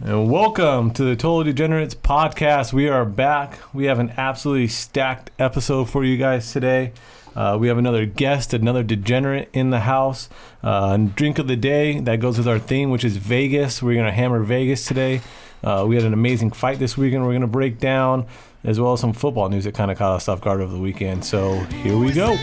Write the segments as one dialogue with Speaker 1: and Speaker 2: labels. Speaker 1: And Uh, welcome to the Total Degenerates podcast. We are back. We have an absolutely stacked episode for you guys today. Uh, we have another guest, another degenerate in the house. Uh, and drink of the day that goes with our theme, which is Vegas. We're going to hammer Vegas today. Uh, we had an amazing fight this weekend. We're going to break down, as well as some football news that kind of caught us off guard over the weekend. So here we go.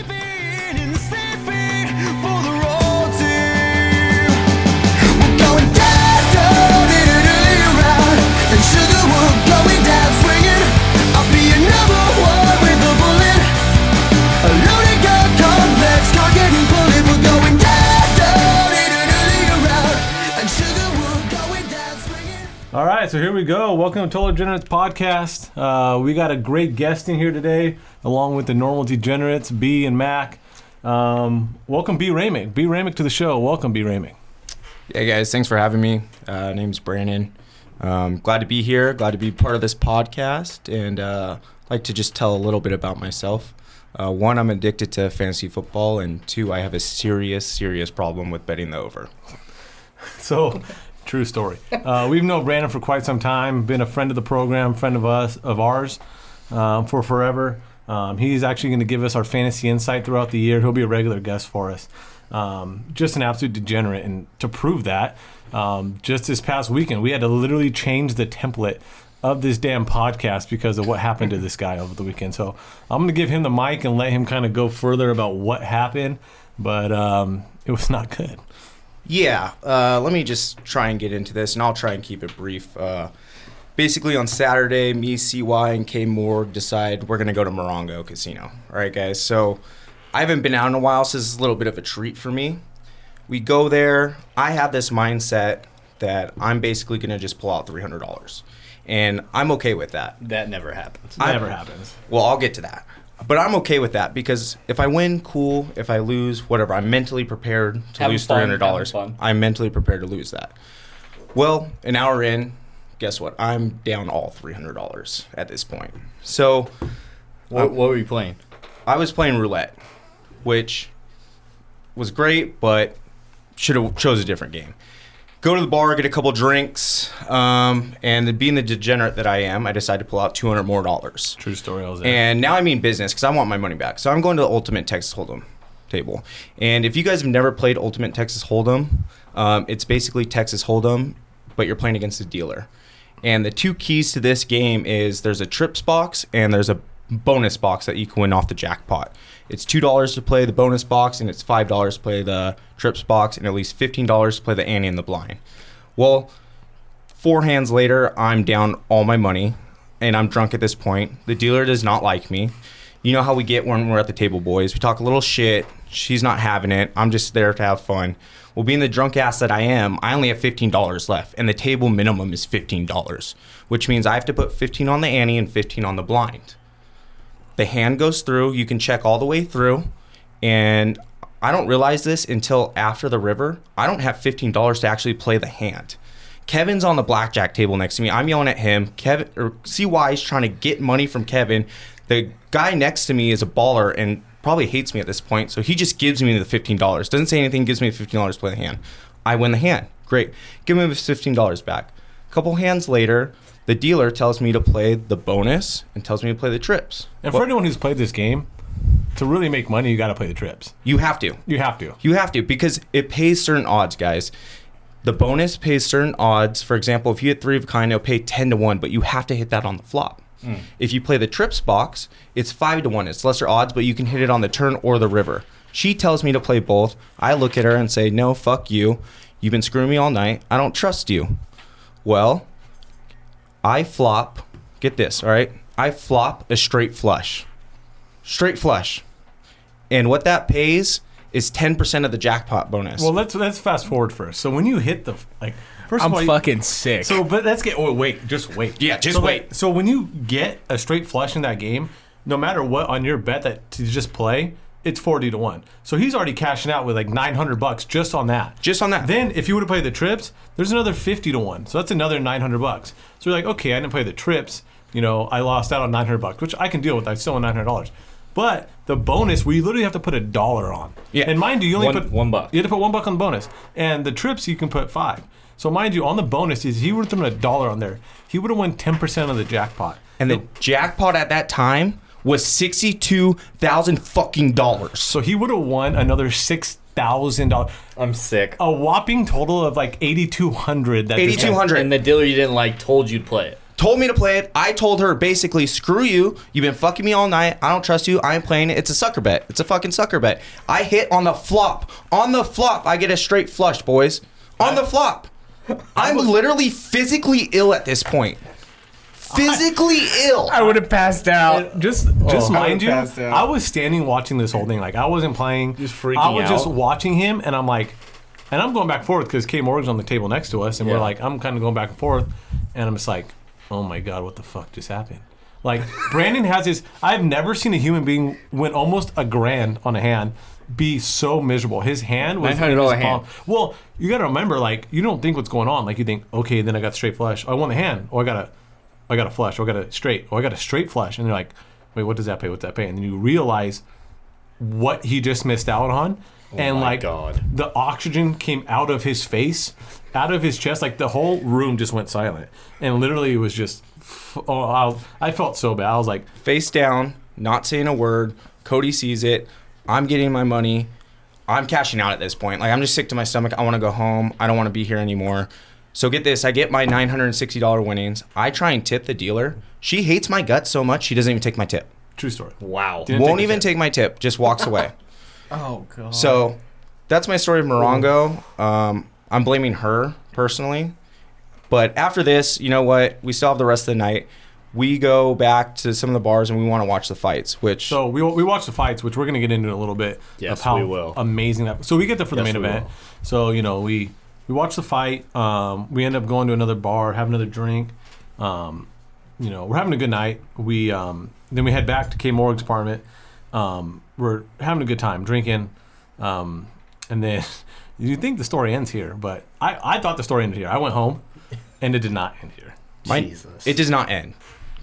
Speaker 1: All right, so here we go. Welcome to Total Degenerates Podcast. Uh, we got a great guest in here today, along with the normal degenerates, B and Mac. Um, welcome, B Ramick. B Ramick to the show. Welcome, B Ramick.
Speaker 2: Hey guys, thanks for having me. Uh, name's Brandon. Um, glad to be here. Glad to be part of this podcast, and uh, like to just tell a little bit about myself. Uh, one, I'm addicted to fantasy football, and two, I have a serious, serious problem with betting the over.
Speaker 1: So, true story. Uh, we've known Brandon for quite some time. Been a friend of the program, friend of us, of ours, um, for forever. Um, he's actually going to give us our fantasy insight throughout the year. He'll be a regular guest for us. Um, just an absolute degenerate, and to prove that, um, just this past weekend we had to literally change the template of this damn podcast because of what happened to this guy over the weekend. So I'm going to give him the mic and let him kind of go further about what happened, but um, it was not good.
Speaker 2: Yeah, uh, let me just try and get into this, and I'll try and keep it brief. Uh, basically, on Saturday, me, CY, and K Morg decide we're going to go to Morongo Casino. All right, guys, so I haven't been out in a while, so this is a little bit of a treat for me. We go there, I have this mindset that I'm basically going to just pull out $300, and I'm okay with that.
Speaker 3: That never happens.
Speaker 2: I-
Speaker 1: Never happens.
Speaker 2: Well, I'll get to that. But I'm okay with that because if I win, cool. If I lose, whatever. I'm mentally prepared to
Speaker 3: Having
Speaker 2: lose three
Speaker 3: fun,
Speaker 2: hundred dollars.
Speaker 3: having fun.
Speaker 2: I'm mentally prepared to lose that. Well, an hour in, guess what? I'm down all three hundred dollars at this point. So
Speaker 3: What, what were you playing?
Speaker 2: I was playing roulette, which was great, but should have chose a different game. Go to the bar, get a couple drinks, um, and being the degenerate that I am, I decided to pull out two hundred more dollars.
Speaker 1: True story. I was there.
Speaker 2: And now I mean business because I want my money back. So I'm going to the Ultimate Texas Hold'em table. And if you guys have never played Ultimate Texas Hold'em, um, it's basically Texas Hold'em, but you're playing against a dealer. And the two keys to this game is there's a trips box and there's a bonus box that you can win off the jackpot. It's two dollars to play the bonus box and it's five dollars to play the trips box and at least fifteen dollars to play the Annie and the blind. Well, four hands later, I'm down all my money and I'm drunk at this point. The dealer does not like me. You know how we get when we're at the table, boys. We talk a little shit. She's not having it. I'm just there to have fun. Well, being the drunk ass that I am, I only have $15 left, and the table minimum is $15, which means I have to put 15 on the ante and 15 on the blind. The hand goes through. You can check all the way through. And I don't realize this until after the river. I don't have $15 to actually play the hand. Kevin's on the blackjack table next to me. I'm yelling at him. Kevin or CY is trying to get money from Kevin. The guy next to me is a baller and probably hates me at this point. So he just gives me the $15. Doesn't say anything, gives me the $15 to play the hand. I win the hand. Great. Give me his $15 back. A couple hands later, the dealer tells me to play the bonus and tells me to play the trips.
Speaker 1: And
Speaker 2: Well-
Speaker 1: for anyone who's played this game, to really make money, you got to play the trips.
Speaker 2: You have to.
Speaker 1: You have to.
Speaker 2: You have to because it pays certain odds, guys. The bonus pays certain odds. For example, if you hit three of a kind, it'll pay 10 to 1, but you have to hit that on the flop. If you play the trips box, it's 5 to 1. It's lesser odds, but you can hit it on the turn or the river. She tells me to play both. I look at her and say, No, fuck you. You've been screwing me all night. I don't trust you. Well, I flop. Get this, all right? I flop a straight flush. Straight flush. And what that pays is 10% of the jackpot bonus.
Speaker 1: Well, let's let's fast forward first. So when you hit the like, 1st
Speaker 4: I'm
Speaker 1: of all, you-
Speaker 4: fucking sick.
Speaker 1: So, but let's get. Oh, wait, just wait.
Speaker 2: Yeah, just
Speaker 1: So, like,
Speaker 2: wait.
Speaker 1: so when you get a straight flush in that game, no matter what on your bet that to just play, it's forty to one. So he's already cashing out with like nine hundred bucks just on that.
Speaker 2: Just on that.
Speaker 1: Then if you were to play the trips, there's another fifty to one. So that's another nine hundred bucks. So you're like, okay, I didn't play the trips. You know, I lost out on nine hundred bucks, which I can deal with. I still owe nine hundred dollars. But the bonus, we literally have to put a dollar on.
Speaker 2: Yeah.
Speaker 1: And mind you, you only
Speaker 3: One-
Speaker 1: put
Speaker 3: one buck.
Speaker 1: You had to put one buck on the bonus, and the trips you can put five. So mind you, on the bonus, is he would have thrown a dollar on there, he would have won ten percent of the jackpot.
Speaker 2: And the jackpot at that time was sixty-two thousand fucking dollars.
Speaker 1: So he would have won another six thousand dollars,
Speaker 3: I'm sick.
Speaker 1: a whopping total of like eighty two hundred.
Speaker 2: Eighty-two hundred.
Speaker 3: And the dealer you didn't like told you to play it.
Speaker 2: told me to play it. I told her basically, screw you. You've been fucking me all night. I don't trust you. I am playing it. It's a sucker bet. It's a fucking sucker bet. I hit on the flop. On the flop, I get a straight flush, boys. On the flop. I'm literally physically ill at this point. Physically ill.
Speaker 4: I would have passed out.
Speaker 1: Just,
Speaker 3: Oh,
Speaker 1: just
Speaker 4: I
Speaker 1: mind you,
Speaker 4: passed out.
Speaker 1: I was standing watching this whole thing. Like I wasn't playing.
Speaker 3: Just freaking
Speaker 1: I was just
Speaker 3: out.
Speaker 1: watching him, and I'm like, and I'm going back and forth because Kay Morgan's on the table next to us, and we're
Speaker 3: Yeah.
Speaker 1: like, I'm kind of going back and forth, and I'm just like, oh my god, what the fuck just happened? Like Brandon has his. I've never seen a human being win almost a grand on a hand be so miserable. His hand was
Speaker 3: $900
Speaker 1: his
Speaker 3: hand.
Speaker 1: palm. Well, you got to remember, like you don't think what's going on. Like you think, okay, then I got straight flush. Oh, I won the hand. Oh, I got a, I got a flush. Oh, I got a straight. Oh, I got a straight flush. And you're like, wait, what does that pay? What's that pay? And then you realize what he just missed out on, and
Speaker 3: my
Speaker 1: like
Speaker 3: God.
Speaker 1: the oxygen came out of his face, out of his chest. Like the whole room just went silent, and literally it was just. f- Oh, I, I felt so bad. I was like,
Speaker 2: face down, not saying a word. Cody sees it. I'm getting my money. I'm cashing out at this point. Like I'm just sick to my stomach. I want to go home. I don't want to be here anymore. So get this. I get my $960 winnings. I try and tip the dealer. She hates my guts so much she doesn't even take my tip.
Speaker 1: true story.
Speaker 3: Wow.
Speaker 1: Didn't
Speaker 2: Won't
Speaker 1: take a
Speaker 2: even
Speaker 1: tip.
Speaker 2: take my tip. Just walks away.
Speaker 4: Oh god.
Speaker 2: So that's my story of Morongo. Um, I'm blaming her personally. But after this, you know what? We still have the rest of the night. We go back to some of the bars and we want to watch the fights, which
Speaker 1: So we we watched the fights, which we're gonna get into in a little bit.
Speaker 3: Yes,
Speaker 1: of how
Speaker 3: we will.
Speaker 1: Amazing that. So we get there for the
Speaker 3: Yes,
Speaker 1: main
Speaker 3: we
Speaker 1: event.
Speaker 3: will.
Speaker 1: So you know we we watch the fight. Um, we end up going to another bar, have another drink. Um, you know we're having a good night. We um, then we head back to K Morg's apartment. Um, we're having a good time drinking, um, and then you think the story ends here, but I I thought the story ended here. I went home, and it did not end here.
Speaker 2: Mine-
Speaker 3: Jesus.
Speaker 2: It does not end.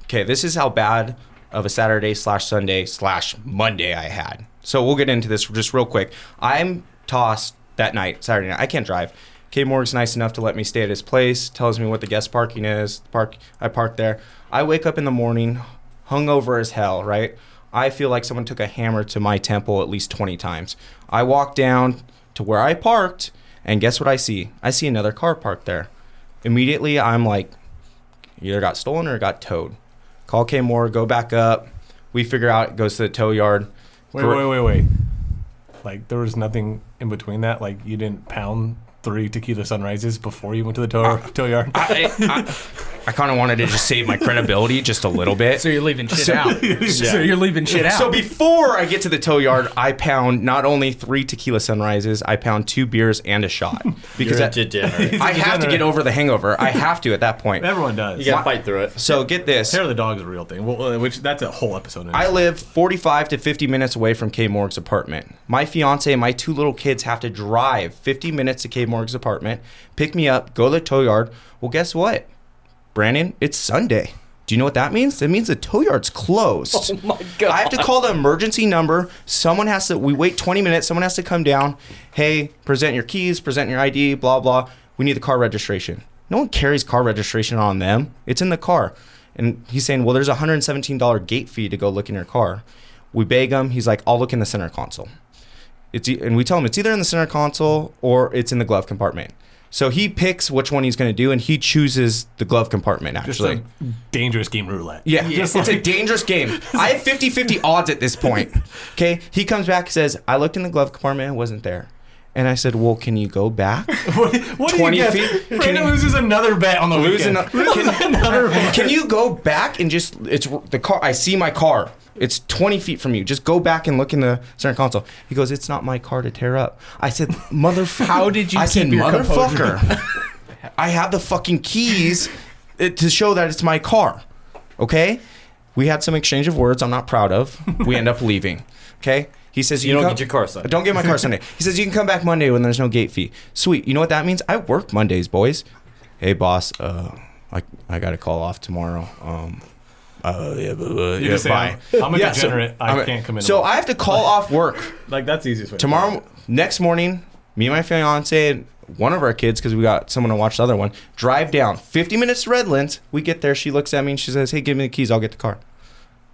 Speaker 2: Okay, this is how bad of a Saturday slash Sunday slash Monday I had. So we'll get into this just real quick. I'm tossed that night, Saturday night. I can't drive. K Morg's nice enough to let me stay at his place. Tells me what the guest parking is. Park. I park there. I wake up in the morning, hungover as hell. Right. I feel like someone took a hammer to my temple at least 20 times. I walk down to where I parked, and guess what I see? I see another car parked there. Immediately, I'm like, either got stolen or got towed. Call K Moore, go back up. We figure out it goes to the tow yard.
Speaker 1: Wait,
Speaker 2: Gr-
Speaker 1: wait, wait, wait. Like there was nothing in between that. Like you didn't pound three tequila sunrises before you went to the tow, tow yard.
Speaker 2: I, kind of wanted to just save my credibility just a little bit.
Speaker 4: So you're leaving shit out. So you're leaving shit out.
Speaker 2: So before I get to the tow yard, I pound not only three tequila sunrises, I pound two beers and a shot because
Speaker 3: You're a
Speaker 2: that-
Speaker 3: degenerate.
Speaker 2: I have to get over the hangover. I have to at that point.
Speaker 1: Everyone does.
Speaker 3: you
Speaker 1: Yeah.
Speaker 3: gotta fight through it.
Speaker 2: So get this.
Speaker 1: Hair of the dog is a real thing. Well, uh, which that's a whole episode. In
Speaker 2: I
Speaker 1: itself.
Speaker 2: live 45 to 50 minutes away from Kay Morg's apartment. My fiance and my two little kids have to drive 50 minutes to Kay Morg's apartment, pick me up, go to the tow yard. Well, guess what? Brandon, it's Sunday. Do you know what that means? That means the tow yard's closed.
Speaker 3: Oh my God.
Speaker 2: I have to call the emergency number. Someone has to. We wait 20 minutes. Someone has to come down. Hey, present your keys, present your ID, blah blah. We need the car registration. No one carries car registration on them. It's in the car. And he's saying, well, there's a $117 gate fee to go look in your car. We beg him. He's like, I'll look in the center console it's e- and we tell him it's either in the center console or it's in the glove compartment. So he picks which one he's going to do, and he chooses the glove compartment.
Speaker 1: Just
Speaker 2: Actually,
Speaker 1: like dangerous game roulette.
Speaker 2: yeah,
Speaker 1: Just
Speaker 2: it's a
Speaker 1: like,
Speaker 2: dangerous game. I have 50-50 odds at this point. Okay, he comes back says, "I looked in the glove compartment, it wasn't there." And I said, "Well, can you go back?
Speaker 1: what, what
Speaker 2: 20
Speaker 1: do you guess?
Speaker 2: feet? Can
Speaker 1: Brandon
Speaker 2: you-
Speaker 1: loses another bet on the
Speaker 2: Lose
Speaker 1: weekend.
Speaker 2: ano-
Speaker 1: Loses another bet.
Speaker 2: Can you go back and just it's the car? I see my car. It's 20 feet from you. Just go back and look in the center console." He goes, "It's not my car to tear up." I said, "Motherfucker,
Speaker 4: How did you
Speaker 2: I said,
Speaker 4: keep your
Speaker 2: motherfucker. I have the fucking keys uh, to show that it's my car. Okay? We had some exchange of words I'm not proud of. We end up leaving. Okay? He says,
Speaker 3: You don't
Speaker 2: come-
Speaker 3: get your car Sunday.
Speaker 2: Don't get my car Sunday. He says, you can come back Monday when there's no gate fee. Sweet. You know what that means? I work Mondays, boys. Hey, boss. Uh, I, I got to call off tomorrow. Um, uh, yeah, blah, blah,
Speaker 1: You
Speaker 2: yeah,
Speaker 1: just say,
Speaker 2: bye.
Speaker 1: I'm a
Speaker 2: Yeah, so-
Speaker 1: degenerate. I
Speaker 2: I'm a-
Speaker 1: can't come in.
Speaker 2: So I have to call off work
Speaker 1: like that's the easiest way.
Speaker 2: tomorrow next morning me and my fiance and one of our kids, because we got someone to watch the other one, drive down 50 minutes to Redlands. We get there. She looks at me and she says, Hey, give me the keys. I'll get the car.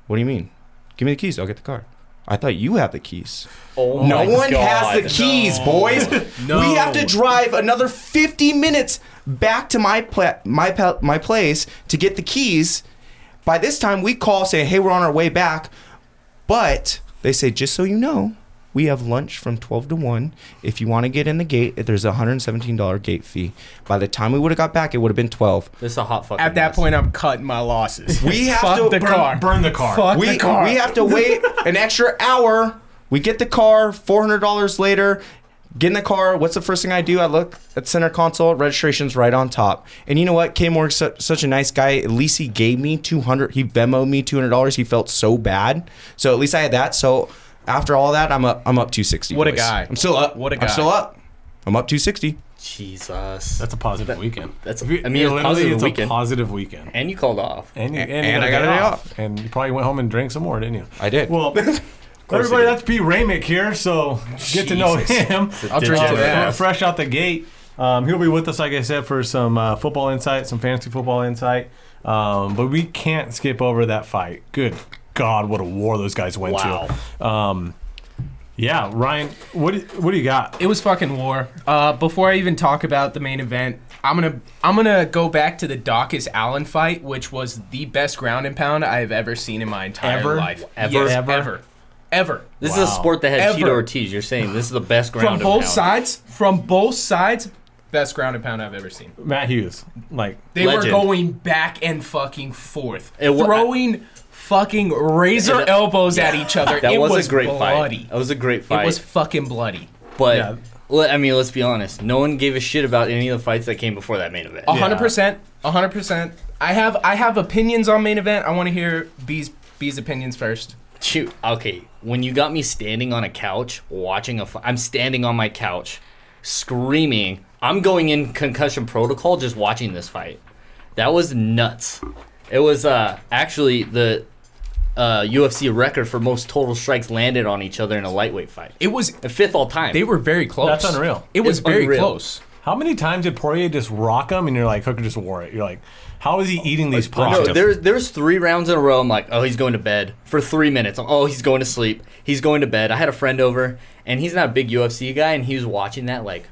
Speaker 2: What do you mean? Give me the keys. I'll get the car. I thought you have the keys.
Speaker 3: Oh
Speaker 2: no
Speaker 3: my
Speaker 2: one
Speaker 3: God.
Speaker 2: has the keys, boys.
Speaker 4: No.
Speaker 2: We have to drive another 50 minutes back to my pla- my pa- my place to get the keys. By this time, we call saying, "Hey, we're on our way back," but they say, "Just so you know, we have lunch from 12 to 1. If you want to get in the gate, there's a $117 gate fee. By the time we would have got back, it would have been 12.
Speaker 3: This is a hot fucking.
Speaker 4: At that
Speaker 3: mess.
Speaker 4: point, I'm cutting my losses.
Speaker 2: We have
Speaker 4: Fuck
Speaker 2: to
Speaker 4: the
Speaker 1: burn,
Speaker 4: car.
Speaker 1: burn the car.
Speaker 4: Fuck
Speaker 2: we,
Speaker 4: the car.
Speaker 2: we have to wait an extra hour. We get the car, $400 later. Get in the car. What's the first thing I do? I look at center console. Registration's right on top. And you know what? K Morgan's su- such a nice guy. At least he gave me 200 He Venmoed me $200. He felt so bad. So at least I had that. So after all that, I'm up, I'm up 260
Speaker 4: What a
Speaker 2: boys.
Speaker 4: guy.
Speaker 2: I'm still up.
Speaker 4: What a guy.
Speaker 2: I'm still up. I'm up 260
Speaker 3: Jesus.
Speaker 1: That's a positive weekend.
Speaker 3: that's a-
Speaker 1: If you-
Speaker 3: I mean, it's
Speaker 1: literally,
Speaker 3: positive
Speaker 1: it's
Speaker 3: weekend.
Speaker 1: a positive weekend.
Speaker 3: and you called off.
Speaker 1: And, you, and,
Speaker 2: and
Speaker 1: you
Speaker 2: I got a day
Speaker 1: And you probably went home and drank some more, didn't you?
Speaker 2: I did.
Speaker 1: Well, everybody, that's P. Ramick here, so get to know
Speaker 2: Jesus.
Speaker 1: him.
Speaker 4: I'll drink
Speaker 3: Ditto.
Speaker 4: to
Speaker 1: Uh,
Speaker 4: that.
Speaker 1: fresh out the gate. Um, he'll be with us, like I said, for some uh, football insight, some fantasy football insight. Um, but we can't skip over that fight. Good God, what a war those guys went to. Um, yeah, Ryan, what do, what do you got?
Speaker 4: It was fucking war. Uh, before I even talk about the main event, I'm gonna I'm gonna go back to the Dawkins Allen fight, which was the best ground and pound I've ever seen in my entire
Speaker 1: Ever?
Speaker 4: life.
Speaker 3: Ever?
Speaker 4: Yes,
Speaker 1: Ever?
Speaker 4: ever, ever,
Speaker 3: This
Speaker 1: Wow.
Speaker 3: is a sport that had
Speaker 4: Ever.
Speaker 3: Cheeto Ortiz. You're saying this is the best
Speaker 4: From
Speaker 3: ground
Speaker 4: both
Speaker 3: and pound.
Speaker 4: sides, from both sides, best ground and pound I've ever seen.
Speaker 1: Matt Hughes. Like,
Speaker 4: They
Speaker 3: Legend.
Speaker 4: were going back and fucking forth,
Speaker 3: It wa-
Speaker 4: throwing fucking razor
Speaker 3: Yeah, that-
Speaker 4: elbows at each other.
Speaker 3: That
Speaker 4: it
Speaker 3: was,
Speaker 4: was,
Speaker 3: a great
Speaker 4: bloody.
Speaker 3: fight. That was a great
Speaker 4: It
Speaker 3: fight.
Speaker 4: was fucking bloody.
Speaker 3: but
Speaker 1: Yeah.
Speaker 3: le- I mean, let's be honest. No one gave a shit about any of the fights that came before that main event.
Speaker 4: A hundred percent. A hundred percent. I have I have opinions on main event. I want to hear B's B's opinions first.
Speaker 3: Shoot. Okay. When you got me standing on a couch watching a, f- I'm standing on my couch, screaming. I'm going in concussion protocol just watching this fight. That was nuts. It was uh, actually the uh, UFC record for most total strikes landed on each other in a lightweight fight.
Speaker 4: It was
Speaker 3: The fifth all time.
Speaker 4: they were very close.
Speaker 1: That's unreal.
Speaker 4: It was
Speaker 3: It's
Speaker 4: very
Speaker 3: unreal.
Speaker 4: close.
Speaker 1: how many times did Poirier just rock him and you're like, Hooker just wore it? You're like, how is he eating these
Speaker 3: No,
Speaker 1: punches?
Speaker 3: there's there's three rounds in a row. I'm like, oh, he's going to bed for three minutes. I'm, oh, he's going to sleep. He's going to bed. I had a friend over, and he's not a big UFC guy, and he was watching that. Like,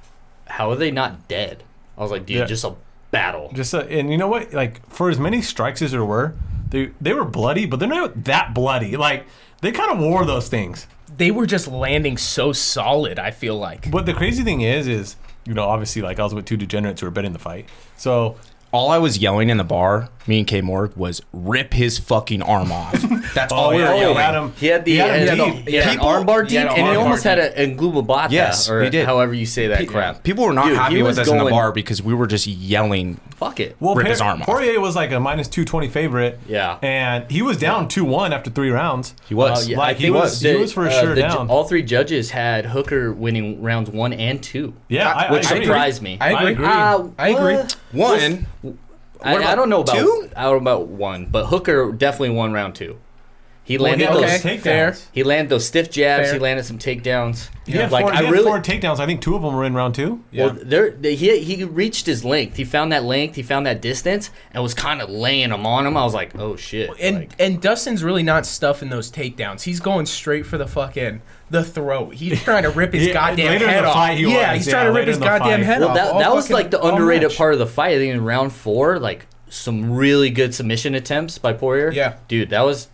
Speaker 3: how are they not dead? I was like, dude,
Speaker 1: Yeah.
Speaker 3: just a battle.
Speaker 1: Just uh and you know what? Like for as many strikes as there were, they they were bloody, but they're not that bloody. Like they kind of wore those things.
Speaker 4: They were just landing so solid. I feel like
Speaker 1: But the crazy thing is, is you know, obviously, like I was with two degenerates who were betting the fight. So
Speaker 2: all I was yelling in the bar, me and K Morg, was rip his fucking arm off. That's all we
Speaker 1: yeah,
Speaker 2: were
Speaker 1: oh,
Speaker 2: yelling.
Speaker 1: Adam.
Speaker 3: He had the
Speaker 1: He
Speaker 3: he
Speaker 1: had
Speaker 3: had,
Speaker 1: him
Speaker 3: a-
Speaker 1: deep.
Speaker 3: he had
Speaker 2: People-
Speaker 3: an armbar deep,
Speaker 4: he had an
Speaker 3: and he
Speaker 4: armbar
Speaker 3: almost had
Speaker 4: deep.
Speaker 3: a, a glubabata,
Speaker 2: Yes,
Speaker 3: or
Speaker 2: he did.
Speaker 3: however you say that
Speaker 2: Pe-
Speaker 3: crap.
Speaker 2: People were not
Speaker 3: Dude, he
Speaker 2: happy with
Speaker 3: was
Speaker 2: us in the
Speaker 3: going-
Speaker 2: bar because we were just yelling.
Speaker 3: Fuck it.
Speaker 1: well,
Speaker 2: Rip his arm off.
Speaker 1: Poirier was like a minus two twenty favorite.
Speaker 3: Yeah.
Speaker 1: and he was down two one after three rounds.
Speaker 2: He was.
Speaker 3: Uh, yeah, I
Speaker 1: like he
Speaker 3: think
Speaker 1: was.
Speaker 3: the-
Speaker 1: he was for
Speaker 3: uh,
Speaker 1: sure
Speaker 3: the ju-
Speaker 1: down.
Speaker 3: all three judges had Hooker winning rounds one and two.
Speaker 1: yeah, I,
Speaker 3: which
Speaker 1: I agree.
Speaker 3: surprised me.
Speaker 4: I agree.
Speaker 1: agree.
Speaker 3: Uh,
Speaker 4: I agree.
Speaker 3: what?
Speaker 2: One,
Speaker 3: I,
Speaker 2: about
Speaker 3: I don't know about
Speaker 2: two?
Speaker 3: I don't know about one, but Hooker definitely won round two. He
Speaker 1: Well, he
Speaker 3: landed
Speaker 1: had
Speaker 3: those.
Speaker 1: those
Speaker 4: Okay,
Speaker 1: takedowns.
Speaker 4: fair.
Speaker 3: He landed those stiff jabs.
Speaker 4: Fair.
Speaker 3: He landed some takedowns.
Speaker 1: He had,
Speaker 3: like
Speaker 1: four, he
Speaker 3: I
Speaker 1: had
Speaker 3: really.
Speaker 1: four takedowns. I think two of them were in round two.
Speaker 3: Well, there they- he he reached his length. He found that length. He found that distance, and was kind of laying him on him. I was like, oh shit.
Speaker 4: and
Speaker 3: like,
Speaker 4: and Dustin's really not stuffing those takedowns. He's going straight for the fucking the throat. He's trying to rip his
Speaker 1: Yeah,
Speaker 4: goddamn
Speaker 1: later in
Speaker 4: head
Speaker 1: the
Speaker 4: off.
Speaker 1: fight he
Speaker 4: yeah,
Speaker 1: was,
Speaker 4: he's
Speaker 1: yeah,
Speaker 4: trying to
Speaker 1: later
Speaker 4: rip his
Speaker 1: in the
Speaker 4: goddamn
Speaker 1: fight.
Speaker 4: head
Speaker 3: well,
Speaker 4: off.
Speaker 3: that,
Speaker 4: all
Speaker 3: that was
Speaker 4: fucking-
Speaker 3: like the
Speaker 4: all
Speaker 3: underrated
Speaker 4: match.
Speaker 3: part of the fight. I think in round four, like some really good submission attempts by Poirier.
Speaker 4: Yeah.
Speaker 3: dude, that was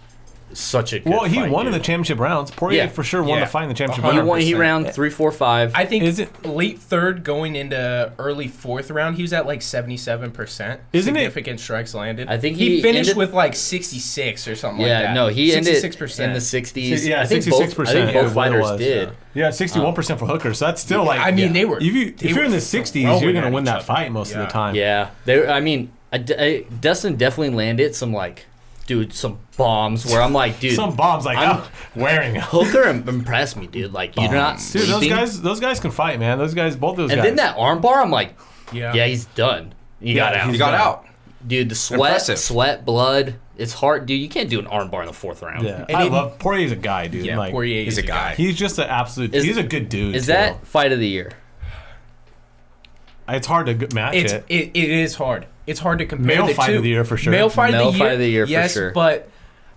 Speaker 3: such a. Good
Speaker 1: Well, he
Speaker 3: fight,
Speaker 1: won
Speaker 3: dude.
Speaker 1: in the championship rounds. Poirier
Speaker 3: Yeah.
Speaker 1: for sure won
Speaker 4: Yeah.
Speaker 1: the fight in the championship
Speaker 4: Uh-huh.
Speaker 3: He
Speaker 1: rounds.
Speaker 3: won. He
Speaker 4: 100%.
Speaker 3: round three, four, five.
Speaker 4: I think
Speaker 1: Is it-
Speaker 4: late third going into early fourth round, he was at like seventy seven percent.
Speaker 1: Isn't it-
Speaker 4: significant strikes landed?
Speaker 3: I think
Speaker 4: he,
Speaker 3: he
Speaker 4: finished
Speaker 3: ended-
Speaker 4: with like sixty six or something
Speaker 3: Yeah,
Speaker 4: like that.
Speaker 3: no, he ended in
Speaker 4: percent
Speaker 3: the 60s.
Speaker 1: Yeah,
Speaker 3: I think
Speaker 1: 66%.
Speaker 3: both, I think
Speaker 1: Yeah, is
Speaker 3: both
Speaker 1: what it
Speaker 3: fighters
Speaker 1: was,
Speaker 3: did.
Speaker 1: Yeah, sixty-one percent for hookers. So that's still like.
Speaker 4: I mean, they were-
Speaker 1: If you
Speaker 4: they
Speaker 1: if you're in
Speaker 4: were
Speaker 1: the sixties,
Speaker 4: throwing
Speaker 1: you're gonna
Speaker 4: at
Speaker 1: win
Speaker 4: each
Speaker 1: that
Speaker 4: other.
Speaker 1: fight most of
Speaker 4: Yeah.
Speaker 1: the time.
Speaker 3: Yeah, there. I mean, I, I, Dustin definitely landed some like, dude, some bombs where I'm like, dude,
Speaker 1: Some bombs like
Speaker 3: I'm-
Speaker 1: I'm wearing. them.
Speaker 3: Hooker im- impressed me, dude. Like you're not
Speaker 1: Dude,
Speaker 3: sleeping.
Speaker 1: those guys, those guys can fight, man. Those guys, both those
Speaker 3: and
Speaker 1: guys.
Speaker 3: then that arm bar, I'm like,
Speaker 4: Yeah.
Speaker 3: yeah, he's done. He got
Speaker 1: Yeah,
Speaker 3: out,
Speaker 2: he got out.
Speaker 3: dude. The sweat,
Speaker 2: Impressive.
Speaker 3: sweat, blood. It's hard, dude. You can't do an arm bar in the fourth round.
Speaker 1: yeah,
Speaker 4: and
Speaker 1: I
Speaker 4: it-
Speaker 1: love Poirier's a guy, dude.
Speaker 4: yeah,
Speaker 1: like,
Speaker 4: Poirier
Speaker 2: He's
Speaker 4: is
Speaker 2: a guy.
Speaker 1: He's just an absolute.
Speaker 3: Is-
Speaker 1: he's a good dude.
Speaker 3: Is
Speaker 1: too.
Speaker 3: that fight of the year?
Speaker 1: It's hard to g- match
Speaker 4: It's
Speaker 1: it.
Speaker 4: it, it is hard. It's hard to compare
Speaker 1: Male
Speaker 4: the
Speaker 1: fight of
Speaker 4: two.
Speaker 1: the year for sure.
Speaker 4: Male fight
Speaker 3: Male
Speaker 4: of the year.
Speaker 3: fight of the year for
Speaker 4: yes,
Speaker 3: sure.
Speaker 4: but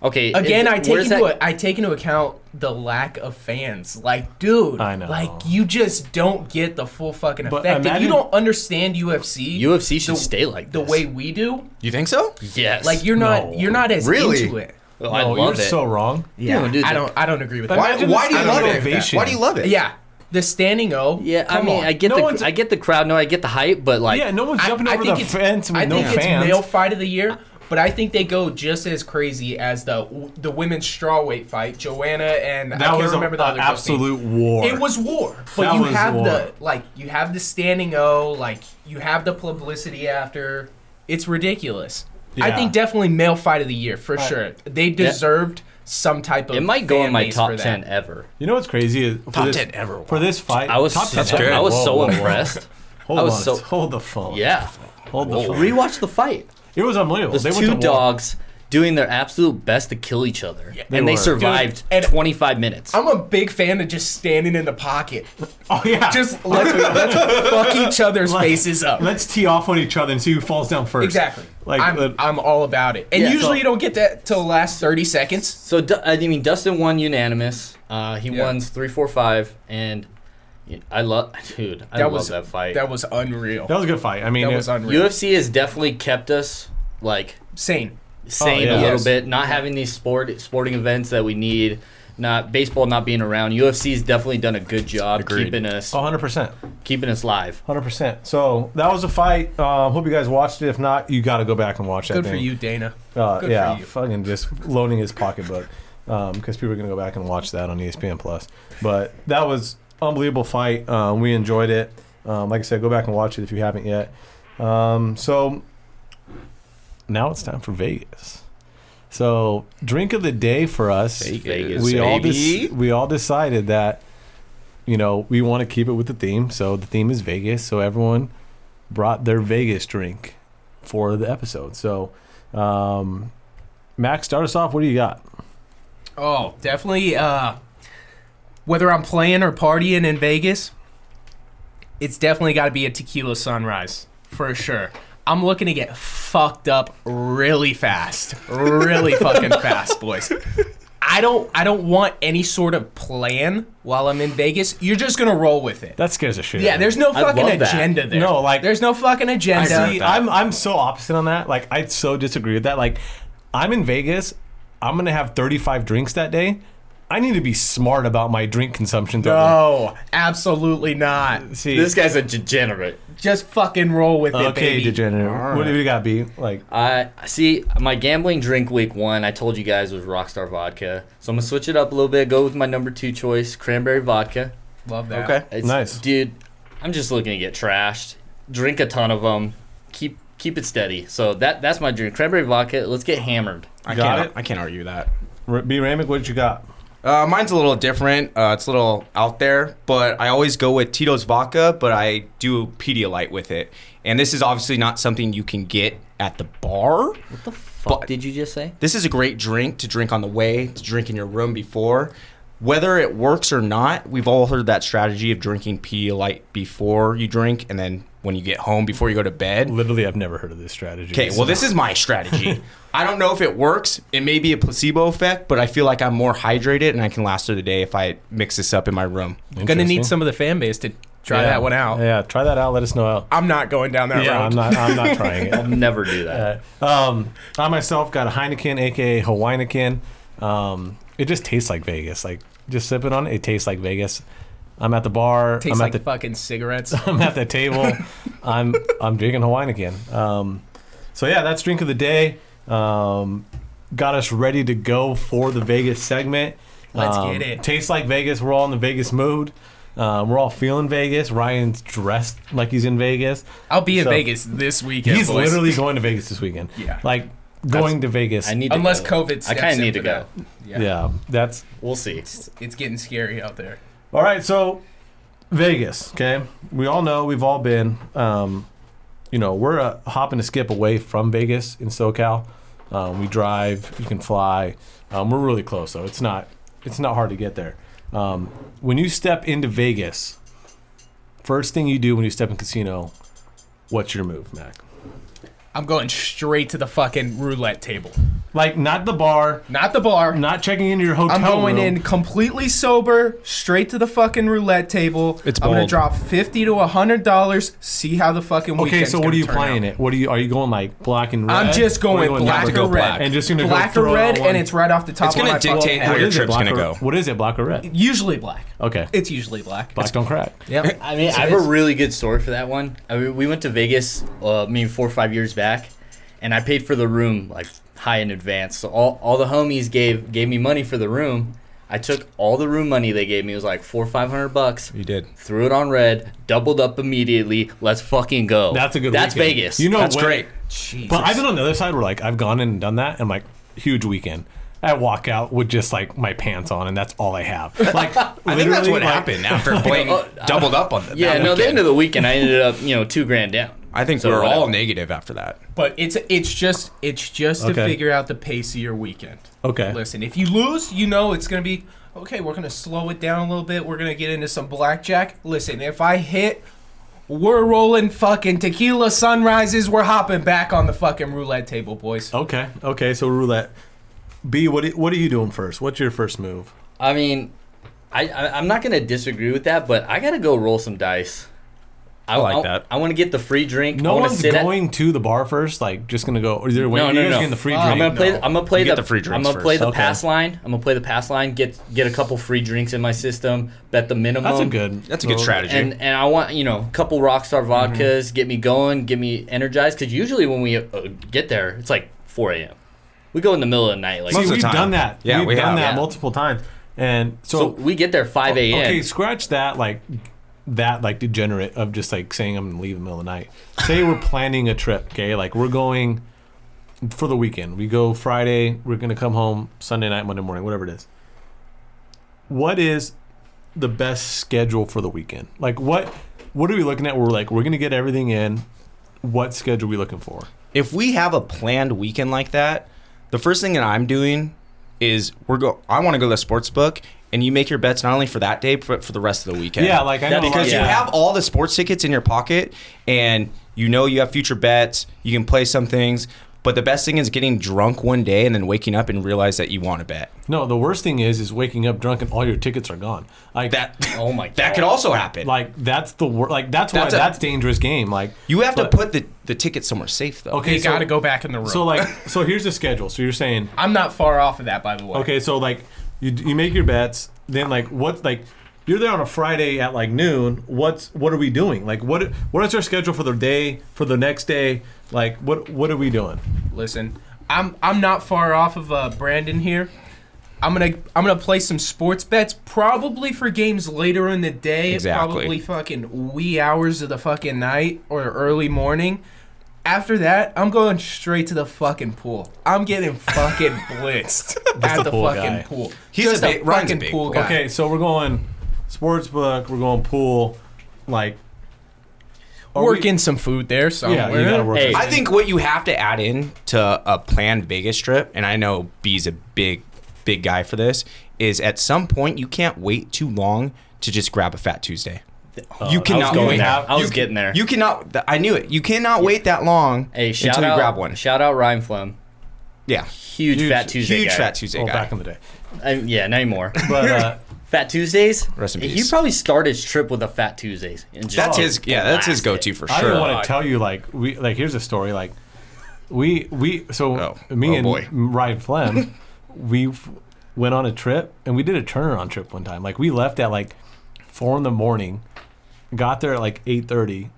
Speaker 3: Okay.
Speaker 4: again,
Speaker 3: it-
Speaker 4: I take
Speaker 3: where's
Speaker 4: into
Speaker 3: that-
Speaker 4: I take into account the lack of fans. Like, dude,
Speaker 1: I know.
Speaker 4: Like, you just don't get the full fucking
Speaker 1: But
Speaker 4: effect if
Speaker 1: imagine-
Speaker 4: you don't understand UFC.
Speaker 3: UFC should
Speaker 4: the-
Speaker 3: stay like
Speaker 4: the
Speaker 3: this.
Speaker 4: way we do.
Speaker 2: You think so?
Speaker 3: Yes.
Speaker 4: Like, you're not
Speaker 1: No.
Speaker 4: you're not as
Speaker 2: Really?
Speaker 4: into it.
Speaker 3: Oh, I
Speaker 1: No,
Speaker 3: love
Speaker 1: you're
Speaker 3: it.
Speaker 1: so wrong.
Speaker 3: Yeah, dude,
Speaker 4: I
Speaker 3: the-
Speaker 4: don't I don't agree with that.
Speaker 2: Why,
Speaker 1: Imagine
Speaker 2: why do
Speaker 1: the
Speaker 2: you love
Speaker 1: standing
Speaker 2: it?
Speaker 1: ovation.
Speaker 2: Why do you love it?
Speaker 4: Yeah, the standing O.
Speaker 3: Yeah, I
Speaker 4: come
Speaker 3: mean,
Speaker 4: on.
Speaker 3: I get
Speaker 1: No
Speaker 3: the
Speaker 1: one's-
Speaker 3: I get the crowd. No, I get the hype, but like,
Speaker 1: Yeah, no one's
Speaker 4: I-
Speaker 1: jumping
Speaker 4: I
Speaker 1: over
Speaker 4: think
Speaker 1: the
Speaker 4: it's-
Speaker 1: fence with
Speaker 4: I
Speaker 1: no
Speaker 4: think it's
Speaker 1: fans.
Speaker 4: male fight of the year, but I think they go just as crazy as the the women's strawweight fight, Joanna and I
Speaker 1: that
Speaker 4: can't
Speaker 1: was an
Speaker 4: remember the other girl's
Speaker 1: absolute war.
Speaker 4: name. It was war, but
Speaker 1: That
Speaker 4: you
Speaker 1: was
Speaker 4: have
Speaker 1: war.
Speaker 4: the like you have the standing O, like you have the publicity after. It's ridiculous. I
Speaker 1: Yeah.
Speaker 4: think definitely male fight of the year for sure. They deserved some type of.
Speaker 3: it might go
Speaker 4: fan
Speaker 3: in my
Speaker 4: base
Speaker 3: top
Speaker 4: for that.
Speaker 3: ten ever.
Speaker 1: You know what's crazy? Is for
Speaker 2: Top
Speaker 1: this,
Speaker 2: 10 ever.
Speaker 1: For this fight,
Speaker 3: I was
Speaker 1: top
Speaker 3: so,
Speaker 1: 10 ever.
Speaker 3: I was
Speaker 1: Whoa,
Speaker 3: so
Speaker 1: whoa, whoa.
Speaker 3: impressed.
Speaker 1: Hold
Speaker 3: I was
Speaker 1: on,
Speaker 3: so-
Speaker 1: hold the phone.
Speaker 3: Yeah,
Speaker 1: hold the phone.
Speaker 3: rewatch the fight.
Speaker 1: It was unbelievable.
Speaker 3: The
Speaker 1: they
Speaker 3: two
Speaker 1: went to war.
Speaker 3: dogs doing their absolute best to kill each other,
Speaker 1: they
Speaker 3: and they
Speaker 1: were.
Speaker 3: survived
Speaker 4: Dude, and-
Speaker 3: 25 minutes.
Speaker 4: I'm a big fan of just standing in the pocket.
Speaker 1: Oh yeah,
Speaker 4: Just let's, let's fuck each other's faces up.
Speaker 1: let's tee off on each other and see who falls down first.
Speaker 4: Exactly.
Speaker 1: Like
Speaker 4: I'm,
Speaker 1: uh,
Speaker 4: I'm all about it. And
Speaker 3: Yeah, so-
Speaker 4: usually you don't get that till the last 30 seconds.
Speaker 3: So Du- I mean, Dustin won unanimous. Uh, he
Speaker 4: Yeah.
Speaker 3: won three, four, five, and I love, dude, I
Speaker 4: That
Speaker 3: love
Speaker 4: was
Speaker 3: that fight.
Speaker 4: That was unreal.
Speaker 1: that was a good fight. I mean,
Speaker 4: That
Speaker 1: it-
Speaker 4: was unreal.
Speaker 3: UFC has definitely kept us like
Speaker 4: Sane.
Speaker 1: Oh,
Speaker 3: sane
Speaker 1: yeah.
Speaker 3: a little
Speaker 4: Yes.
Speaker 3: bit. Not having these sport sporting events that we need. Not baseball not being around. UFC's definitely done a good job keeping us
Speaker 1: 100 percent,
Speaker 3: keeping us live.
Speaker 1: 100 percent. So that was a fight. Um, hope you guys watched it. If not, you got to go back and watch that.
Speaker 4: Good for
Speaker 1: thing.
Speaker 4: you, Dana.
Speaker 1: Uh,
Speaker 4: Good
Speaker 1: yeah,
Speaker 4: for you.
Speaker 1: fucking just loading his pocketbook because people are gonna go back and watch that on E ESPN Plus. But that was unbelievable fight. Um, we enjoyed it. Um, like I said, go back and watch it if you haven't yet. Um, so now it's time for Vegas. So drink of the day for us.
Speaker 3: Vegas,
Speaker 1: we all
Speaker 2: baby.
Speaker 1: dec- we all decided that you know we want to keep it with the theme. So the theme is Vegas. So everyone brought their Vegas drink for the episode. So, um, Max, start us off. What do you got?
Speaker 4: Oh, definitely. Uh, whether I'm playing or partying in Vegas, it's definitely got to be a tequila sunrise for sure. I'm looking to get fucked up really fast, really fucking fast, boys. I don't, I don't want any sort of plan while I'm in Vegas. You're just gonna roll with it.
Speaker 1: That scares the shit.
Speaker 4: Yeah, there's no
Speaker 3: I love
Speaker 4: fucking
Speaker 3: that.
Speaker 4: agenda there.
Speaker 1: No, like-
Speaker 4: there's no fucking agenda.
Speaker 1: See, I'm I'm so opposite on that. Like, I so disagree with that. Like, I'm in Vegas. I'm gonna have 35 drinks that day. I need to be smart about my drink consumption. throughout
Speaker 4: no, absolutely not.
Speaker 1: the- See,
Speaker 3: This guy's a degenerate.
Speaker 4: Just fucking roll with it,
Speaker 1: okay,
Speaker 4: baby.
Speaker 1: degenerate.
Speaker 2: All
Speaker 1: What do
Speaker 2: right.
Speaker 1: you got, B? Like,
Speaker 3: I see my gambling drink week one. I told you guys was Rockstar vodka, so I'm gonna switch it up a little bit. Go with my number two choice, cranberry vodka.
Speaker 4: Love that.
Speaker 2: Okay.
Speaker 3: It's,
Speaker 1: Nice.
Speaker 3: dude. I'm just looking to get trashed. Drink a ton of them. Keep keep it steady. So that that's my drink. Cranberry vodka. Let's get hammered.
Speaker 2: I
Speaker 1: Got
Speaker 2: can't.
Speaker 1: it.
Speaker 2: I can't argue that.
Speaker 1: R- B Ramick, what you got?
Speaker 2: Uh, mine's a little different. Uh, it's a little out there, but I always go with Tito's vodka, but I do Pedialyte with it. And this is obviously not something you can get at the bar.
Speaker 3: What the fuck
Speaker 2: But-
Speaker 3: did you just say?
Speaker 2: This is a great drink to drink on the way, to drink in your room before. Whether it works or not, we've all heard that strategy of drinking Pedialyte before you drink and then when you get home before you go to bed.
Speaker 1: Literally, I've never heard of this strategy.
Speaker 2: Okay, well,
Speaker 1: So-
Speaker 2: this is my strategy. I don't know if it works. It may be a placebo effect, but I feel like I'm more hydrated and I can last through the day if I mix this up in my room.
Speaker 4: Gonna
Speaker 1: Interesting.
Speaker 4: need some of the fan base to try
Speaker 1: Yeah.
Speaker 4: that one out.
Speaker 1: Yeah, try that out. Let us know. out.
Speaker 4: I'm not going down that
Speaker 1: Yeah,
Speaker 4: road.
Speaker 1: I'm not. I'm not trying it.
Speaker 3: I'll never do that.
Speaker 1: Uh, um, I myself got a Heineken, aka Hawaiian. Um, it just tastes like Vegas. Like just sipping on it, it tastes like Vegas. I'm at the bar.
Speaker 4: Tastes
Speaker 1: I'm
Speaker 4: like
Speaker 1: at the
Speaker 4: fucking cigarettes.
Speaker 1: I'm at the table. I'm I'm drinking Hawaiian. Um, so yeah, that's drink of the day. Um, got us ready to go for the Vegas segment.
Speaker 4: Let's
Speaker 1: Um,
Speaker 4: get it.
Speaker 1: Tastes like Vegas. We're all in the Vegas mood. Um, we're all feeling Vegas. Ryan's dressed like he's in Vegas.
Speaker 4: I'll be in
Speaker 1: So-
Speaker 4: Vegas this weekend.
Speaker 1: He's
Speaker 4: boys.
Speaker 1: literally going to Vegas this weekend.
Speaker 4: Yeah.
Speaker 1: Like going to Vegas.
Speaker 3: I need to
Speaker 4: unless
Speaker 3: go.
Speaker 4: COVID. Steps
Speaker 3: I kind
Speaker 4: in
Speaker 3: of need to
Speaker 4: for
Speaker 3: go.
Speaker 4: that. Yeah.
Speaker 1: Yeah, that's
Speaker 3: We'll see.
Speaker 4: it's getting scary out there.
Speaker 1: all right. So Vegas, okay. We all know we've all been. Um, you know, we're a hop and a skip away from Vegas in SoCal. Um, we drive. You can fly. Um, we're really close, so it's not it's not hard to get there. Um, when you step into Vegas, first thing you do when you step in casino What's your move, Mac?
Speaker 4: I'm going straight to the fucking roulette table.
Speaker 1: Like not the bar,
Speaker 4: Not the bar.
Speaker 1: not checking into your hotel
Speaker 4: I'm going
Speaker 1: room.
Speaker 4: in completely sober, straight to the fucking roulette table.
Speaker 2: It's
Speaker 4: I'm gonna
Speaker 2: bold.
Speaker 4: drop fifty to hundred dollars. See how the fucking
Speaker 1: Okay,
Speaker 4: weekend's
Speaker 1: so what are
Speaker 4: gonna
Speaker 1: you
Speaker 4: turn
Speaker 1: playing
Speaker 4: out.
Speaker 1: it? What are you? Are you going like black and red?
Speaker 4: I'm just
Speaker 1: Or you
Speaker 4: going black
Speaker 1: number?
Speaker 4: or red,
Speaker 1: and just gonna
Speaker 4: black
Speaker 1: go
Speaker 4: or
Speaker 1: throw it
Speaker 4: red,
Speaker 1: on one?
Speaker 4: and it's right off the top.
Speaker 2: It's gonna
Speaker 4: of my fucking
Speaker 2: dictate how
Speaker 4: head.
Speaker 1: What
Speaker 2: your
Speaker 1: is it,
Speaker 2: trip's
Speaker 1: black
Speaker 2: gonna
Speaker 1: or-
Speaker 2: go.
Speaker 1: What is it? Black or red?
Speaker 4: Usually black.
Speaker 1: Okay,
Speaker 4: It's usually black.
Speaker 1: black don't crack.
Speaker 4: Yep.
Speaker 3: I mean, I have a really good story for that one. I mean, we went to Vegas uh, maybe four or five years back, and I paid for the room like high in advance. So all, all the homies gave gave me money for the room. I took all the room money they gave me. It was like four or five hundred bucks.
Speaker 2: You did.
Speaker 3: Threw it on red, doubled up immediately. Let's fucking go.
Speaker 1: That's a good.
Speaker 3: That's
Speaker 1: weekend.
Speaker 3: Vegas.
Speaker 1: You know,
Speaker 2: That's
Speaker 1: when-
Speaker 2: great.
Speaker 4: Jesus.
Speaker 1: But I've been on the other side where like I've gone in and done that, and I'm like huge weekend. I walk out with just like my pants on, and that's all I have. Like
Speaker 2: I think that's
Speaker 1: literally,
Speaker 2: what
Speaker 1: like,
Speaker 2: happened after Blaine
Speaker 3: uh,
Speaker 2: doubled up on that.
Speaker 3: yeah. No, the end
Speaker 2: weekend.
Speaker 3: of the weekend, I ended up you know two grand down.
Speaker 2: I think
Speaker 3: So
Speaker 2: we were all
Speaker 3: whatever.
Speaker 2: negative after that.
Speaker 4: But it's it's just it's just to
Speaker 1: Okay.
Speaker 4: figure out the pace of your weekend.
Speaker 1: Okay.
Speaker 4: Listen, if you lose, you know it's gonna be okay. We're gonna slow it down a little bit. We're gonna get into some blackjack. Listen, if I hit, we're rolling fucking tequila sunrises. We're hopping back on the fucking roulette table, boys.
Speaker 1: Okay, okay. So roulette. B, what what are you doing first? What's your first move?
Speaker 3: I mean, I, I I'm not gonna disagree with that, but I gotta go roll some dice. I,
Speaker 2: like
Speaker 3: I-
Speaker 2: that.
Speaker 3: I want to get the free drink. I
Speaker 1: No
Speaker 3: wanna
Speaker 1: one's
Speaker 3: sit at-
Speaker 1: going to the bar first. Like just gonna go. Or they're waiting.
Speaker 3: No, no,
Speaker 1: you guys
Speaker 3: no.
Speaker 1: getting the free
Speaker 4: Oh,
Speaker 1: drink.
Speaker 3: I'm gonna play.
Speaker 4: No.
Speaker 3: I'm gonna play
Speaker 2: You
Speaker 3: the,
Speaker 2: get the free drinks
Speaker 3: I'm gonna play
Speaker 2: first.
Speaker 3: the
Speaker 1: Okay.
Speaker 3: pass line. I'm gonna play the pass line. Get get a couple free drinks in my system. Bet the minimum.
Speaker 1: That's a good.
Speaker 2: um, That's a good
Speaker 1: move.
Speaker 2: strategy.
Speaker 3: And and I want you know a couple Rockstar
Speaker 1: Mm-hmm.
Speaker 3: vodkas. Get me going. Get me energized. Because usually when we uh, get there, it's like 4 a.m. We go in the middle of the night. Like
Speaker 1: See,
Speaker 2: Most of the
Speaker 1: we've
Speaker 2: time.
Speaker 1: done that.
Speaker 2: Yeah,
Speaker 1: we've
Speaker 2: we
Speaker 1: done
Speaker 2: have.
Speaker 1: that
Speaker 3: Yeah.
Speaker 1: multiple times. And so,
Speaker 3: so we get there 5 a.m.
Speaker 1: okay, scratch that. Like that, like degenerate of just like saying I'm gonna leave in the middle of the night. Say we're planning a trip. Okay, like we're going for the weekend. We go Friday. We're gonna come home Sunday night, Monday morning, whatever it is. What is the best schedule for the weekend? Like what? What are we looking at? We're like we're gonna get everything in. What schedule are we looking for?
Speaker 2: if we have a planned weekend like that, the first thing that I'm doing is we're go. I want to go to the sports book, and you make your bets not only for that day, but for the rest of the weekend.
Speaker 1: Yeah, like I know
Speaker 3: That-
Speaker 1: a lot
Speaker 2: because
Speaker 1: of
Speaker 2: you
Speaker 3: Yeah.
Speaker 2: have all the sports tickets in your pocket, and you know you have future bets. You can play some things, but the best thing is getting drunk one day and then waking up and realize that you want to bet.
Speaker 1: No, the worst thing is is waking up drunk and all your tickets are gone. Like
Speaker 2: That
Speaker 3: Oh my
Speaker 2: that could
Speaker 3: God.
Speaker 2: also happen.
Speaker 1: like that's the wor- like that's why
Speaker 2: That's
Speaker 1: that's,
Speaker 2: a-
Speaker 1: dangerous game. Like
Speaker 2: you have
Speaker 1: but-
Speaker 2: to put the the ticket somewhere safe though.
Speaker 1: okay,
Speaker 4: you
Speaker 1: so,
Speaker 4: gotta go back in the room.
Speaker 1: So like so here's the schedule. So you're saying
Speaker 4: I'm not far off of that, by the way.
Speaker 1: okay, so like you you make your bets, then like what like you're there on a Friday at like noon. What's what are we doing? Like what what is our schedule for the day for the next day? Like what what are we doing?
Speaker 4: Listen, I'm I'm not far off of uh, Brandon here. I'm gonna I'm gonna play some sports bets, probably for games later in the day,
Speaker 2: Exactly.
Speaker 4: probably fucking wee hours of the fucking night or early morning. After that, I'm going straight to the fucking pool. I'm getting fucking blitzed at
Speaker 1: a
Speaker 4: the
Speaker 1: pool
Speaker 4: fucking
Speaker 1: guy.
Speaker 4: pool.
Speaker 2: He's a
Speaker 4: Just
Speaker 2: big- Ryan's a
Speaker 4: fucking
Speaker 2: big
Speaker 4: pool
Speaker 2: pool
Speaker 4: guy.
Speaker 1: Okay, so we're going sports book. We're going pool. Like are we-
Speaker 4: working some food there
Speaker 1: Yeah,
Speaker 4: somewhere.
Speaker 1: you gotta work.
Speaker 3: Hey.
Speaker 1: it.
Speaker 2: I think what you have to add in to a planned Vegas trip, and I know B's a big, big guy for this, is at some point you can't wait too long to just grab a Fat Tuesday.
Speaker 1: Oh,
Speaker 2: you cannot
Speaker 3: going
Speaker 2: wait.
Speaker 3: there. I
Speaker 2: You
Speaker 3: was
Speaker 2: ca-
Speaker 3: getting there.
Speaker 2: You cannot. th- I knew it. You cannot wait that long
Speaker 3: hey, shout
Speaker 2: until
Speaker 3: out
Speaker 2: you grab one.
Speaker 3: Shout out Ryan Flem.
Speaker 2: Yeah,
Speaker 3: Huge,
Speaker 1: Huge-
Speaker 3: Fat Tuesday
Speaker 2: huge
Speaker 3: guy.
Speaker 2: Fat Tuesday
Speaker 1: Well,
Speaker 2: guy.
Speaker 1: back in the day,
Speaker 3: Uh, yeah, not anymore.
Speaker 1: but. Uh,
Speaker 3: Fat Tuesdays.
Speaker 2: Rest in
Speaker 3: He
Speaker 2: peace.
Speaker 3: probably started his trip with a Fat Tuesdays. And just Oh,
Speaker 2: that's his. Yeah, that's his go-to
Speaker 3: blasted.
Speaker 2: for
Speaker 1: I
Speaker 2: sure.
Speaker 1: didn't want to tell you like we like here's a story like we we so
Speaker 2: Oh.
Speaker 1: me
Speaker 2: Oh,
Speaker 1: and
Speaker 2: boy.
Speaker 1: Ryan Flem we f- went on a trip and we did a turnaround trip one time like we left at like four in the morning got there at like eight thirty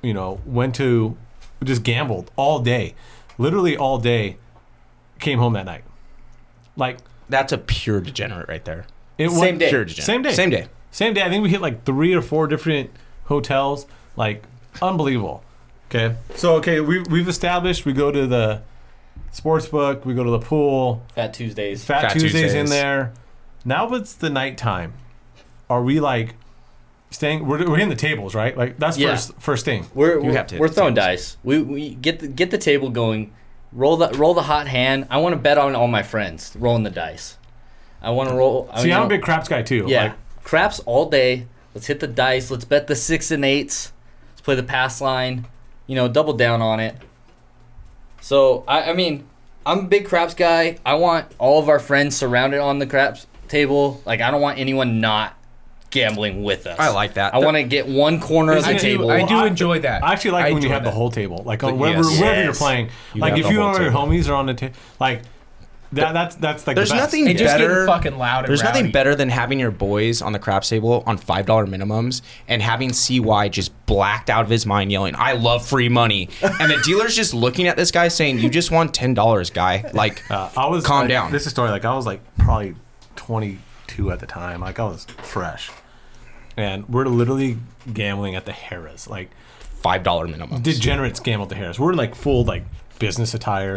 Speaker 1: you know went to we just gambled all day literally all day came home that night like
Speaker 2: that's a pure degenerate right there.
Speaker 1: it
Speaker 3: Same
Speaker 1: went-
Speaker 3: day.
Speaker 2: Pure degenerate.
Speaker 1: Same day.
Speaker 2: Same day.
Speaker 1: Same day, I think we hit like three or four different hotels. Like unbelievable. Okay. So okay, we we've established we go to the sports book, we go to the pool.
Speaker 3: Fat Tuesdays.
Speaker 1: Fat,
Speaker 2: Fat
Speaker 1: Tuesday's in
Speaker 2: Tuesdays.
Speaker 1: there. Now it's the nighttime. Are we like staying? We're, we're hitting the tables, right? Like that's
Speaker 3: Yeah.
Speaker 1: first first thing.
Speaker 3: We're we're,
Speaker 2: have to hit
Speaker 3: we're
Speaker 2: the
Speaker 3: throwing dice. We, we get the, get the table going. Roll the roll the hot hand. I want to bet on all my friends rolling the dice. I want to roll. I
Speaker 2: Oh,
Speaker 1: See,
Speaker 3: mean,
Speaker 1: I'm a big craps guy too.
Speaker 3: yeah.
Speaker 1: Like,
Speaker 3: Craps all day. Let's hit the dice. Let's bet the six and eights. Let's play the pass line. you know, double down on it. So I, I mean, I'm a big craps guy. I want all of our friends surrounded on the craps table. Like I don't want anyone not gambling with us.
Speaker 2: I like that.
Speaker 3: I want to get one corner of
Speaker 1: I
Speaker 3: the
Speaker 1: do-
Speaker 3: table.
Speaker 4: I do
Speaker 1: Well, I-
Speaker 4: enjoy that.
Speaker 1: I actually like
Speaker 4: I
Speaker 1: when you
Speaker 4: enjoy
Speaker 1: have the
Speaker 4: that.
Speaker 1: whole table, like on
Speaker 2: But
Speaker 1: wherever
Speaker 2: yes.
Speaker 1: wherever you're
Speaker 3: Yes.
Speaker 1: playing.
Speaker 2: You
Speaker 1: like
Speaker 2: have
Speaker 1: if
Speaker 2: the
Speaker 1: you
Speaker 2: whole
Speaker 1: and your
Speaker 2: table.
Speaker 1: homies are on the table, like that. That's that's like
Speaker 2: There's
Speaker 1: the best.
Speaker 2: nothing
Speaker 4: It just
Speaker 2: better.
Speaker 4: getting fucking loud. and
Speaker 2: There's
Speaker 4: rowdy.
Speaker 2: nothing better than having your boys on the craps table on five dollar minimums and having CY just blacked out of his mind yelling, "I love free money," and the dealer's just looking at this guy saying, "You just want ten dollars, guy." Like,
Speaker 1: Uh, I was
Speaker 2: calm
Speaker 1: like,
Speaker 2: down.
Speaker 1: This is a story. Like I was like probably 22 at the time. Like I was fresh, and we're literally gambling at the Harris. Like
Speaker 2: five dollar minimum.
Speaker 1: degenerates gamble at the Harris. We're like full like business attire,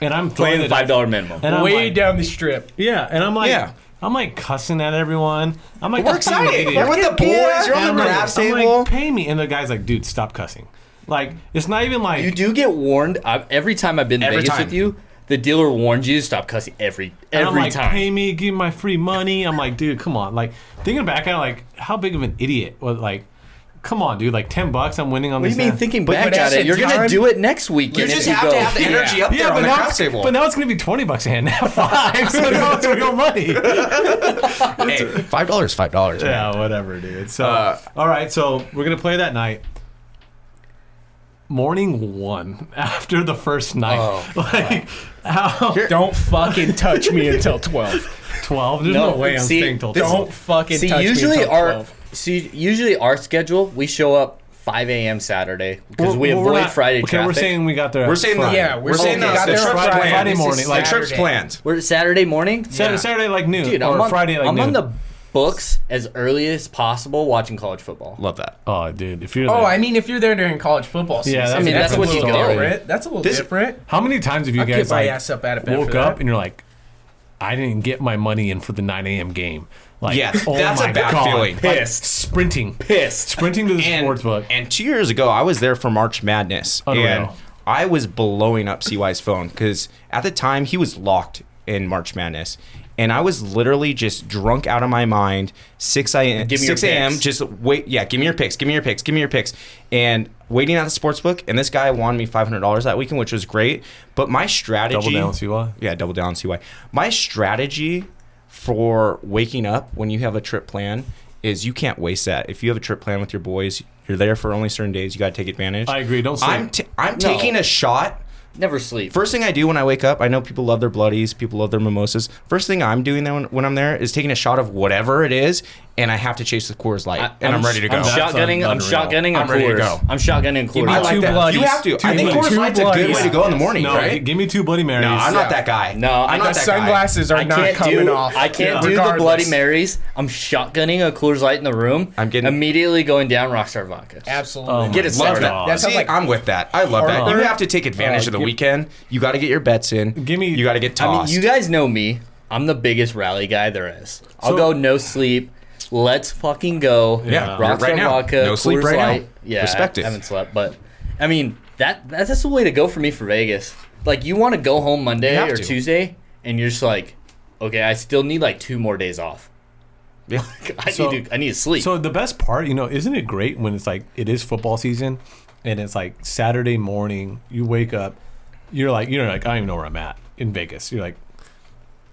Speaker 1: and I'm
Speaker 3: playing
Speaker 1: throwing
Speaker 3: the
Speaker 1: it-
Speaker 3: five dollar minimum.
Speaker 1: And I'm
Speaker 4: Way
Speaker 1: like,
Speaker 4: down the strip.
Speaker 1: Yeah, and I'm like,
Speaker 2: Yeah.
Speaker 1: I'm like cussing at everyone. I'm like,
Speaker 2: We're
Speaker 1: a fucking
Speaker 2: excited.
Speaker 1: idiot.
Speaker 2: You're with the boys.
Speaker 1: And
Speaker 2: You're on
Speaker 1: I'm
Speaker 2: the
Speaker 1: like-
Speaker 2: craps
Speaker 1: I'm like,
Speaker 2: table.
Speaker 1: pay me. And the guy's like, dude, stop cussing. Like, it's not even like
Speaker 3: You do get warned. i every time I've been to
Speaker 2: Every
Speaker 3: Vegas
Speaker 2: time.
Speaker 3: with you, the dealer warned you to stop cussing every
Speaker 1: and
Speaker 3: every
Speaker 1: I'm like,
Speaker 3: time.
Speaker 1: pay me, give me my free money. I'm like, dude, come on. Like, thinking back, I'm like, how big of an idiot was like, come on, dude, like ten bucks, I'm winning on
Speaker 3: what do
Speaker 1: this.
Speaker 3: you mean?
Speaker 1: now?
Speaker 3: Thinking
Speaker 4: But-
Speaker 3: back
Speaker 4: but
Speaker 3: at
Speaker 4: at
Speaker 3: it,
Speaker 4: the
Speaker 3: you're gonna
Speaker 4: time-
Speaker 3: do it next weekend.
Speaker 2: You
Speaker 3: if
Speaker 2: just have
Speaker 3: go.
Speaker 2: to have the energy up there
Speaker 1: Yeah,
Speaker 2: on
Speaker 1: but
Speaker 2: the
Speaker 1: now,
Speaker 2: craps
Speaker 1: it's,
Speaker 2: table.
Speaker 1: but now it's gonna be twenty bucks a hand, now five. So now it's real money.
Speaker 2: Hey, five dollars, five dollars.
Speaker 1: Yeah, whatever, dude. So,
Speaker 2: Uh,
Speaker 1: all right, so we're gonna play that night. Morning one after the first night,
Speaker 3: Oh,
Speaker 1: like how
Speaker 4: Don't fucking touch me until twelve.
Speaker 1: twelve? There's no,
Speaker 3: No,
Speaker 1: way I'm
Speaker 3: see,
Speaker 1: staying till
Speaker 3: this-
Speaker 1: twelve.
Speaker 4: Don't fucking
Speaker 3: See,
Speaker 4: touch me
Speaker 3: usually
Speaker 4: until
Speaker 3: our
Speaker 4: 12.
Speaker 3: see, usually our schedule, we show up 5 a.m. Saturday because we
Speaker 1: We're- we're
Speaker 3: avoid
Speaker 1: not-
Speaker 3: Friday
Speaker 1: Okay,
Speaker 3: traffic.
Speaker 1: we're saying we got there.
Speaker 2: We're saying
Speaker 1: Friday.
Speaker 2: that-
Speaker 4: Yeah, we're
Speaker 2: we're saying
Speaker 4: saying
Speaker 2: that
Speaker 4: got
Speaker 2: the
Speaker 4: there
Speaker 2: trip's
Speaker 4: Friday.
Speaker 1: planned.
Speaker 4: This is
Speaker 1: Friday morning, like-
Speaker 2: The trip's
Speaker 4: Saturday.
Speaker 2: planned.
Speaker 3: We're- Saturday morning.
Speaker 1: Sa-
Speaker 4: Yeah.
Speaker 1: Saturday like noon
Speaker 3: Dude,
Speaker 1: or
Speaker 3: I'm on,
Speaker 1: Friday like
Speaker 3: I'm
Speaker 1: noon.
Speaker 3: on the books as early as possible watching college football.
Speaker 2: Love that.
Speaker 1: oh, dude, if you're
Speaker 4: Oh,
Speaker 1: there-
Speaker 4: I mean, if you're there during college football season,
Speaker 1: Yeah, that's I mean,
Speaker 3: that's
Speaker 4: a
Speaker 3: what
Speaker 4: little
Speaker 3: you do.
Speaker 4: different. That's a little
Speaker 2: This-
Speaker 4: different.
Speaker 1: how many times have you
Speaker 4: I'll
Speaker 1: guys
Speaker 4: get my
Speaker 1: like,
Speaker 4: ass up out of bed
Speaker 1: woke
Speaker 4: for
Speaker 1: up
Speaker 4: that.
Speaker 1: and you're like, I didn't get my money in for the 9 a.m. game. Like,
Speaker 2: Yeah,
Speaker 1: oh
Speaker 2: that's a
Speaker 1: my
Speaker 2: bad
Speaker 1: God.
Speaker 2: feeling.
Speaker 1: Like,
Speaker 3: Pissed.
Speaker 1: sprinting,
Speaker 3: Pissed.
Speaker 1: sprinting to the
Speaker 2: and,
Speaker 1: sports book. Oh,
Speaker 2: And two years ago, I was there for March Madness,
Speaker 1: Unreal.
Speaker 2: and I was blowing up CY's phone because at the time he was locked in March Madness, and I was literally just drunk out of my mind. Six a.m.
Speaker 3: Give me your
Speaker 2: Six a.m.
Speaker 3: picks.
Speaker 2: Just wait. Yeah, give me your picks. Give me your picks. Give me your picks. And waiting at the sports book, and this guy won me five hundred dollars that weekend, which was great. But my strategy
Speaker 1: Double down, CY.
Speaker 2: yeah, double down CY. My strategy for waking up when you have a trip plan is you can't waste that. If you have a trip plan with your boys, you're there for only certain days. You got to take advantage.
Speaker 1: I agree. Don't sleep.
Speaker 2: I'm t- I'm
Speaker 3: No.
Speaker 2: taking a shot.
Speaker 3: Never sleep.
Speaker 2: First thing I do when I wake up, I know people love their bloodies, people love their mimosas. First thing I'm doing then when, when I'm there is taking a shot of whatever it is, and I have to chase the Coors Light, and I'm, ready to go.
Speaker 3: I'm
Speaker 1: That's
Speaker 3: shotgunning. I'm
Speaker 1: unreal.
Speaker 3: shotgunning.
Speaker 2: I'm ready to
Speaker 3: Coors.
Speaker 2: go.
Speaker 3: I'm shotgunning. Coors.
Speaker 2: I like
Speaker 4: two
Speaker 2: that.
Speaker 4: bloodies.
Speaker 2: You have to.
Speaker 4: Two
Speaker 2: I think
Speaker 1: bloodies.
Speaker 2: Coors
Speaker 1: Two
Speaker 2: Light's a good
Speaker 1: bloodies.
Speaker 2: way to go in the morning,
Speaker 1: no,
Speaker 2: right?
Speaker 1: g- give me two Bloody Marys.
Speaker 2: No, I'm not
Speaker 4: Yeah.
Speaker 2: that guy.
Speaker 3: No, I
Speaker 2: I'm
Speaker 4: The
Speaker 2: not that guy.
Speaker 4: sunglasses are
Speaker 3: I
Speaker 4: not
Speaker 3: can't
Speaker 4: coming
Speaker 3: do,
Speaker 4: off.
Speaker 3: I can't
Speaker 1: Yeah.
Speaker 3: do the
Speaker 4: Regardless.
Speaker 3: Bloody Marys. I'm shotgunning a Coors Light in the room.
Speaker 2: I'm getting-
Speaker 3: immediately going down Rockstar Vodka.
Speaker 4: Absolutely.
Speaker 1: Oh my
Speaker 3: Get it
Speaker 2: Love
Speaker 3: started.
Speaker 2: that.
Speaker 1: God.
Speaker 4: That sounds
Speaker 2: See,
Speaker 4: like-
Speaker 2: I'm with that. I love that.
Speaker 1: Hard
Speaker 2: You
Speaker 1: on.
Speaker 2: have to take advantage
Speaker 1: Uh,
Speaker 2: of the
Speaker 1: give-
Speaker 2: weekend. You got to get your bets in.
Speaker 1: Give me-
Speaker 2: You got to get
Speaker 3: I mean,
Speaker 2: tossed.
Speaker 3: you guys know me. I'm the biggest rally guy there is. I'll
Speaker 1: So-
Speaker 3: go no sleep. Let's fucking go.
Speaker 1: Yeah,
Speaker 3: Rockstar
Speaker 2: right now.
Speaker 3: Vodka,
Speaker 2: No sleep
Speaker 3: Coors
Speaker 2: right now.
Speaker 3: Light. Yeah,
Speaker 2: Respect
Speaker 3: I
Speaker 2: it.
Speaker 3: haven't slept, but I mean that that's just the way to go for me for Vegas. Like you want to go home Monday
Speaker 2: You have
Speaker 3: or
Speaker 2: to.
Speaker 3: Tuesday, and you're just like, okay, I still need like two more days off.
Speaker 2: Yeah.
Speaker 3: I
Speaker 1: So-
Speaker 3: need to, I need to sleep.
Speaker 1: So the best part, you know, isn't it great when it's like it is football season, and it's like Saturday morning. You wake up, you're like, you're like, I don't even know where I'm at in Vegas. You're like,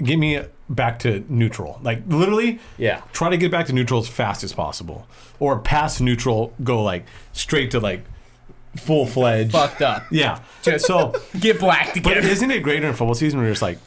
Speaker 1: get me back to neutral. Like literally,
Speaker 3: yeah,
Speaker 1: try to get back to neutral as fast as possible, or past neutral, go like straight to like full fledged.
Speaker 4: fucked up.
Speaker 1: Yeah. So,
Speaker 4: Get blacked
Speaker 1: but
Speaker 4: again.
Speaker 1: isn't it greater in football season when you're just like.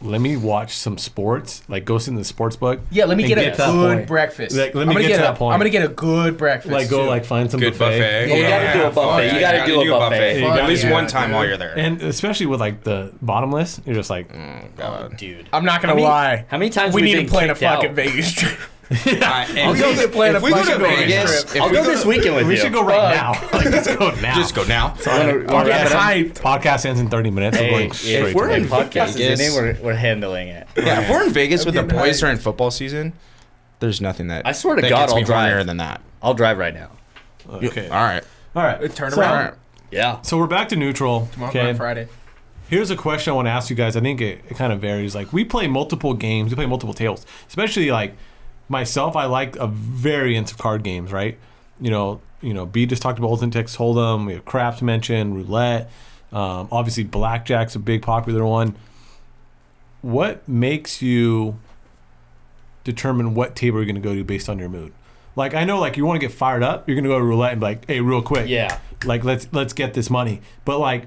Speaker 1: Let me watch some sports, like go sit in the sports book.
Speaker 4: yeah, let me
Speaker 1: and
Speaker 4: get,
Speaker 1: to that
Speaker 4: a good
Speaker 1: point.
Speaker 4: breakfast.
Speaker 1: Like, let me
Speaker 4: I'm gonna
Speaker 1: get to
Speaker 4: a,
Speaker 1: that point.
Speaker 4: I'm gonna get a good breakfast.
Speaker 1: Like go
Speaker 4: too.
Speaker 1: like find some buffet.
Speaker 3: you gotta do a buffet.
Speaker 2: Fuck
Speaker 3: You gotta do a buffet.
Speaker 1: You gotta
Speaker 2: At least
Speaker 1: do
Speaker 2: one
Speaker 4: that,
Speaker 2: time
Speaker 4: dude.
Speaker 2: while you're there.
Speaker 1: And especially with like the bottomless, you're just like,
Speaker 2: Mm.
Speaker 3: dude.
Speaker 4: I'm not gonna
Speaker 3: How many-
Speaker 4: lie.
Speaker 3: How many times
Speaker 4: we
Speaker 3: we've
Speaker 4: need to
Speaker 3: been
Speaker 4: plan a
Speaker 3: kicked out?
Speaker 4: fucking Vegas trip.
Speaker 2: I- and
Speaker 4: go
Speaker 2: if
Speaker 4: to plan
Speaker 2: if
Speaker 4: a
Speaker 2: we go to
Speaker 4: fucking road
Speaker 2: Vegas,
Speaker 4: trip.
Speaker 2: if
Speaker 3: I'll
Speaker 2: we
Speaker 3: go this weekend with
Speaker 1: we
Speaker 3: you.
Speaker 1: should go right now. Like, let's go now.
Speaker 2: Just go now.
Speaker 3: Wanna- wanna wrap it up?
Speaker 1: Podcast ends in 30 minutes. we're
Speaker 3: Hey,
Speaker 1: going
Speaker 3: if
Speaker 1: straight
Speaker 2: we're
Speaker 1: to
Speaker 2: in
Speaker 1: Vegas.
Speaker 3: podcast
Speaker 2: Vegas.
Speaker 3: is in it, we're, we're handling it.
Speaker 2: Yeah, if we're in Vegas with the
Speaker 4: getting
Speaker 2: boys
Speaker 4: hyped.
Speaker 2: during football season, there's nothing that
Speaker 3: I swear to
Speaker 2: that
Speaker 3: God,
Speaker 2: gets me
Speaker 3: I'll drive.
Speaker 2: hornier than that.
Speaker 3: I'll drive right now.
Speaker 1: Okay.
Speaker 2: All right.
Speaker 1: All right.
Speaker 4: Turn
Speaker 1: So-
Speaker 2: All
Speaker 4: around.
Speaker 2: right.
Speaker 3: Yeah.
Speaker 1: So we're back to neutral.
Speaker 4: Come on,
Speaker 1: okay?
Speaker 4: on Friday.
Speaker 1: Here's a question I want to ask you guys. I think it, it kind of varies. Like we play multiple games, we play multiple tables. Especially like myself, I like a variance of card games, right? You know, you know, B just talked about Ultimate Texas Hold'em. We have craps mentioned, roulette. Um, obviously, blackjack's a big popular one. What makes you determine what table you're going to go to based on your mood? Like I know, like you want to get fired up, you're going to go to roulette and be like, "Hey, real quick,
Speaker 3: Yeah.
Speaker 1: like let's let's get this money." But like,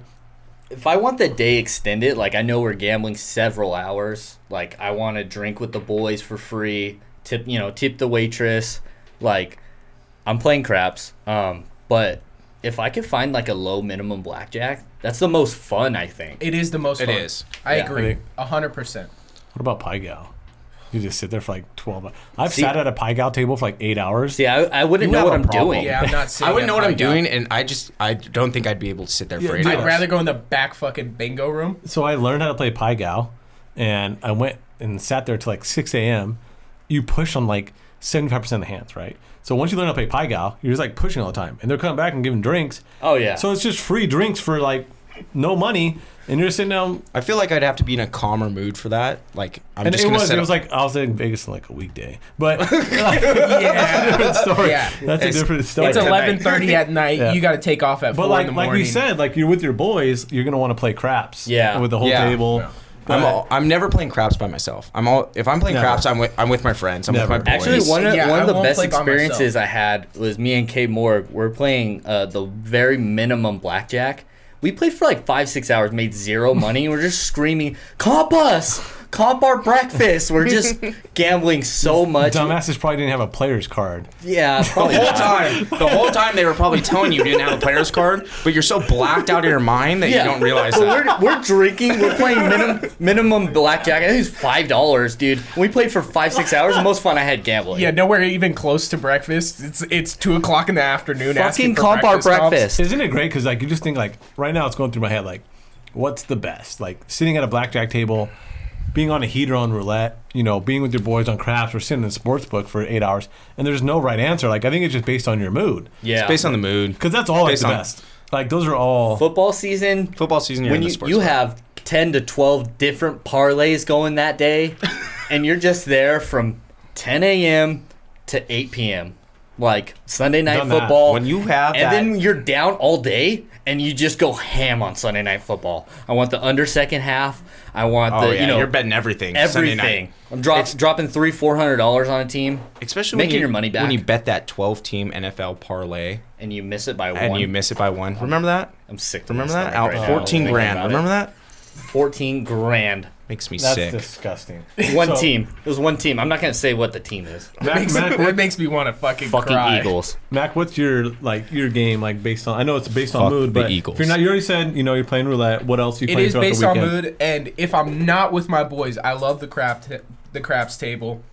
Speaker 3: If I want the day extended, like I know we're gambling several hours, like I want to drink with the boys for free, tip, you know, tip the waitress, like I'm playing craps. Um, but if I could find like a low minimum blackjack, that's the most fun, I think.
Speaker 4: It is the most.
Speaker 2: It
Speaker 4: fun.
Speaker 2: is.
Speaker 4: I
Speaker 3: Yeah.
Speaker 4: agree. A hundred percent.
Speaker 1: what about pie gal? You just sit there for like twelve. hours. I've
Speaker 3: See-
Speaker 1: sat at a pie gal table for like eight hours.
Speaker 3: See, I, I wouldn't
Speaker 1: You
Speaker 3: know
Speaker 1: have
Speaker 3: what
Speaker 1: a
Speaker 3: I'm
Speaker 1: problem.
Speaker 3: doing.
Speaker 4: Yeah, I'm not.
Speaker 2: I wouldn't
Speaker 4: sitting
Speaker 2: know what
Speaker 4: at
Speaker 2: I'm
Speaker 4: Pie Gap.
Speaker 2: doing, and I just I don't think I'd be able to sit there for eight
Speaker 1: dude.
Speaker 4: I'd
Speaker 2: hours.
Speaker 4: rather go in the back fucking bingo room.
Speaker 1: so I learned how to play Pai Gal, and I went and sat there till like 6 a.m. You push on like 75% of the hands, right? So once you learn how to play Pai Gal, you're just like pushing all the time, and they're coming back and giving drinks.
Speaker 3: Oh yeah.
Speaker 1: So it's just free drinks for like no money, and you're sitting down.
Speaker 2: I feel like I'd have to be in a calmer mood for that. Like I'm
Speaker 1: And
Speaker 2: just
Speaker 1: it
Speaker 2: gonna
Speaker 1: was
Speaker 2: sit
Speaker 1: it
Speaker 2: up-
Speaker 1: was like I was in Vegas on like a weekday, but that's a different story.
Speaker 4: Yeah.
Speaker 1: That's a
Speaker 2: It's-
Speaker 1: different story.
Speaker 4: It's eleven thirty at night.
Speaker 1: Yeah.
Speaker 4: You got to take off at
Speaker 1: But
Speaker 4: four
Speaker 1: like
Speaker 4: in the morning.
Speaker 1: like we said, like you're with your boys, you're gonna want to play craps.
Speaker 3: Yeah.
Speaker 1: With the whole
Speaker 2: Yeah.
Speaker 1: table.
Speaker 4: Yeah.
Speaker 2: I'm
Speaker 1: But-
Speaker 2: all, I'm never playing craps by myself. I'm all if I'm playing
Speaker 1: Never.
Speaker 2: craps, I'm with I'm with my friends. I'm
Speaker 1: Never.
Speaker 2: with my boys.
Speaker 3: Actually, one of,
Speaker 4: Yeah,
Speaker 3: one of
Speaker 4: I
Speaker 3: the
Speaker 4: won't
Speaker 3: best
Speaker 4: play by
Speaker 3: experiences I had was me and Kate Moore. We're playing uh, the very minimum blackjack. We played for like five, six hours, made zero money. and we're just screaming, "Comp us! Comp our breakfast!" We're just gambling so much.
Speaker 1: Dumbasses probably didn't have a player's card.
Speaker 3: Yeah, probably.
Speaker 2: the whole time, the whole time they were probably telling you you didn't have a player's card, but you're so blacked out of your mind that
Speaker 3: Yeah.
Speaker 2: you don't realize
Speaker 3: But
Speaker 2: that.
Speaker 3: we're, we're drinking. We're playing minimum minimum blackjack. I think it's five dollars, dude. We played for five six hours. The most fun I had gambling.
Speaker 4: yeah, nowhere even close to breakfast. It's it's two o'clock in the afternoon.
Speaker 3: fucking
Speaker 4: asking for
Speaker 3: comp our
Speaker 4: comps.
Speaker 3: breakfast.
Speaker 1: Isn't it great? Because like you just think like right now, it's going through my head like, what's the best? Like sitting at a blackjack table, being on a heater on roulette, you know, being with your boys on crafts or sitting in a sports book for eight hours, and there's no right answer. Like I think it's just based on your mood.
Speaker 3: Yeah,
Speaker 2: Based on the mood,
Speaker 1: Because that's all like
Speaker 2: Based
Speaker 1: the
Speaker 2: on-
Speaker 1: best. Like those are all.
Speaker 3: football season.
Speaker 2: football season, you're
Speaker 3: when
Speaker 2: in
Speaker 3: you,
Speaker 2: the sports.
Speaker 3: you
Speaker 2: bar.
Speaker 3: have 10 to 12 different parlays going that day and you're just there from 10 a.m to 8 p.m like sunday night
Speaker 1: Done that.
Speaker 3: football
Speaker 2: when you have
Speaker 3: and
Speaker 2: that,
Speaker 3: then you're down all day and you just go ham on sunday night football i want the under second half i want
Speaker 2: oh
Speaker 3: the
Speaker 2: yeah,
Speaker 3: you
Speaker 2: you
Speaker 3: know
Speaker 2: are betting everything. Sunday
Speaker 3: everything
Speaker 2: night.
Speaker 3: i'm drop,
Speaker 2: It's-
Speaker 3: dropping three four hundred dollars on a team
Speaker 2: especially
Speaker 3: Making
Speaker 2: when you,
Speaker 3: your money back.
Speaker 2: when you bet that 12 team NFL parlay
Speaker 3: and you miss it by
Speaker 2: and
Speaker 3: one
Speaker 2: you miss it by one. Remember that?
Speaker 3: i'm sick to my
Speaker 2: Remember that? Out
Speaker 3: stomach right now
Speaker 2: 14
Speaker 3: thinking
Speaker 2: grand.
Speaker 3: about it.
Speaker 2: Remember that?
Speaker 3: 14 grand
Speaker 2: Makes me
Speaker 1: that's
Speaker 2: sick.
Speaker 1: disgusting.
Speaker 3: one
Speaker 1: So,
Speaker 3: team it was one team i'm not gonna say what the team is
Speaker 1: Mac, Mac,
Speaker 4: That
Speaker 1: what-
Speaker 4: makes me want to fucking,
Speaker 3: fucking
Speaker 4: cry.
Speaker 3: Eagles.
Speaker 1: Mac, what's your like your game like based on? I know it's based on
Speaker 2: Fuck
Speaker 1: mood,
Speaker 2: the
Speaker 1: but
Speaker 2: Eagles.
Speaker 1: if you're not, you already said you know you're playing roulette. What else you
Speaker 4: It
Speaker 1: playing
Speaker 4: is
Speaker 1: throughout
Speaker 4: based
Speaker 1: the
Speaker 4: on
Speaker 1: weekend?
Speaker 4: mood, and if I'm not with my boys, I love the crap t- the craps table.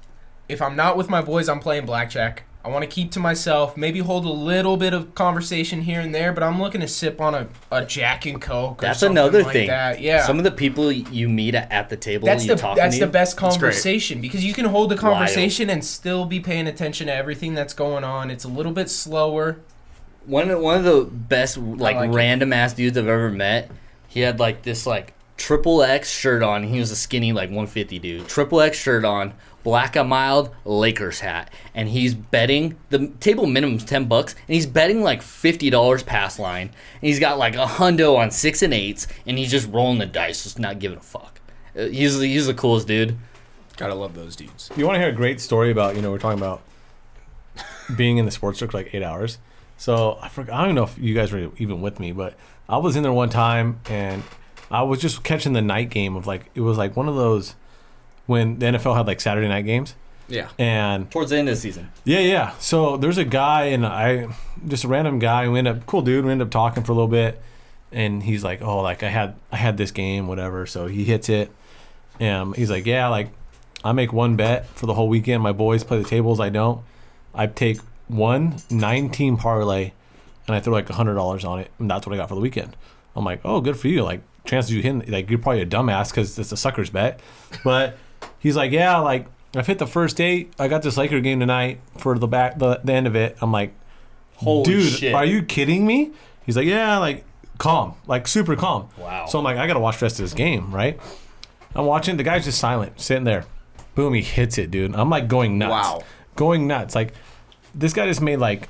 Speaker 4: If I'm not with my boys, I'm playing blackjack. I want to keep to myself, maybe hold a little bit of conversation here and there, but I'm looking to sip on a, a Jack and Coke. Or
Speaker 3: That's
Speaker 4: something
Speaker 3: another
Speaker 4: like
Speaker 3: thing.
Speaker 4: That. Yeah,
Speaker 3: Some of the people you meet at, at the table
Speaker 4: that's
Speaker 3: you
Speaker 4: the
Speaker 3: talk
Speaker 4: that's
Speaker 3: to.
Speaker 4: the best
Speaker 2: great.
Speaker 4: conversation because you can hold the conversation and still be paying attention to everything that's going on. It's a little bit slower.
Speaker 3: One of- one of the best like,
Speaker 4: like it.
Speaker 3: random ass dudes I've ever met. He had like this like triple X shirt on. He was a skinny like 150 dude. Triple X shirt on, black and mild Lakers hat, and he's betting the table minimum's 10 bucks, and he's betting like $50 pass line. And he's got like a hundo on six and eights, and he's just rolling the dice, just not giving a fuck. Uh, He's he's the coolest dude.
Speaker 2: Gotta love those dudes.
Speaker 1: You want to hear a great story about, you know, we're talking about being in the sports book for like eight hours. So I forgot, I don't know if you guys were even with me, but I was in there one time and I was just catching the night game of like, it was like one of those when the NFL had like Saturday night games.
Speaker 2: Yeah.
Speaker 1: And
Speaker 3: Towards the end of the season.
Speaker 1: yeah, yeah. So there's a guy, and I just a random guy. We end up cool dude. We end up talking for a little bit, and he's like, "Oh, like I had I had this game, whatever." So he hits it. Um, he's like, "Yeah, like I make one bet for the whole weekend. My boys play the tables. I don't. I take one nine team parlay, and I throw like hundred dollars on it, and that's what I got for the weekend." I'm like, "Oh, good for you. Like chances you hit, like you're probably a dumbass because it's a sucker's bet, but." he's like, yeah, like I've hit the first eight. I got this Laker game tonight for the back the, the end of it. I'm like,
Speaker 3: Holy
Speaker 1: dude,
Speaker 3: shit.
Speaker 1: are you kidding me? He's like, yeah, like calm, like super calm.
Speaker 3: Wow.
Speaker 1: So I'm like, I gotta watch the rest of this game, right? I'm watching. The guy's just silent, sitting there. Boom, he hits it, dude. I'm like going nuts.
Speaker 2: Wow.
Speaker 1: Going nuts. Like this guy just made like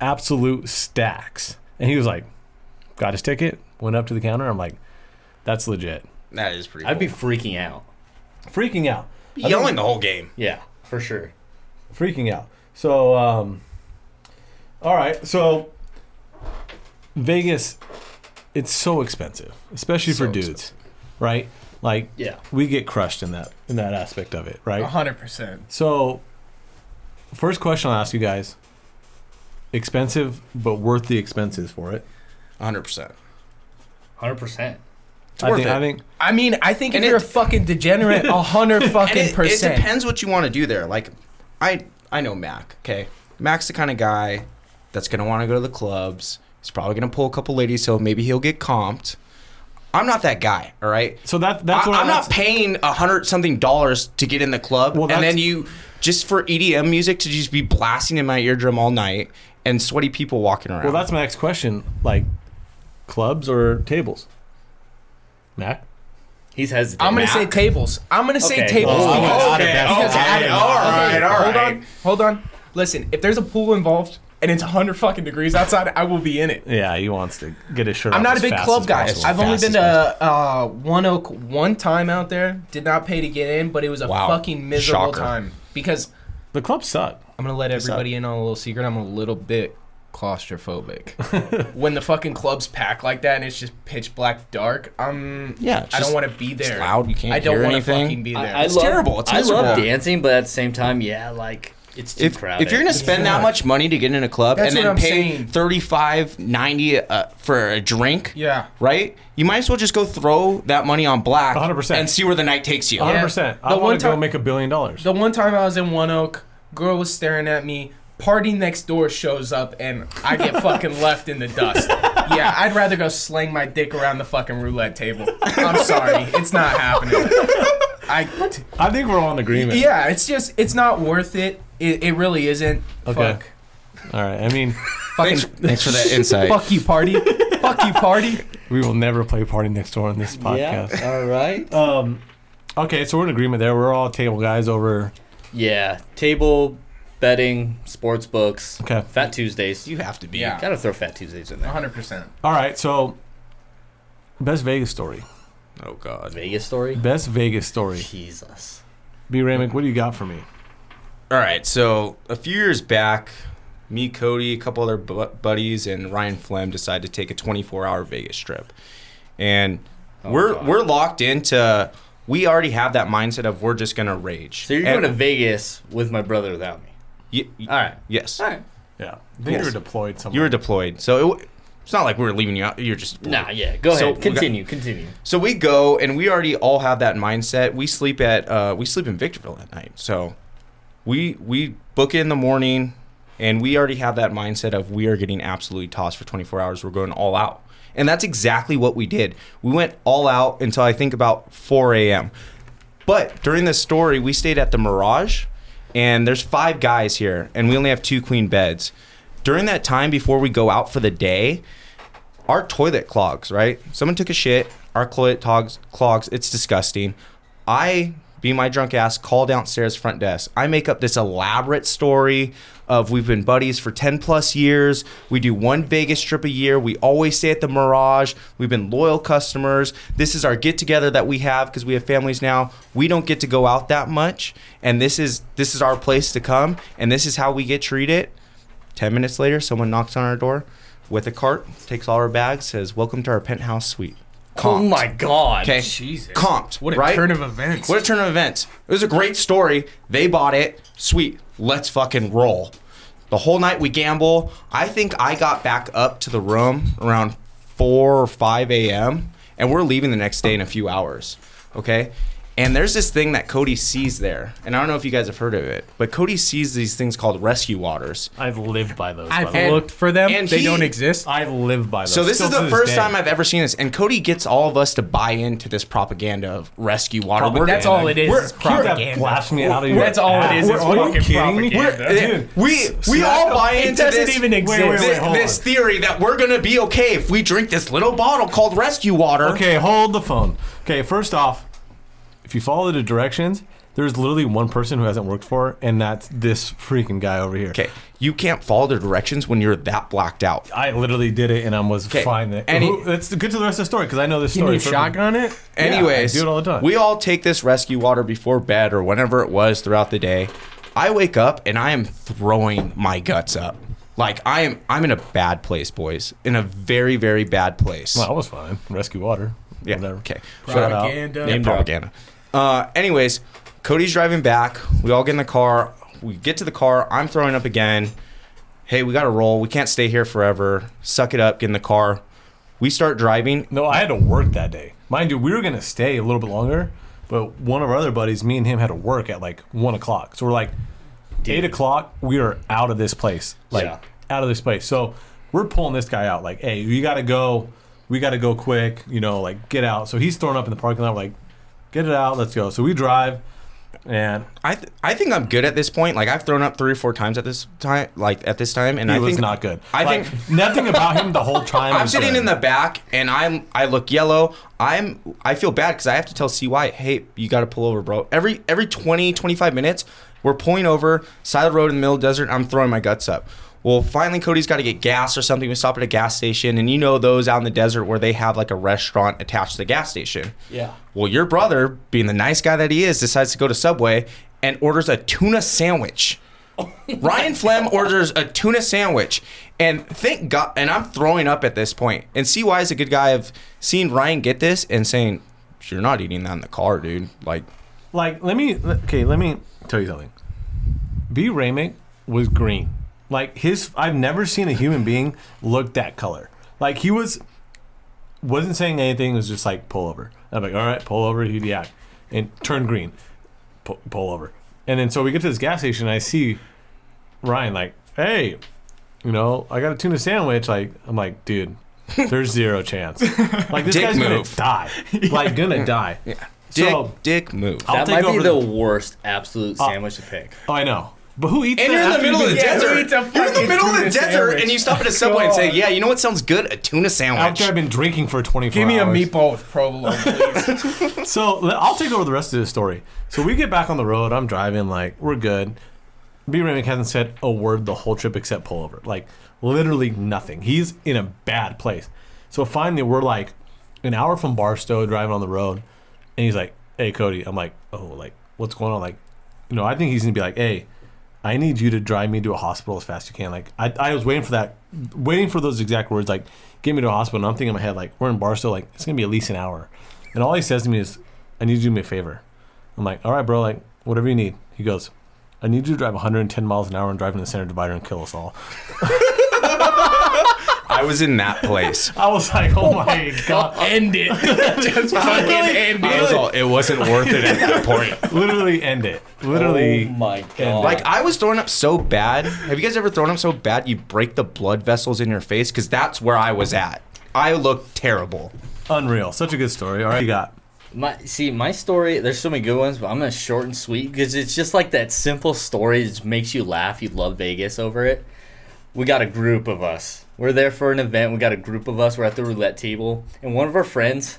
Speaker 1: absolute stacks. And he was like, got his ticket, went up to the counter. I'm like, that's legit.
Speaker 2: That is pretty.
Speaker 3: I'd be
Speaker 2: cool.
Speaker 3: freaking out.
Speaker 1: Freaking out. I think-
Speaker 2: yelling the whole game.
Speaker 3: Yeah, for sure.
Speaker 1: freaking out. So, um, all right. So, Vegas, it's so expensive, especially
Speaker 2: So
Speaker 1: for dudes,
Speaker 2: expensive.
Speaker 1: right? Like,
Speaker 3: Yeah.
Speaker 1: we get crushed in that in that aspect of it, right?
Speaker 4: hundred percent.
Speaker 1: So, first question I'll ask you guys: expensive, but worth the expenses for it.
Speaker 2: 100. percent
Speaker 3: 100%.
Speaker 1: I
Speaker 2: worth
Speaker 1: think.
Speaker 2: it.
Speaker 1: I think.
Speaker 4: I mean, I think
Speaker 2: And
Speaker 4: if you're
Speaker 2: it-
Speaker 4: a fucking degenerate, a hundred fucking
Speaker 2: And it, it
Speaker 4: percent.
Speaker 2: depends what you want to do there. Like, I I know Mac. Okay, Mac's the kind of guy that's gonna want to go to the clubs. He's probably gonna pull a couple ladies, so maybe he'll get comped. I'm not that guy. All right.
Speaker 1: So that that's
Speaker 2: I,
Speaker 1: what
Speaker 2: I'm not
Speaker 1: that's-
Speaker 2: paying a hundred something dollars to get in the club,
Speaker 1: Well,
Speaker 2: and
Speaker 1: that's-
Speaker 2: then you just for EDM music to just be blasting in my eardrum all night and sweaty people walking around.
Speaker 1: Well, that's my next question: like, clubs or tables? Mac.
Speaker 3: He's hesitating.
Speaker 4: I'm gonna say
Speaker 3: Mac.
Speaker 4: tables. I'm gonna say
Speaker 3: Okay.
Speaker 4: tables.
Speaker 3: Oh, I went
Speaker 1: out of
Speaker 2: okay,
Speaker 1: that.
Speaker 2: okay,
Speaker 4: Okay,
Speaker 2: all right, all
Speaker 4: Hold
Speaker 2: right.
Speaker 4: on, hold on. Listen, if there's a pool involved and it's hundred fucking degrees outside, I will be in it.
Speaker 1: Yeah, he wants to get his shirt.
Speaker 4: I'm
Speaker 1: off
Speaker 4: not
Speaker 1: as
Speaker 4: a big
Speaker 1: fast
Speaker 4: club
Speaker 1: as
Speaker 4: guy.
Speaker 1: possible.
Speaker 4: I've only
Speaker 2: Fast
Speaker 4: been
Speaker 2: as
Speaker 4: to uh, One Oak one time out there. Did not pay to get in, but it was a
Speaker 2: Wow.
Speaker 4: fucking miserable
Speaker 2: Shocker.
Speaker 4: time because
Speaker 1: The club suck.
Speaker 4: I'm gonna let everybody in on a little secret. I'm a little bit claustrophobic when the fucking clubs pack like that and it's just pitch black dark. Um,
Speaker 2: Yeah, it's
Speaker 4: I don't
Speaker 2: just-
Speaker 4: want to be there.
Speaker 2: loud, you can't
Speaker 4: I don't
Speaker 2: hear
Speaker 4: wanna
Speaker 2: anything.
Speaker 4: fucking be
Speaker 3: I,
Speaker 4: there.
Speaker 3: I
Speaker 2: It's
Speaker 3: love,
Speaker 2: terrible. It's
Speaker 3: I love
Speaker 2: miserable.
Speaker 3: dancing, but at the same time, yeah, like, it's too
Speaker 2: if,
Speaker 3: crowded.
Speaker 2: if you're gonna spend that much money to get in a club
Speaker 4: That's
Speaker 2: and
Speaker 4: what
Speaker 2: then
Speaker 4: I'm
Speaker 2: pay
Speaker 4: saying.
Speaker 2: 35 90 uh, for a drink
Speaker 4: Yeah.
Speaker 2: right you might as well just go throw that money on black
Speaker 1: 100%.
Speaker 2: and see where the night takes you
Speaker 1: 100%. I
Speaker 4: The one
Speaker 1: want to go
Speaker 4: time-
Speaker 1: make a billion dollars.
Speaker 4: The one time I was in One Oak, girl was staring at me. Party next door shows up and I get fucking left in the dust. Yeah, I'd rather go slang my dick around the fucking roulette table. I'm sorry, it's not happening. I
Speaker 1: I think we're all in agreement.
Speaker 4: yeah, it's just it's not worth it. It, it really isn't.
Speaker 1: Okay.
Speaker 4: Fuck.
Speaker 1: All right. I mean,
Speaker 4: Fucking
Speaker 2: thanks, thanks for that insight
Speaker 4: fuck you party. fuck you party.
Speaker 1: we will never play Party Next Door on this podcast.
Speaker 3: Yeah, all right.
Speaker 1: Um, okay. So we're in agreement there. We're all table guys over.
Speaker 3: yeah, table, betting, sports books,
Speaker 1: Okay.
Speaker 3: Fat Tuesdays. You
Speaker 2: you have to be
Speaker 4: Yeah.
Speaker 3: gotta throw Fat Tuesdays in there.
Speaker 4: 100%.
Speaker 1: All right. So, best Vegas story.
Speaker 2: oh god
Speaker 3: Vegas story?
Speaker 1: Best Vegas story.
Speaker 3: Jesus.
Speaker 1: B. Ramick, what do you got for me?
Speaker 2: all right so a few years back me cody a couple other bu- buddies and ryan flem decided to take a 24 hour vegas trip and we're
Speaker 3: Oh, God.
Speaker 2: we're locked into we already have that mindset of we're just gonna rage
Speaker 3: So you're
Speaker 2: And-
Speaker 3: going to Vegas with my brother without me.
Speaker 2: Ye- ye-
Speaker 3: All right.
Speaker 2: yes
Speaker 3: All right.
Speaker 1: Yeah. I think
Speaker 2: Yes.
Speaker 1: you were deployed somewhere.
Speaker 2: You were deployed, so it, w- it's not like we were leaving you out. You're just deployed.
Speaker 3: Nah, yeah. Go
Speaker 2: So
Speaker 3: ahead.
Speaker 2: we
Speaker 3: Continue. continue.
Speaker 2: So we go, and we already all have that mindset. We sleep at uh, we sleep in Victorville at night, so we we book it in the morning, and we already have that mindset of we are getting absolutely tossed for 24 hours. We're going all out, and that's exactly what we did. We went all out until I think about 4 a.m. But during this story, we stayed at the Mirage, and there's five guys here, and we only have two queen beds. During that time before we go out for the day, our toilet clogs, right? Someone took a shit, our toilet togs, clogs, it's disgusting. I, be my drunk ass, call downstairs front desk. I make up this elaborate story of we've been buddies for 10 plus years. We do one Vegas trip a year. We always stay at the Mirage. We've been loyal customers. This is our get together that we have because we have families now. We don't get to go out that much. And this is this is our place to come. And this is how we get treated. 10 minutes later, someone knocks on our door with a cart, takes all our bags, says, Welcome to our penthouse suite.
Speaker 3: Oh my God.
Speaker 2: Okay.
Speaker 4: Jesus.
Speaker 2: Comped.
Speaker 4: What a
Speaker 2: right?
Speaker 4: turn of events.
Speaker 2: What a turn of events. It was a great story. They bought it. Sweet. Let's fucking roll. The whole night we gamble. I think I got back up to the room around 4 or 5 a.m. And we're leaving the next day in a few hours. Okay. And there's this thing that Cody sees there. And I don't know if you guys have heard of it, but Cody sees these things called rescue waters.
Speaker 1: I've lived by those. by
Speaker 4: I've
Speaker 1: the way.
Speaker 2: And-
Speaker 4: looked for them.
Speaker 2: and
Speaker 4: they
Speaker 2: he-
Speaker 4: don't exist.
Speaker 1: I live by those.
Speaker 2: So this
Speaker 1: Still
Speaker 2: is
Speaker 1: to
Speaker 2: the first
Speaker 1: day.
Speaker 2: time I've ever seen this, and Cody gets all of us to buy into this propaganda of rescue water. We're-
Speaker 4: That's all it is.
Speaker 1: We're,
Speaker 4: is
Speaker 1: pure that
Speaker 4: propaganda.
Speaker 1: blasphemy out of your
Speaker 4: That's all it is, is
Speaker 1: ass. Are you
Speaker 4: fucking
Speaker 1: kidding me?
Speaker 4: propaganda.
Speaker 1: We're-
Speaker 2: It- we we
Speaker 1: so-
Speaker 2: all buy
Speaker 4: It
Speaker 2: into
Speaker 4: doesn't
Speaker 2: this,
Speaker 4: even exist.
Speaker 1: wait, wait,
Speaker 2: this,
Speaker 1: hold
Speaker 2: this
Speaker 1: on.
Speaker 2: theory that we're gonna be okay if we drink this little bottle called rescue water.
Speaker 1: Okay, hold the phone. Okay, first off, if you follow the directions, There's literally one person who hasn't worked for, it, and that's this freaking guy over here.
Speaker 2: Okay, you can't follow the directions when you're that blacked out.
Speaker 1: I literally did it, and I was
Speaker 2: Okay,
Speaker 1: fine. That
Speaker 2: any-
Speaker 1: who- that's good to the rest of the story because I know this
Speaker 4: Can
Speaker 1: story.
Speaker 4: you shotgun it?
Speaker 2: Anyways,
Speaker 1: I do it all the time.
Speaker 2: we all take this rescue water before bed or whenever it was throughout the day. I wake up and I am throwing my guts up. Like I am I'm in a bad place, boys. In a very, very bad place.
Speaker 1: Well, I was fine. Rescue water.
Speaker 2: yeah.
Speaker 1: Whatever.
Speaker 2: Okay.
Speaker 1: Shout out.
Speaker 4: Propaganda.
Speaker 2: Yeah, propaganda. Uh, anyways, Cody's driving back. We all get in the car. We get to the car. I'm throwing up again. Hey, we got to roll. We can't stay here forever. Suck it up. Get in the car. We start driving.
Speaker 1: No, I had to work that day. Mind you, we were gonna stay a little bit longer, but one of our other buddies, me and him, had to work at like one o'clock. So we're like, eight o'clock, we are out of this place. Like
Speaker 3: Yeah.
Speaker 1: out of this place. So we're pulling this guy out. Like, hey, you gotta go. We gotta go quick. You know, like get out. So he's thrown up in the parking lot. Like, get it out. Let's go. So we drive, and
Speaker 2: I th- I think I'm good at this point. Like I've thrown up three or four times at this time. Like at this time, and
Speaker 1: he
Speaker 2: I
Speaker 1: was
Speaker 2: think
Speaker 1: not good.
Speaker 2: I
Speaker 1: Like,
Speaker 2: think
Speaker 1: nothing about him the whole time.
Speaker 2: I'm
Speaker 1: was
Speaker 2: sitting
Speaker 1: good.
Speaker 2: in the back, and I'm I look yellow. I'm I feel bad because I have to tell CY, hey, you got to pull over, bro. Every every 20 25 minutes, we're pulling over side of the road in the middle of the desert. I'm throwing my guts up. Well, finally, Cody's got to get gas or something. We stop at a gas station, and you know those out in the desert where they have like a restaurant attached to the gas station.
Speaker 3: Yeah.
Speaker 2: Well, your brother, being the nice guy that he is, decides to go to Subway and orders a tuna sandwich. Ryan Flem orders a tuna sandwich, and thank God. And I'm throwing up at this point. And CY is a good guy of seeing Ryan get this and saying, "You're not eating that in the car, dude." Like,
Speaker 1: like let me okay let me tell you something b Ramick was green like his i've never seen a human being look that color like he was wasn't saying anything was just like pull over i'm like all right pull over he'd yeah and turn green pull, pull over and then so we get to this gas station and i see ryan like hey you know i got a tuna sandwich like i'm like dude there's zero chance like this
Speaker 2: Dick
Speaker 1: guy's
Speaker 2: move.
Speaker 1: gonna die like gonna die
Speaker 2: dick,
Speaker 1: so
Speaker 2: dick move.
Speaker 1: I'll
Speaker 3: That
Speaker 1: take
Speaker 3: might be
Speaker 1: over
Speaker 3: the,
Speaker 1: the-
Speaker 3: worst absolute sandwich to pick.
Speaker 1: Oh, I know. But who eats
Speaker 2: And
Speaker 1: that
Speaker 2: you're in the
Speaker 1: after
Speaker 2: middle
Speaker 1: you've
Speaker 2: of the
Speaker 1: been-
Speaker 4: Yeah,
Speaker 2: desert.
Speaker 4: who eats a
Speaker 2: You're in the
Speaker 4: fucking
Speaker 2: middle of the
Speaker 4: tuna
Speaker 2: desert,
Speaker 4: sandwich?
Speaker 2: and you stop at a Subway and say,
Speaker 4: God.
Speaker 2: "Yeah, you know what sounds good? A tuna sandwich."
Speaker 1: After I've been drinking for 24
Speaker 4: Give me a
Speaker 1: hours.
Speaker 4: meatball with provolone, please.
Speaker 1: So le- I'll take over the rest of this story. So we get back on the road. I'm driving. Like, we're good. B. Ramick hasn't said a word the whole trip except pull over. Like, literally nothing. He's in a bad place. So finally, we're like an hour from Barstow driving on the road. And he's like, hey, Cody. I'm like, oh, like, what's going on? Like, you know, I think he's going to be like, hey, I need you to drive me to a hospital as fast as you can. Like I, I was waiting for that, waiting for those exact words. Like, get me to a hospital. And I'm thinking in my head, like, we're in Barstow. Like, it's gonna be at least an hour. And all he says to me is, I need you to do me a favor. I'm like, all right, bro. Like, whatever you need. He goes, I need you to drive 110 miles an hour and drive in the center divider and kill us all.
Speaker 2: I was in that place.
Speaker 1: I was like, oh my god.
Speaker 4: End it. Just fucking end
Speaker 2: I
Speaker 4: it.
Speaker 2: was all, it wasn't worth it at that point.
Speaker 1: Literally end it. Literally.
Speaker 3: oh my god!
Speaker 2: Like I was throwing up so bad. Have you guys ever thrown up so bad you break the blood vessels in your face? Because that's where I was at. I looked terrible.
Speaker 1: unreal. Such a good story. All right, you got.
Speaker 3: my see my story. There's so many good ones, but I'm gonna short and sweet because it's just like that simple story. It just makes you laugh. You love Vegas over it. We got a group of us. We're there for an event. We got a group of us. We're at the roulette table, and one of our friends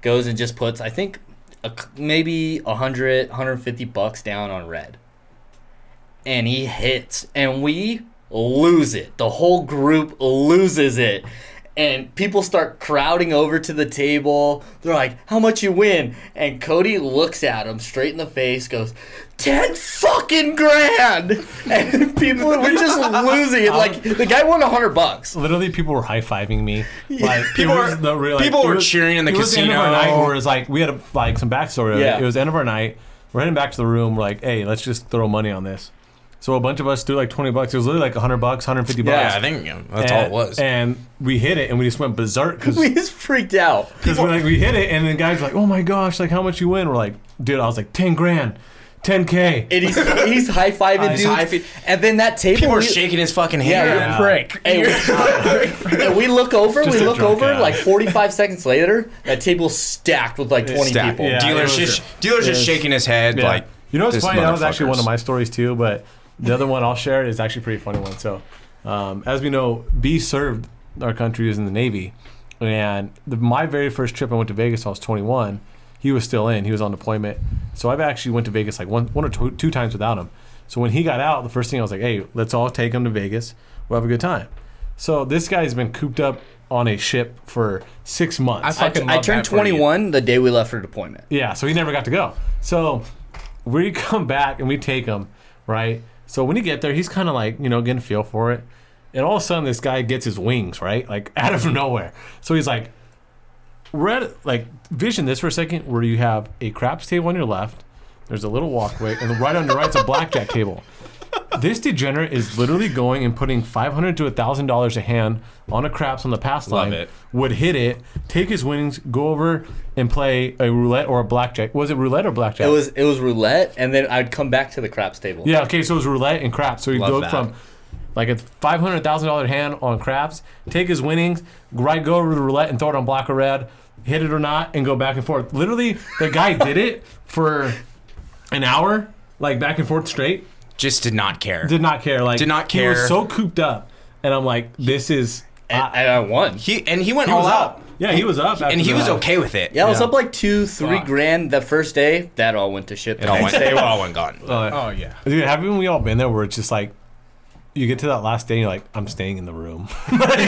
Speaker 3: goes and just puts I think a, c- maybe 100, 150 bucks down on red. and he hits and we lose it the whole group loses it and people start crowding over to the table they're like how much you win and cody looks at him straight in the face goes 10 fucking grand and people we're just losing it like the guy won 100 bucks
Speaker 1: Literally, people were high fiving me. Like
Speaker 2: People
Speaker 1: it was
Speaker 2: were-
Speaker 1: the real- like,
Speaker 2: people
Speaker 1: it
Speaker 2: were
Speaker 1: was-
Speaker 2: cheering in the
Speaker 1: it was end of our
Speaker 2: casino.
Speaker 1: night where it was like we had a, like some backstory. Of
Speaker 3: Yeah.
Speaker 1: it. it was the end of our night. We're heading back to the room. We're like, hey, let's just throw money on this. So a bunch of us threw like twenty bucks. It was literally like hundred bucks, hundred fifty
Speaker 3: Yeah,
Speaker 1: bucks.
Speaker 3: I
Speaker 2: think that's
Speaker 1: and, And we hit it, and we just went berserk because
Speaker 3: we just freaked out
Speaker 1: because we like we hit it, and the guys were like, oh my gosh, like how much you win? We're like, dude, I was like ten grand, ten k.
Speaker 3: and he's, he's high-fiving
Speaker 2: He's
Speaker 3: dudes
Speaker 2: high-fi-
Speaker 3: and then that table
Speaker 2: People were
Speaker 3: we-
Speaker 2: shaking his fucking
Speaker 3: Yeah,
Speaker 2: hand.
Speaker 3: yeah.
Speaker 4: Prick.
Speaker 3: Hey, we, and we look over,
Speaker 1: Just
Speaker 3: we
Speaker 1: a
Speaker 3: look
Speaker 1: drunk
Speaker 3: over,
Speaker 1: guy.
Speaker 3: like 45 seconds later, that table's stacked with like 20
Speaker 2: Stack.
Speaker 3: people.
Speaker 1: Yeah, it was
Speaker 2: dealers just dealers just shaking his head
Speaker 1: Yeah.
Speaker 2: like
Speaker 1: you know what's
Speaker 2: "This
Speaker 1: funny? That was actually
Speaker 2: motherfuckers."
Speaker 1: one of my stories too, but the other one I'll share is actually a pretty funny one. So, um, as we know, B served our country was in the Navy, and the, my very first trip I went to Vegas, I was 21. he was still in. He was on deployment. So I've actually went to Vegas like one, one or two, two times without him. So when he got out, the first thing I was like, hey, let's all take him to Vegas. We'll have a good time. So this guy's been cooped up on a ship for six months.
Speaker 4: I
Speaker 3: I,
Speaker 4: fucking
Speaker 3: I
Speaker 4: love
Speaker 3: turned
Speaker 4: that for you.
Speaker 3: 21 the day we left for deployment.
Speaker 1: Yeah, so he never got to go. So we come back and we take him, right? So when you get there, he's kind of like, you know, getting feel for it. And all of a sudden, this guy gets his wings, right? Like out of nowhere. So he's like, red, like, vision this for a second where you have a craps table on your left, there's a little walkway, and right on your right's a blackjack table. This degenerate is literally going and putting five hundred to thousand dollars a hand on a craps on the pass line.
Speaker 2: it.
Speaker 1: Would hit it, take his winnings, go over and play a roulette or a blackjack. Was it roulette or blackjack?
Speaker 3: It was it was roulette, and then I'd come back to the craps table.
Speaker 1: Yeah, okay, so it was roulette and craps. So he'd
Speaker 2: Love
Speaker 1: go
Speaker 2: that.
Speaker 1: from like a five hundred thousand dollar hand on craps, take his winnings, right go over to roulette and throw it on black or red, hit it or not, and go back and forth. Literally, the guy did it for an hour, like back and forth straight.
Speaker 2: Just did not care.
Speaker 1: Did not care. Like
Speaker 2: Did not
Speaker 1: He was
Speaker 2: care.
Speaker 1: so cooped up, and I'm like, this is.
Speaker 3: and, and I won.
Speaker 2: he and he went
Speaker 1: He
Speaker 2: all
Speaker 1: was
Speaker 2: out,
Speaker 1: Yeah, he was up,
Speaker 2: and
Speaker 1: after
Speaker 2: he was
Speaker 1: that.
Speaker 2: okay with it.
Speaker 3: Yeah, I was
Speaker 1: Yeah.
Speaker 3: up like two, three
Speaker 4: Fuck.
Speaker 3: grand the first day. That all went to shit.
Speaker 2: It all went. It all went gone.
Speaker 4: Oh yeah.
Speaker 1: Dude, haven't we all been there where it's just like you get to that last day and you're like, I'm staying in the room. like,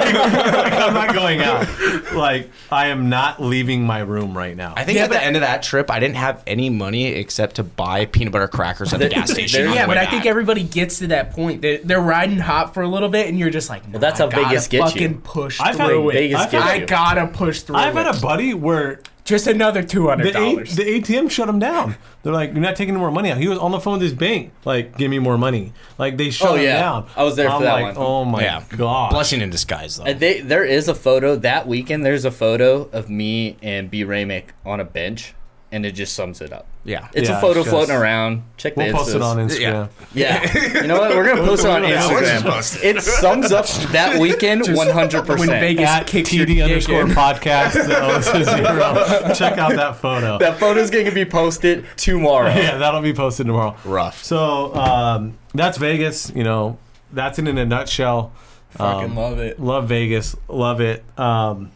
Speaker 1: I'm not going out. Like, I am not leaving my room right now.
Speaker 2: I think
Speaker 4: Yeah,
Speaker 2: at the
Speaker 4: but-
Speaker 2: end of that trip, I didn't have any money except to buy peanut butter crackers at the gas station.
Speaker 3: there-
Speaker 2: on the
Speaker 4: Yeah,
Speaker 2: way
Speaker 4: but I
Speaker 2: back.
Speaker 4: think everybody gets to that point. They're, they're riding hot for a little bit, and you're just like, "Nah,
Speaker 3: that's
Speaker 4: I
Speaker 3: how
Speaker 4: gotta
Speaker 3: Vegas gets you.
Speaker 4: fucking push
Speaker 1: I've had,
Speaker 4: through it.
Speaker 3: Vegas
Speaker 1: I've,
Speaker 3: gets
Speaker 1: had,
Speaker 4: I gotta push through
Speaker 1: I've had
Speaker 4: it.
Speaker 1: a buddy where
Speaker 4: just another two
Speaker 1: the,
Speaker 4: hundred
Speaker 1: a,
Speaker 4: dollars.
Speaker 1: the ATM shut him down. They're like, you're not taking any more money out. He was on the phone with his bank, like, give me more money. Like, they shut
Speaker 3: Oh,
Speaker 1: him
Speaker 3: yeah.
Speaker 1: down.
Speaker 3: I was there for
Speaker 1: I'm
Speaker 3: that
Speaker 1: like,
Speaker 3: one.
Speaker 1: Oh, my
Speaker 2: yeah,
Speaker 1: God.
Speaker 2: blessing in disguise though.
Speaker 3: Uh, They, there is a photo that weekend. There's a photo of me and B Ramick on a bench, and it just sums it up.
Speaker 2: yeah,
Speaker 3: It's
Speaker 1: Yeah,
Speaker 3: a photo
Speaker 1: it's
Speaker 3: floating
Speaker 1: just-
Speaker 3: around. Check
Speaker 1: We'll
Speaker 3: the
Speaker 1: post it
Speaker 3: Instas.
Speaker 1: on Instagram.
Speaker 2: Yeah.
Speaker 3: Yeah, you know what? We're gonna post it on
Speaker 1: Yeah, we're
Speaker 2: just
Speaker 3: Instagram.
Speaker 2: posting.
Speaker 3: It sums up that weekend one hundred
Speaker 4: when
Speaker 3: percent.
Speaker 4: Vegas-
Speaker 1: At
Speaker 4: Kick your
Speaker 1: TD
Speaker 4: dick
Speaker 1: underscore
Speaker 4: in.
Speaker 1: podcast. the O is a zero. Check out that photo.
Speaker 3: That photo's gonna be posted tomorrow.
Speaker 1: yeah, that'll be posted tomorrow.
Speaker 2: Rough.
Speaker 1: So um, that's Vegas. You know, that's it in a nutshell.
Speaker 4: fucking
Speaker 1: Um,
Speaker 4: love it.
Speaker 1: Love Vegas. Love it. Um,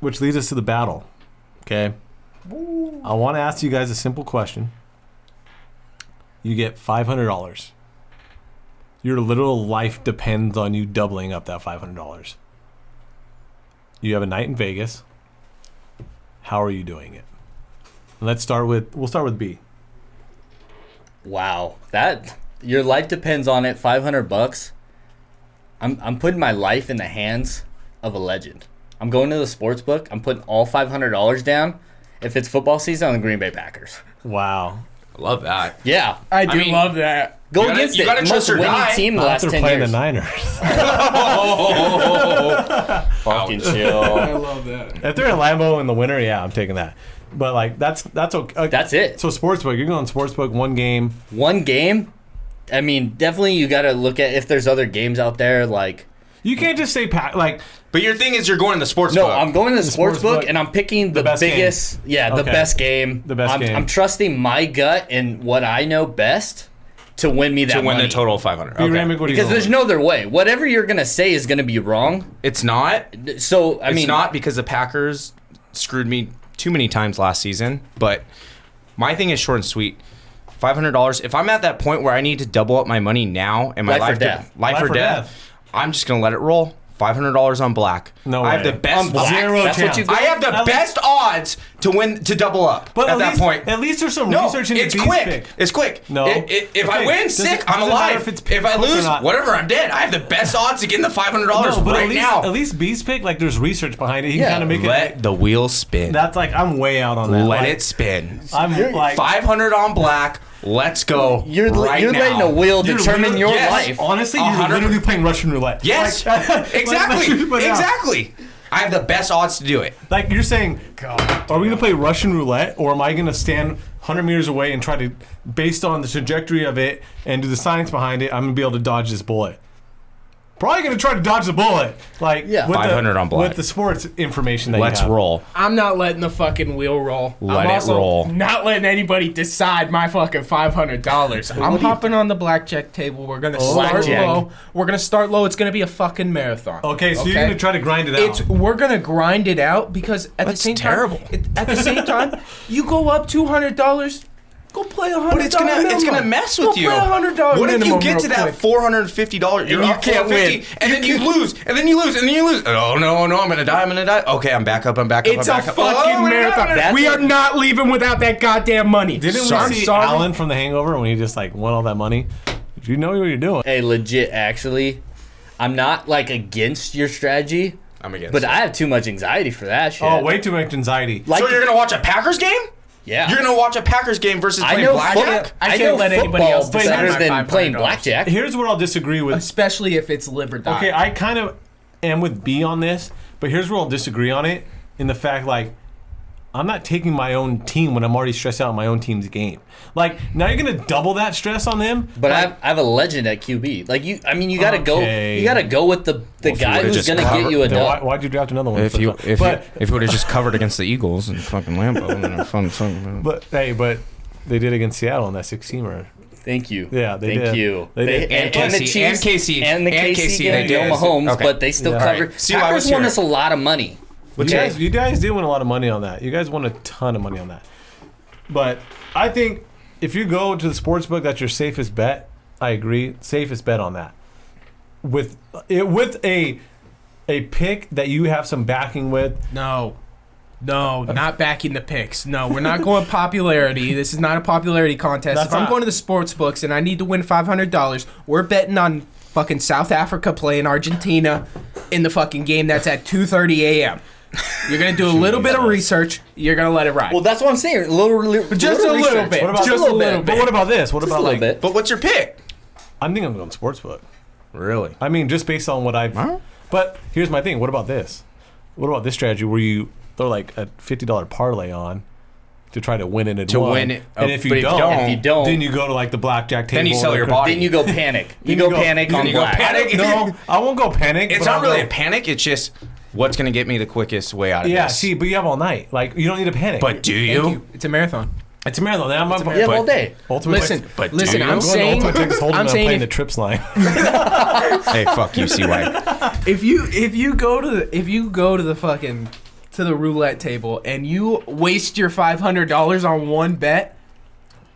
Speaker 1: which leads us to the battle. Okay. I want to ask you guys a simple question. You get five hundred dollars. Your literal life depends on you doubling up that five hundred dollars. You have a night in Vegas. How are you doing it? Let's start with we'll start with B.
Speaker 3: Wow, that your life depends on it. Five hundred bucks. I'm I'm putting my life in the hands of a legend. I'm going to the sports book. I'm putting all five hundred dollars down. If it's football season, on the Green Bay Packers.
Speaker 1: Wow.
Speaker 2: I love that.
Speaker 3: Yeah,
Speaker 4: I do
Speaker 2: mean-
Speaker 4: love that.
Speaker 3: go
Speaker 2: You gotta-
Speaker 3: against
Speaker 2: you
Speaker 3: it.
Speaker 2: gotta
Speaker 3: Most
Speaker 2: trust your
Speaker 3: winning
Speaker 2: guy.
Speaker 3: team the last
Speaker 1: they're
Speaker 3: ten
Speaker 1: playing
Speaker 3: years.
Speaker 1: the Niners.
Speaker 3: Fucking chill.
Speaker 4: I love that.
Speaker 1: if they're in Lambo in the winter, yeah, I'm taking that. But like that's that's okay. uh,
Speaker 3: That's it.
Speaker 1: So sportsbook, you're going sportsbook one game.
Speaker 3: One game. I mean, definitely you got to look at if there's other games out there. Like,
Speaker 1: You can't just say pack like
Speaker 2: But your thing is you're going to the sports.
Speaker 3: no,
Speaker 2: book.
Speaker 3: I'm going to the, sports,
Speaker 1: sports
Speaker 3: book,
Speaker 1: book.
Speaker 3: and I'm picking the,
Speaker 1: best game.
Speaker 3: biggest. Yeah, the
Speaker 1: Okay.
Speaker 3: best game.
Speaker 1: The best
Speaker 3: I'm,
Speaker 1: game.
Speaker 3: I'm trusting my gut and what I know best to win me that
Speaker 2: to win
Speaker 3: money.
Speaker 2: the total of 500.
Speaker 1: B.
Speaker 2: Okay.
Speaker 1: Ramick, what are you
Speaker 3: Because
Speaker 1: going
Speaker 3: there's
Speaker 1: with?
Speaker 3: no other way. Whatever you're gonna say is gonna be wrong.
Speaker 2: It's not.
Speaker 3: So I
Speaker 2: It's
Speaker 3: mean,
Speaker 2: not because the Packers screwed me too many times last season. But my thing is short and sweet. Five hundred dollars. If I'm at that point where I need to double up my money now and my
Speaker 3: Life or
Speaker 2: life, de-
Speaker 3: death.
Speaker 2: life,
Speaker 1: Life
Speaker 2: or,
Speaker 1: or
Speaker 2: death,
Speaker 1: death.
Speaker 2: I'm just gonna let it roll. Five hundred dollars on black.
Speaker 1: No
Speaker 2: I
Speaker 1: way.
Speaker 2: have the best.
Speaker 1: On black?
Speaker 2: Zero.
Speaker 1: Zero
Speaker 3: That's what
Speaker 1: chance.
Speaker 3: you
Speaker 2: I have the
Speaker 1: At least-
Speaker 2: best odds to win to double up.
Speaker 1: But
Speaker 2: at
Speaker 1: at
Speaker 2: that
Speaker 1: least,
Speaker 2: point,
Speaker 1: at least there's some
Speaker 2: No,
Speaker 1: research into
Speaker 2: it's
Speaker 1: B's
Speaker 2: quick.
Speaker 1: pick.
Speaker 2: It's quick.
Speaker 1: No.
Speaker 2: I- I- if I
Speaker 1: Okay.
Speaker 2: win
Speaker 1: Does it-
Speaker 2: sick, I'm
Speaker 1: does it matter
Speaker 2: alive.
Speaker 1: if
Speaker 2: If,
Speaker 1: it's
Speaker 2: I
Speaker 1: picked or
Speaker 2: lose,
Speaker 1: not?
Speaker 2: whatever, I'm dead. I have the best odds to get in the five hundred dollars
Speaker 1: No, but
Speaker 2: right
Speaker 1: at least
Speaker 2: now.
Speaker 1: at least B's pick like there's research behind it. He
Speaker 3: Yeah.
Speaker 1: can kind of make it.
Speaker 2: Let the wheel spin.
Speaker 1: That's like I'm way out on that.
Speaker 2: Let
Speaker 1: like,
Speaker 2: it spin.
Speaker 1: I'm like
Speaker 2: Five hundred on black. Let's go.
Speaker 3: you're
Speaker 2: right
Speaker 3: you're
Speaker 2: now.
Speaker 3: letting a wheel
Speaker 1: You're
Speaker 3: determine
Speaker 1: literally-
Speaker 3: your
Speaker 2: yes.
Speaker 3: life.
Speaker 1: Honestly, you're
Speaker 2: 100
Speaker 1: literally playing Russian roulette.
Speaker 2: Yes,
Speaker 1: Like- like,
Speaker 2: exactly,
Speaker 1: but yeah.
Speaker 2: exactly. I have the best odds to do it.
Speaker 1: Like you're saying, are we gonna play Russian roulette, or am I gonna stand 100 meters away and try to, based on the trajectory of it and do the science behind it, I'm gonna be able to dodge this bullet? probably going to try to dodge the bullet. Like
Speaker 3: Yeah.
Speaker 1: with the-
Speaker 2: 500 on black.
Speaker 1: with the sports information that
Speaker 2: Let's
Speaker 1: you have.
Speaker 2: roll.
Speaker 4: I'm not letting the fucking wheel roll.
Speaker 2: Let
Speaker 4: I'm
Speaker 2: it
Speaker 4: also
Speaker 2: roll.
Speaker 4: Not letting anybody decide my fucking five hundred dollars. I'm hopping on the blackjack table. We're gonna start
Speaker 3: Blackjack.
Speaker 4: low. We're gonna start low. It's gonna be a fucking marathon.
Speaker 1: Okay, so you're going to try to grind it out.
Speaker 4: It's we're gonna grind it out because at
Speaker 2: That's
Speaker 4: the same
Speaker 2: terrible.
Speaker 4: time, it- at the same time, you go up two hundred dollars, go play a hundred.
Speaker 2: But it's gonna it's gonna mess with you.
Speaker 4: Go play a hundred dollar
Speaker 2: What if you
Speaker 4: minimum.
Speaker 2: get to
Speaker 4: real
Speaker 2: that
Speaker 4: quick.
Speaker 2: four hundred and fifty dollars? You're
Speaker 3: you
Speaker 2: up
Speaker 3: can't
Speaker 2: 450,
Speaker 3: win.
Speaker 2: and then you lose, and then you lose, and then you lose. Oh no, no, I'm gonna die, I'm gonna die. Okay, I'm back up, I'm back up,
Speaker 4: It's
Speaker 2: I'm
Speaker 4: a
Speaker 2: back up. Oh, I'm
Speaker 4: fucking
Speaker 2: gonna die, I'm
Speaker 4: marathon.
Speaker 2: gonna die.
Speaker 3: That's
Speaker 4: we
Speaker 3: it.
Speaker 4: are not leaving without that goddamn money.
Speaker 1: Didn't
Speaker 2: Sorry.
Speaker 1: we see
Speaker 4: Sorry.
Speaker 1: Alan from The Hangover when he just like won all that money? You know what you're doing.
Speaker 3: Hey, legit, actually, I'm not like against your strategy,
Speaker 2: I'm against.
Speaker 3: but
Speaker 2: it.
Speaker 3: I have too much anxiety for that shit.
Speaker 1: Oh, way too much anxiety.
Speaker 3: Like,
Speaker 2: so you're gonna watch a Packers game?
Speaker 3: yeah.
Speaker 2: You're gonna watch a Packers game versus
Speaker 3: I
Speaker 2: playing
Speaker 3: know
Speaker 2: blackjack?
Speaker 3: blackjack.
Speaker 4: I
Speaker 3: I,
Speaker 4: can't
Speaker 3: know
Speaker 4: let anybody
Speaker 3: football
Speaker 4: else decide
Speaker 3: better
Speaker 4: my
Speaker 3: than
Speaker 4: $500.
Speaker 3: playing blackjack.
Speaker 1: Here's what I'll disagree with.
Speaker 4: especially if it's live or die.
Speaker 1: Okay, I kind of am with B on this, but here's where I'll disagree on it in the fact like I'm not taking my own team when I'm already stressed out on my own team's game. Like now you're gonna double that stress on them.
Speaker 3: But I have, I have a legend at QB. Like you, I mean, you gotta
Speaker 1: Okay.
Speaker 3: go. You gotta go with the the guy
Speaker 2: would've
Speaker 3: who's
Speaker 2: just
Speaker 3: gonna
Speaker 2: covered-
Speaker 3: get you a
Speaker 1: Then why,
Speaker 3: dub.
Speaker 1: why'd you draft another one?
Speaker 2: If you if
Speaker 1: but,
Speaker 2: you, if you would have just covered against the Eagles and fucking Lambo, and fun, fun,
Speaker 1: but hey, but they did against Seattle in that six teamer.
Speaker 3: Thank you.
Speaker 1: Yeah, they
Speaker 3: Thank
Speaker 1: did.
Speaker 3: you.
Speaker 1: They did.
Speaker 2: And
Speaker 3: the
Speaker 2: KC, and
Speaker 3: Chiefs,
Speaker 2: KC,
Speaker 3: and the
Speaker 2: and
Speaker 3: KC,
Speaker 2: KC,
Speaker 3: game,
Speaker 2: they did.
Speaker 3: no Mahomes,
Speaker 2: Okay.
Speaker 3: but they still
Speaker 1: Yeah.
Speaker 3: covered.
Speaker 2: See why I
Speaker 3: Packers
Speaker 2: was
Speaker 3: won
Speaker 2: here.
Speaker 3: us a lot of money.
Speaker 1: You
Speaker 2: Okay.
Speaker 1: guys, you guys did win a lot of money on that. You guys won a ton of money on that. But I think if you go to the sports book, that's your safest bet. I agree, safest bet on that. With it, with a a pick that you have some backing with.
Speaker 4: No. No, not backing the picks. No, we're not going popularity. This is not a popularity contest.
Speaker 1: That's
Speaker 4: if I'm
Speaker 1: not-
Speaker 4: going to the sports books and I need to win $500, we're betting on fucking South Africa playing Argentina in the fucking game that's at 2:30 a.m. You're going to do a little bit of research. You're going to let it ride.
Speaker 3: Well, that's what I'm saying. Little, little,
Speaker 4: just a little
Speaker 3: research.
Speaker 4: bit.
Speaker 1: What about
Speaker 4: just a little
Speaker 1: But
Speaker 4: bit.
Speaker 1: what about this? What
Speaker 3: Just
Speaker 1: about
Speaker 3: a little
Speaker 1: like?
Speaker 3: bit.
Speaker 2: But what's your pick?
Speaker 1: I'm thinking I'm going sports book.
Speaker 2: Really?
Speaker 1: I mean, just based on what I've.
Speaker 2: Alright.
Speaker 1: But here's my thing. What about this? What about this strategy where you throw like a fifty dollar parlay on to try to win it and
Speaker 2: To
Speaker 1: one,
Speaker 2: win it-
Speaker 1: and
Speaker 2: oh,
Speaker 1: if you,
Speaker 2: but if you
Speaker 1: don't,
Speaker 2: don't-
Speaker 3: If you don't,
Speaker 1: then you go to like the blackjack table.
Speaker 2: Then you sell
Speaker 1: or
Speaker 2: your
Speaker 1: cra-
Speaker 2: body.
Speaker 3: then you go panic. You,
Speaker 1: Then
Speaker 3: go,
Speaker 1: you go-
Speaker 3: panic
Speaker 2: then
Speaker 3: on
Speaker 2: you go
Speaker 3: black.
Speaker 2: panic. If
Speaker 1: No,
Speaker 2: you-
Speaker 1: I won't go panic.
Speaker 2: It's
Speaker 1: but
Speaker 2: not
Speaker 1: I'll
Speaker 2: really
Speaker 1: go-
Speaker 2: a panic. It's just what's gonna get me the quickest way out of
Speaker 1: Yeah,
Speaker 2: this.
Speaker 1: see, but you have all night. Like you don't need to panic.
Speaker 2: but do
Speaker 4: Thank
Speaker 2: you?
Speaker 4: you. It's a marathon.
Speaker 1: it's a marathon. I'm
Speaker 3: You
Speaker 4: a
Speaker 3: have
Speaker 4: marathon.
Speaker 3: all day.
Speaker 1: Ultimate
Speaker 4: Listen,
Speaker 2: but do
Speaker 4: listen,
Speaker 2: you? Going
Speaker 4: I'm
Speaker 2: to
Speaker 4: saying
Speaker 1: I'm
Speaker 4: I'm
Speaker 1: playing
Speaker 4: saying
Speaker 1: the trips line.
Speaker 2: hey, fuck you, CY.
Speaker 4: if you if you go to the, if you go to the fucking to the roulette table and you waste your five hundred dollars on one bet,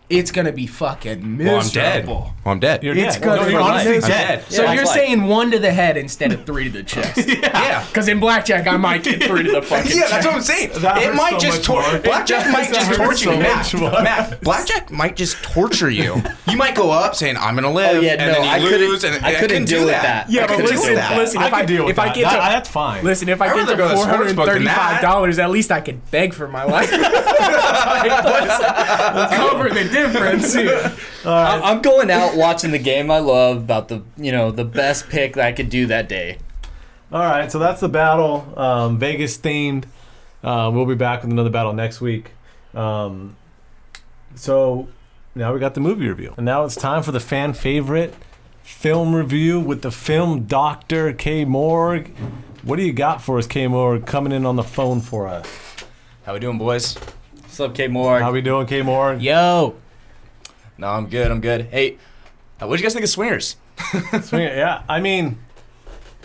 Speaker 4: it's gonna be fucking
Speaker 2: Well, I'm dead.
Speaker 4: miserable.
Speaker 2: Well, I'm dead.
Speaker 1: You're
Speaker 4: It's
Speaker 1: dead.
Speaker 4: good
Speaker 1: No,
Speaker 4: for
Speaker 1: you're honestly
Speaker 2: life. I'm
Speaker 1: dead.
Speaker 2: dead.
Speaker 4: So
Speaker 3: Yeah,
Speaker 4: you're
Speaker 3: that's
Speaker 4: saying one to the head instead of three to the chest?
Speaker 2: yeah.
Speaker 4: Because in blackjack, I might get three to the fucking
Speaker 2: Yeah,
Speaker 4: chest.
Speaker 2: that's what I'm saying.
Speaker 1: That
Speaker 2: it
Speaker 1: hurts
Speaker 2: might
Speaker 1: so
Speaker 2: just
Speaker 1: much
Speaker 2: tor-
Speaker 1: more.
Speaker 2: blackjack
Speaker 1: It
Speaker 2: might
Speaker 1: does.
Speaker 2: just
Speaker 1: That hurts
Speaker 2: torture
Speaker 1: so
Speaker 2: you, Matt.
Speaker 1: much more.
Speaker 2: Matt, blackjack might just torture you. You might go up saying I'm gonna live,
Speaker 3: Oh, yeah,
Speaker 2: and
Speaker 3: no,
Speaker 2: then you
Speaker 3: I couldn't-
Speaker 2: lose, and
Speaker 3: I couldn't
Speaker 2: do
Speaker 3: deal with that.
Speaker 4: Yeah,
Speaker 2: I
Speaker 4: but
Speaker 2: couldn't deal
Speaker 4: listen,
Speaker 2: with that.
Speaker 4: listen.
Speaker 1: I
Speaker 4: If I-
Speaker 1: can deal with
Speaker 4: if I
Speaker 1: that.
Speaker 4: get
Speaker 1: That-
Speaker 4: to-
Speaker 1: that's fine.
Speaker 4: Listen, if I,
Speaker 2: I'd
Speaker 4: get
Speaker 2: rather
Speaker 4: to
Speaker 2: go to
Speaker 4: four
Speaker 2: the sports
Speaker 4: hundred
Speaker 2: book than
Speaker 4: thirty-five
Speaker 2: that.
Speaker 4: dollars, at least I can beg for my life. Cover the difference.
Speaker 3: I- I'm going out watching the game I love about the you know the best pick that I could do that day.
Speaker 1: All right, so that's the battle. Um, Vegas themed. Uh, we'll be back with another battle next week. Um, so now we got the movie review. And now it's time for the fan favorite film review with the film doctor, K. Morg. What do you got for us, K. Morg, coming in on the phone for us?
Speaker 5: How we doing, boys?
Speaker 2: Uh,
Speaker 3: What's up, K
Speaker 1: How
Speaker 3: Moore?
Speaker 1: we doing, K. Morg?
Speaker 4: Yo,
Speaker 5: No, I'm good. I'm good. Hey, uh, what do you guys think of Swingers?
Speaker 1: Swing it, yeah, I mean,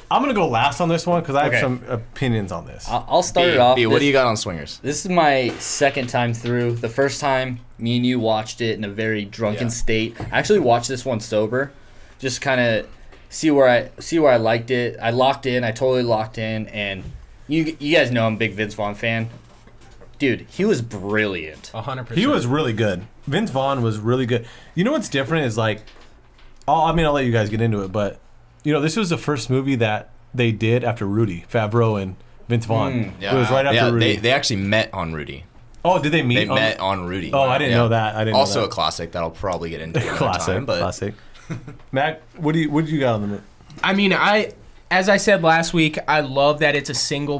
Speaker 1: I'm going to go last on this one because I have
Speaker 3: Okay.
Speaker 1: some opinions on this.
Speaker 3: I'll I'll start
Speaker 5: B,
Speaker 3: it
Speaker 1: Oh,
Speaker 3: off.
Speaker 5: B, what
Speaker 3: this-
Speaker 5: do you got on Swingers?
Speaker 3: This is my second time through. The first time, me and you watched it in a very drunken
Speaker 5: Yeah.
Speaker 3: state. I actually watched this one sober, just kind of see where I see where I liked it. I locked in. I totally locked in. And you you guys know I'm a big Vince Vaughn fan. Dude, he was brilliant.
Speaker 4: hundred percent.
Speaker 1: He was really good. Vince Vaughn was really good. You know what's different is like, I'll, I mean, I'll let you guys get into it, but you know, this was the first movie that they did after Rudy Favreau and Vince Vaughn. It was right after
Speaker 5: Mm, yeah,
Speaker 1: Rudy.
Speaker 5: They, they actually met on Rudy.
Speaker 1: oh, did they meet?
Speaker 5: They
Speaker 1: on-
Speaker 5: met on Rudy.
Speaker 1: Oh, I didn't know that. I didn't know
Speaker 5: also
Speaker 1: that.
Speaker 5: a classic that'll probably get into another
Speaker 1: classic,
Speaker 5: time, but
Speaker 1: classic. Mac, what do you what do you got on the movie?
Speaker 4: I mean, I as I said last week, I love that it's a single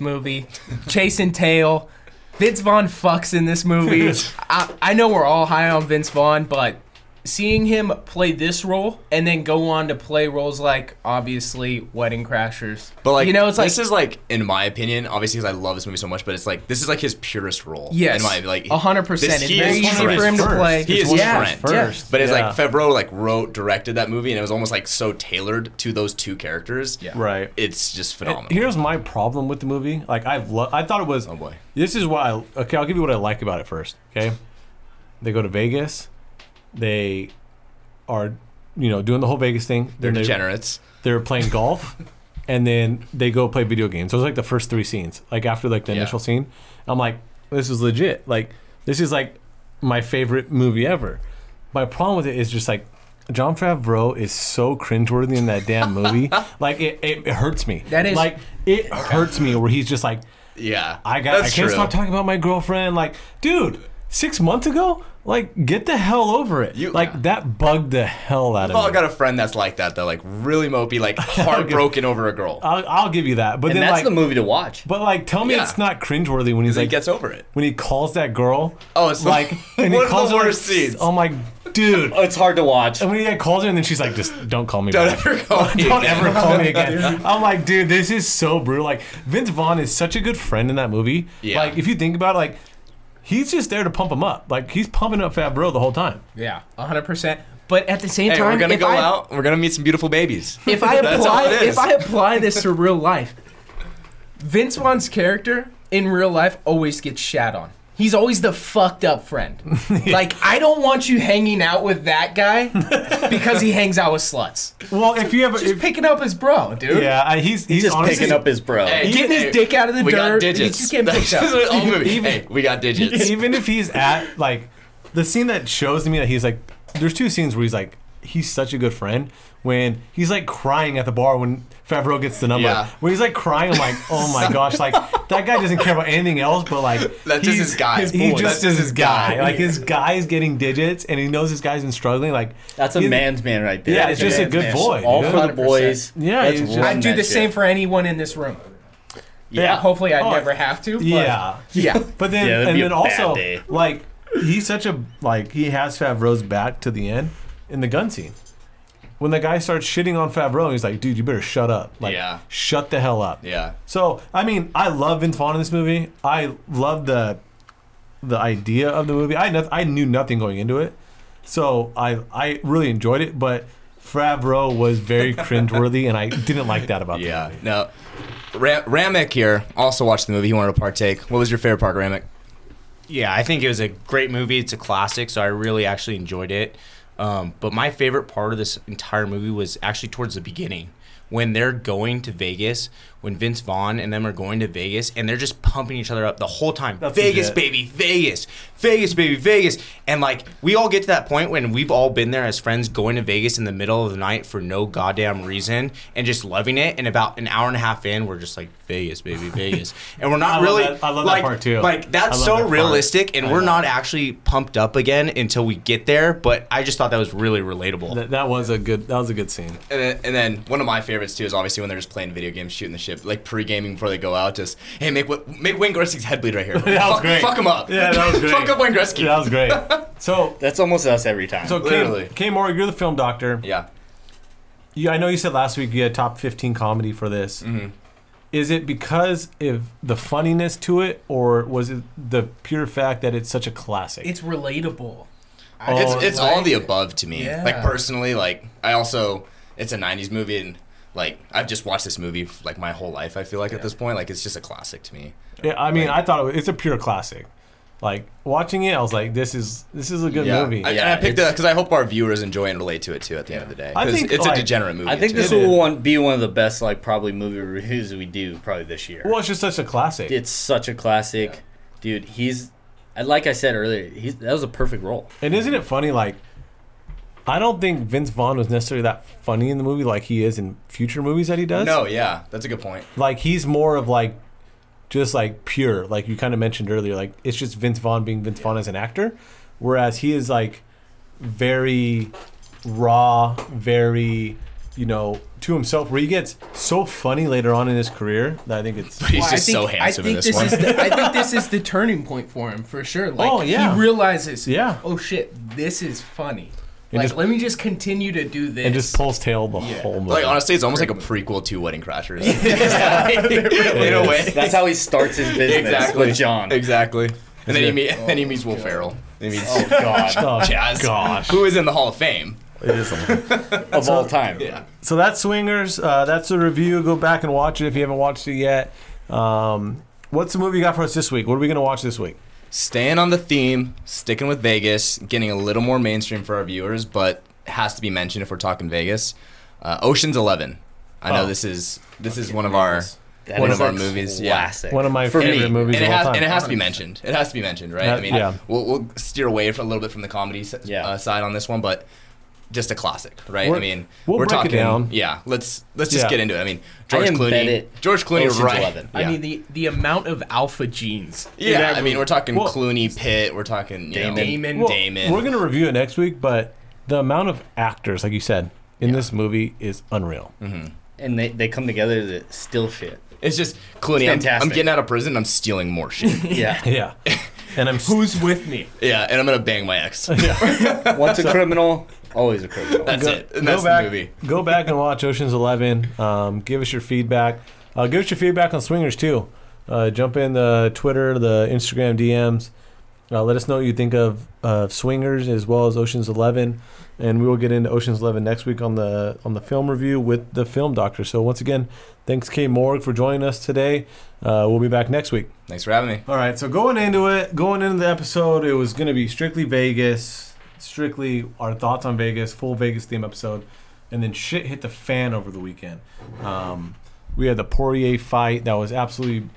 Speaker 4: movie. Chase and Tail, Vince Vaughn fucks in this movie. I, I know we're all high on Vince Vaughn, but seeing him play this role and then go on to play roles like obviously Wedding Crashers.
Speaker 5: But like,
Speaker 4: you know, it's like
Speaker 5: this is like, in my opinion, obviously because I love this movie so much, but it's like this is like his purest role.
Speaker 4: yes,
Speaker 5: in my like
Speaker 4: a hundred percent.
Speaker 5: this-
Speaker 4: It's
Speaker 5: he
Speaker 4: very
Speaker 5: is
Speaker 4: easy
Speaker 5: Trent
Speaker 4: for him to
Speaker 1: first.
Speaker 4: play.
Speaker 5: He is
Speaker 4: yeah,
Speaker 5: Trent.
Speaker 4: yeah.
Speaker 1: First.
Speaker 5: But it's
Speaker 1: Yeah.
Speaker 5: like Favreau like wrote, directed that movie, and it was almost like so tailored to those two characters. Yeah,
Speaker 1: Right.
Speaker 5: It's just phenomenal.
Speaker 1: Here's my problem with the movie. Like I've lo- I thought it was.
Speaker 5: Oh, boy.
Speaker 1: This is why. I, okay, I'll give you what I like about it first. Okay, they go to Vegas. They are, you know, doing the whole Vegas thing.
Speaker 5: They're
Speaker 1: Then they-
Speaker 5: degenerates.
Speaker 1: They're playing golf, and then they go play video games. Those are like the first three scenes. Like after like the
Speaker 5: Yeah.
Speaker 1: initial scene, I'm like, this is legit. Like this is like my favorite movie ever. My problem with it is just like. John Favreau is so cringeworthy in that damn movie. like it, it, it hurts me.
Speaker 4: That is-
Speaker 1: like it hurts me where he's just like,
Speaker 5: Yeah,
Speaker 1: I got.
Speaker 5: That's
Speaker 1: I can't
Speaker 5: true.
Speaker 1: stop talking about my girlfriend. Like, dude, six months ago, like, get the hell over it.
Speaker 5: You-
Speaker 1: like
Speaker 5: yeah.
Speaker 1: that bugged the hell out
Speaker 5: I've all
Speaker 1: of me.
Speaker 5: got a friend that's like that, though, like really mopey, like heartbroken over a girl.
Speaker 1: I'll, I'll give you that. But
Speaker 3: and
Speaker 1: then
Speaker 3: that's
Speaker 1: like,
Speaker 3: the movie to watch.
Speaker 1: but like, tell me
Speaker 5: Yeah.
Speaker 1: it's not cringeworthy when he's
Speaker 5: He
Speaker 1: like
Speaker 5: gets over it.
Speaker 1: when he calls that girl.
Speaker 5: Oh, it's
Speaker 1: like and
Speaker 5: one
Speaker 1: he
Speaker 5: of
Speaker 1: calls
Speaker 5: the
Speaker 1: her,
Speaker 5: worst
Speaker 1: like,
Speaker 5: scenes. Oh,
Speaker 1: Oh my dude.
Speaker 3: It's hard to watch.
Speaker 1: And when he like, calls her, and then she's like, "Just don't call me.
Speaker 5: Don't
Speaker 1: back.
Speaker 5: ever call me
Speaker 1: Don't
Speaker 5: again.
Speaker 1: ever call me again." I'm like, dude, this is so brutal. Like Vince Vaughn is such a good friend in that movie.
Speaker 5: Yeah.
Speaker 1: Like if you think about it, like he's just there to pump him up. Like he's pumping up Favreau the whole time.
Speaker 4: Yeah, a hundred percent. But at the same
Speaker 5: Hey,
Speaker 4: time,
Speaker 5: we're gonna
Speaker 4: if
Speaker 5: go
Speaker 4: I,
Speaker 5: out. We're gonna meet some beautiful babies.
Speaker 4: if I
Speaker 5: That's all
Speaker 4: apply
Speaker 5: it is.
Speaker 4: if I apply this to real life, Vince Vaughn's character in real life always gets shat on. He's always the fucked up friend. like I don't want you hanging out with that guy because he hangs out with sluts.
Speaker 1: Well, if you ever,
Speaker 4: Just picking up his bro, dude.
Speaker 1: yeah, I- he's he's,
Speaker 3: He's just
Speaker 1: honestly,
Speaker 3: picking up his bro.
Speaker 5: Hey,
Speaker 4: Getting his
Speaker 5: hey,
Speaker 4: dick out of the
Speaker 5: we
Speaker 4: dirt.
Speaker 5: got digits.
Speaker 4: He's getting picked
Speaker 5: That's
Speaker 4: up.
Speaker 5: the whole movie.
Speaker 1: Even-
Speaker 5: hey, we got digits.
Speaker 1: even if he's at like the scene that shows to me that he's like there's two scenes where he's like he's such a good friend when he's like crying at the bar when Favreau gets the number
Speaker 5: Yeah.
Speaker 1: when he's like crying I'm like oh my gosh like that guy doesn't care about anything else but like
Speaker 5: That's just
Speaker 1: he's-
Speaker 5: his guy. His
Speaker 1: he
Speaker 5: boy.
Speaker 1: just
Speaker 5: That's
Speaker 1: is
Speaker 5: just
Speaker 1: his
Speaker 5: his
Speaker 1: guy
Speaker 5: guy.
Speaker 1: like his guy is getting digits and he knows his guy's been struggling like
Speaker 3: That's a
Speaker 1: he's-
Speaker 3: man's man right there.
Speaker 1: yeah it's just a
Speaker 4: man's
Speaker 1: good
Speaker 4: man.
Speaker 1: boy
Speaker 3: all
Speaker 1: dude.
Speaker 3: for the boys.
Speaker 1: Yeah,
Speaker 3: Let's
Speaker 1: he's just-
Speaker 3: run
Speaker 4: I'd do
Speaker 3: that
Speaker 4: the same
Speaker 3: shit.
Speaker 4: for anyone in this room.
Speaker 1: yeah
Speaker 4: Hopefully, I
Speaker 1: Oh,
Speaker 4: never have to. But
Speaker 1: yeah
Speaker 4: yeah.
Speaker 1: But then,
Speaker 3: Yeah, that'd
Speaker 1: and
Speaker 3: be a
Speaker 1: then also,
Speaker 3: bad day.
Speaker 1: like, he's such a like he has Favreau's back to the end in the gun scene. When the guy starts shitting on Favreau, he's like, "Dude, you better shut up! Like,
Speaker 5: Yeah.
Speaker 1: shut the hell up!"
Speaker 5: yeah.
Speaker 1: So, I mean, I love Vince Vaughn in this movie. I love the the idea of the movie. I no- I knew nothing going into it, so I I really enjoyed it. But Favreau was very cringeworthy, and I didn't like that about the
Speaker 5: Yeah.
Speaker 1: movie.
Speaker 5: No. Ra- Ramek here also watched the movie. He wanted to partake. What was your favorite part, Ramek?
Speaker 2: Yeah, I think it was a great movie. It's a classic, so I really actually enjoyed it. Um, but my favorite part of this entire movie was actually towards the beginning when they're going to Vegas, when Vince Vaughn and them are going to Vegas, and they're just pumping each other up the whole time.
Speaker 1: That's
Speaker 2: Vegas,
Speaker 1: legit.
Speaker 2: baby, Vegas, Vegas, baby, Vegas. And like, we all get to that point when we've all been there as friends going to Vegas in the middle of the night for no goddamn reason and just loving it. And about an hour and a half in, we're just like, Vegas, baby, Vegas. And we're
Speaker 1: I love
Speaker 2: not really.
Speaker 1: that- I love that
Speaker 2: like,
Speaker 1: part too.
Speaker 2: Like,
Speaker 1: I
Speaker 2: that's
Speaker 1: love
Speaker 2: so
Speaker 1: that part.
Speaker 2: realistic, and we're not actually pumped up again until we get there. But I just thought that was really relatable.
Speaker 1: That, that was a good that was a good scene.
Speaker 5: And then, and then one of my favorites too is obviously when they're just playing video games, shooting the shit, like pre-gaming before they go out. Just hey, make Wi- make Wayne Gretzky's head bleed right here.
Speaker 1: That was
Speaker 5: fuck,
Speaker 1: great.
Speaker 5: Fuck him up.
Speaker 1: Yeah, that was great.
Speaker 5: fuck up Wayne Gretzky.
Speaker 1: Yeah, that was great. So
Speaker 3: That's almost us every time.
Speaker 1: So, Kay,
Speaker 5: Literally.
Speaker 1: Kay Moore, you're the film doctor.
Speaker 5: yeah.
Speaker 1: You, I know you said last week you had top 15 comedy for this.
Speaker 5: Mm-hmm.
Speaker 1: Is it because of the funniness to it, or was it the pure fact that it's such a classic?
Speaker 4: It's relatable.
Speaker 5: it's
Speaker 1: Oh,
Speaker 5: it's all the
Speaker 4: like-
Speaker 5: above to me.
Speaker 4: Yeah.
Speaker 5: Like personally, like I also it's a '90s movie, and like I've just watched this movie like my whole life. I feel like at this point, like it's just a classic to me.
Speaker 1: yeah, I mean, I thought it was, it's a pure classic. Like watching it, I was like, "This is this is a good
Speaker 5: yeah.
Speaker 1: movie."
Speaker 5: I,
Speaker 1: I,
Speaker 5: and I
Speaker 3: Yeah,
Speaker 5: picked
Speaker 3: it's-
Speaker 5: that because I hope our viewers enjoy and relate to it too. At the end of the day,
Speaker 1: I
Speaker 5: 'Cause
Speaker 1: think,
Speaker 5: it's
Speaker 1: like-
Speaker 5: a degenerate movie.
Speaker 3: I think
Speaker 5: too.
Speaker 3: this
Speaker 1: It
Speaker 3: will
Speaker 1: is.
Speaker 3: one, be one of the best, like probably movie reviews we do probably this year.
Speaker 1: well, it's just such a classic.
Speaker 3: It's such a classic, dude. He's, I- like I said earlier, he's that was a perfect role.
Speaker 1: And isn't it funny? Like, I don't think Vince Vaughn was necessarily that funny in the movie, like he is in future movies that he does.
Speaker 5: No, yeah, that's a good point.
Speaker 1: like he's more of like just like pure like you kind of mentioned earlier like it's just vince vaughn being vince vaughn as an actor whereas he is like very raw very you know to himself where he gets so funny later on in his career that i think it's
Speaker 5: He's
Speaker 4: Well, I
Speaker 5: just
Speaker 4: think-
Speaker 5: so handsome
Speaker 4: I
Speaker 5: in this,
Speaker 4: think this,
Speaker 5: one.
Speaker 4: is the, I think this is the turning point for him for sure. Like
Speaker 1: Oh, yeah.
Speaker 4: he realizes,
Speaker 1: Yeah.
Speaker 4: oh shit, this is funny.
Speaker 1: It
Speaker 4: like,
Speaker 1: just
Speaker 4: let me just continue to do this.
Speaker 1: it just pulls tail the
Speaker 4: Yeah.
Speaker 1: whole movie.
Speaker 5: Like honestly, it's almost like a prequel to Wedding Crashers.
Speaker 1: It
Speaker 5: in a
Speaker 1: is.
Speaker 5: way.
Speaker 3: That's how he starts his business
Speaker 5: exactly.
Speaker 3: with John.
Speaker 5: Exactly. And then he
Speaker 1: good.
Speaker 5: meet, then he meets Will Ferrell. He meets
Speaker 3: Oh God,
Speaker 1: Oh,
Speaker 5: Jazz,
Speaker 1: gosh.
Speaker 5: who is in the Hall of Fame.
Speaker 1: It is a lot.
Speaker 3: of all time.
Speaker 1: So that's Swingers. Uh, that's a review. Go back and watch it if you haven't watched it yet. Um, what's the movie you got for us this week? What are we going to watch this week?
Speaker 5: Staying on the theme, sticking with Vegas, getting a little more mainstream for our viewers, but has to be mentioned if we're talking Vegas. Uh, Ocean's Eleven. I know
Speaker 1: Oh.
Speaker 5: this is this is one of our
Speaker 3: That
Speaker 5: One
Speaker 3: is
Speaker 5: of our
Speaker 3: a
Speaker 5: movies, yeah.
Speaker 3: Classic.
Speaker 1: One of my
Speaker 5: and
Speaker 1: favorite
Speaker 5: it-
Speaker 1: movies
Speaker 5: and it
Speaker 1: of all
Speaker 5: has,
Speaker 1: time.
Speaker 5: And it has to be mentioned. It has to be mentioned, right?
Speaker 1: That-
Speaker 5: I mean,
Speaker 1: yeah.
Speaker 5: we'll, we'll steer away for a little bit from the comedy s-
Speaker 3: Yeah.
Speaker 5: uh, side on this one, but just a classic, right?
Speaker 1: We're-
Speaker 5: I mean, are
Speaker 1: we'll break it
Speaker 5: talking.
Speaker 1: down.
Speaker 5: Yeah, let's let's just
Speaker 1: Yeah.
Speaker 5: get into it. I mean, George
Speaker 3: embed
Speaker 5: Clooney,
Speaker 3: it.
Speaker 5: George Clooney,
Speaker 3: Ocean's
Speaker 5: right?
Speaker 3: Eleven.
Speaker 5: Yeah,
Speaker 4: I mean the the amount of alpha genes. in
Speaker 5: yeah.
Speaker 4: that
Speaker 5: I mean,
Speaker 4: movie.
Speaker 5: we're talking
Speaker 1: Well-
Speaker 5: Clooney, Pitt. We're talking you know,
Speaker 4: Damon.
Speaker 1: Well,
Speaker 5: Damon.
Speaker 1: We're going to review it next week, but the amount of actors, like you said, in this movie is unreal.
Speaker 5: Mm-hmm.
Speaker 3: and they, they come together to steal shit.
Speaker 5: It's just Clooney. I'm- I'm,
Speaker 3: fantastic.
Speaker 5: getting out of prison. I'm stealing more shit.
Speaker 3: Yeah.
Speaker 1: Yeah. And I'm s-
Speaker 4: Who's with me?
Speaker 5: yeah, and I'm gonna bang my ex.
Speaker 3: Once a criminal, always a criminal.
Speaker 5: That's it. And that's
Speaker 1: back,
Speaker 5: the movie.
Speaker 1: Go back and watch Ocean's Eleven. Um, give us your feedback. Uh, give us your feedback on Swingers too. Uh, jump in the Twitter, the Instagram DMs. Uh, let us know what you think of uh, Swingers as well as Ocean's Eleven, and we will get into Ocean's Eleven next week on the on the film review with the film doctor. So once again, thanks Kay Morg for joining us today. Uh, we'll be back next week.
Speaker 5: Thanks for having me.
Speaker 1: All right, so going into it, going into the episode, it was going to be strictly Vegas, strictly our thoughts on Vegas, full Vegas theme episode, and then shit hit the fan over the weekend. Um, we had the Poirier fight that was absolutely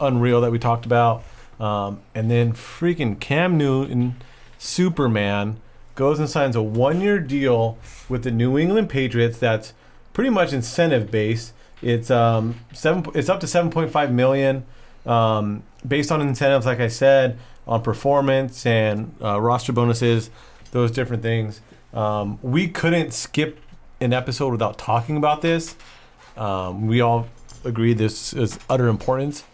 Speaker 1: unreal that we talked about, um, and then freaking Cam Newton, Superman, goes and signs a one-year deal with the New England Patriots. That's pretty much incentive based. It's um seven. It's up to seven point five million, um, based on incentives, like I said, on performance and uh, roster bonuses, those different things. Um, we couldn't skip an episode without talking about this. Um, we all agree this is utter importance.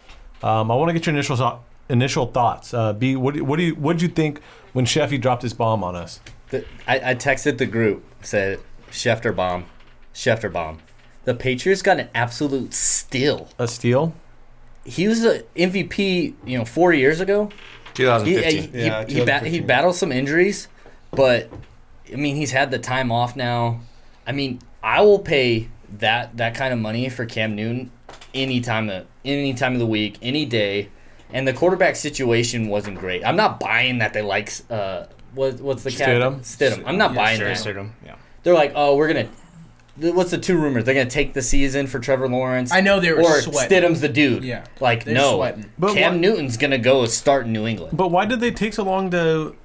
Speaker 1: Um, I want to get your initial thought, initial thoughts. Uh, B, what do- what do you what did you think when Sheffy dropped his bomb on us?
Speaker 3: The- I, I texted the group, said Schefter bomb, Schefter bomb. The Patriots got an absolute steal.
Speaker 1: A steal?
Speaker 3: He was an MVP, you know, four years ago. He,
Speaker 5: 2015.
Speaker 3: he, he,
Speaker 1: Yeah,
Speaker 3: he, bat- he
Speaker 1: 2015.
Speaker 3: battled some injuries, but I mean, he's had the time off now. I mean, I will pay that that kind of money for Cam Newton any time of any time of the week, any day. And the quarterback situation wasn't great. I'm not buying that they like uh what, what's the cat?
Speaker 1: Stidham?
Speaker 3: Stidham. I'm not buying that.
Speaker 5: Yeah.
Speaker 3: They're like, oh, we're gonna. th- What's the two rumors? They're gonna take the season for Trevor Lawrence.
Speaker 4: I know they were
Speaker 3: or
Speaker 4: sweating.
Speaker 3: Stidham's the dude.
Speaker 4: Yeah.
Speaker 3: like
Speaker 4: They're
Speaker 3: no,
Speaker 4: sweating.
Speaker 1: But
Speaker 3: Cam
Speaker 1: what-
Speaker 3: Newton's gonna go start in New England.
Speaker 1: But why did they take so long to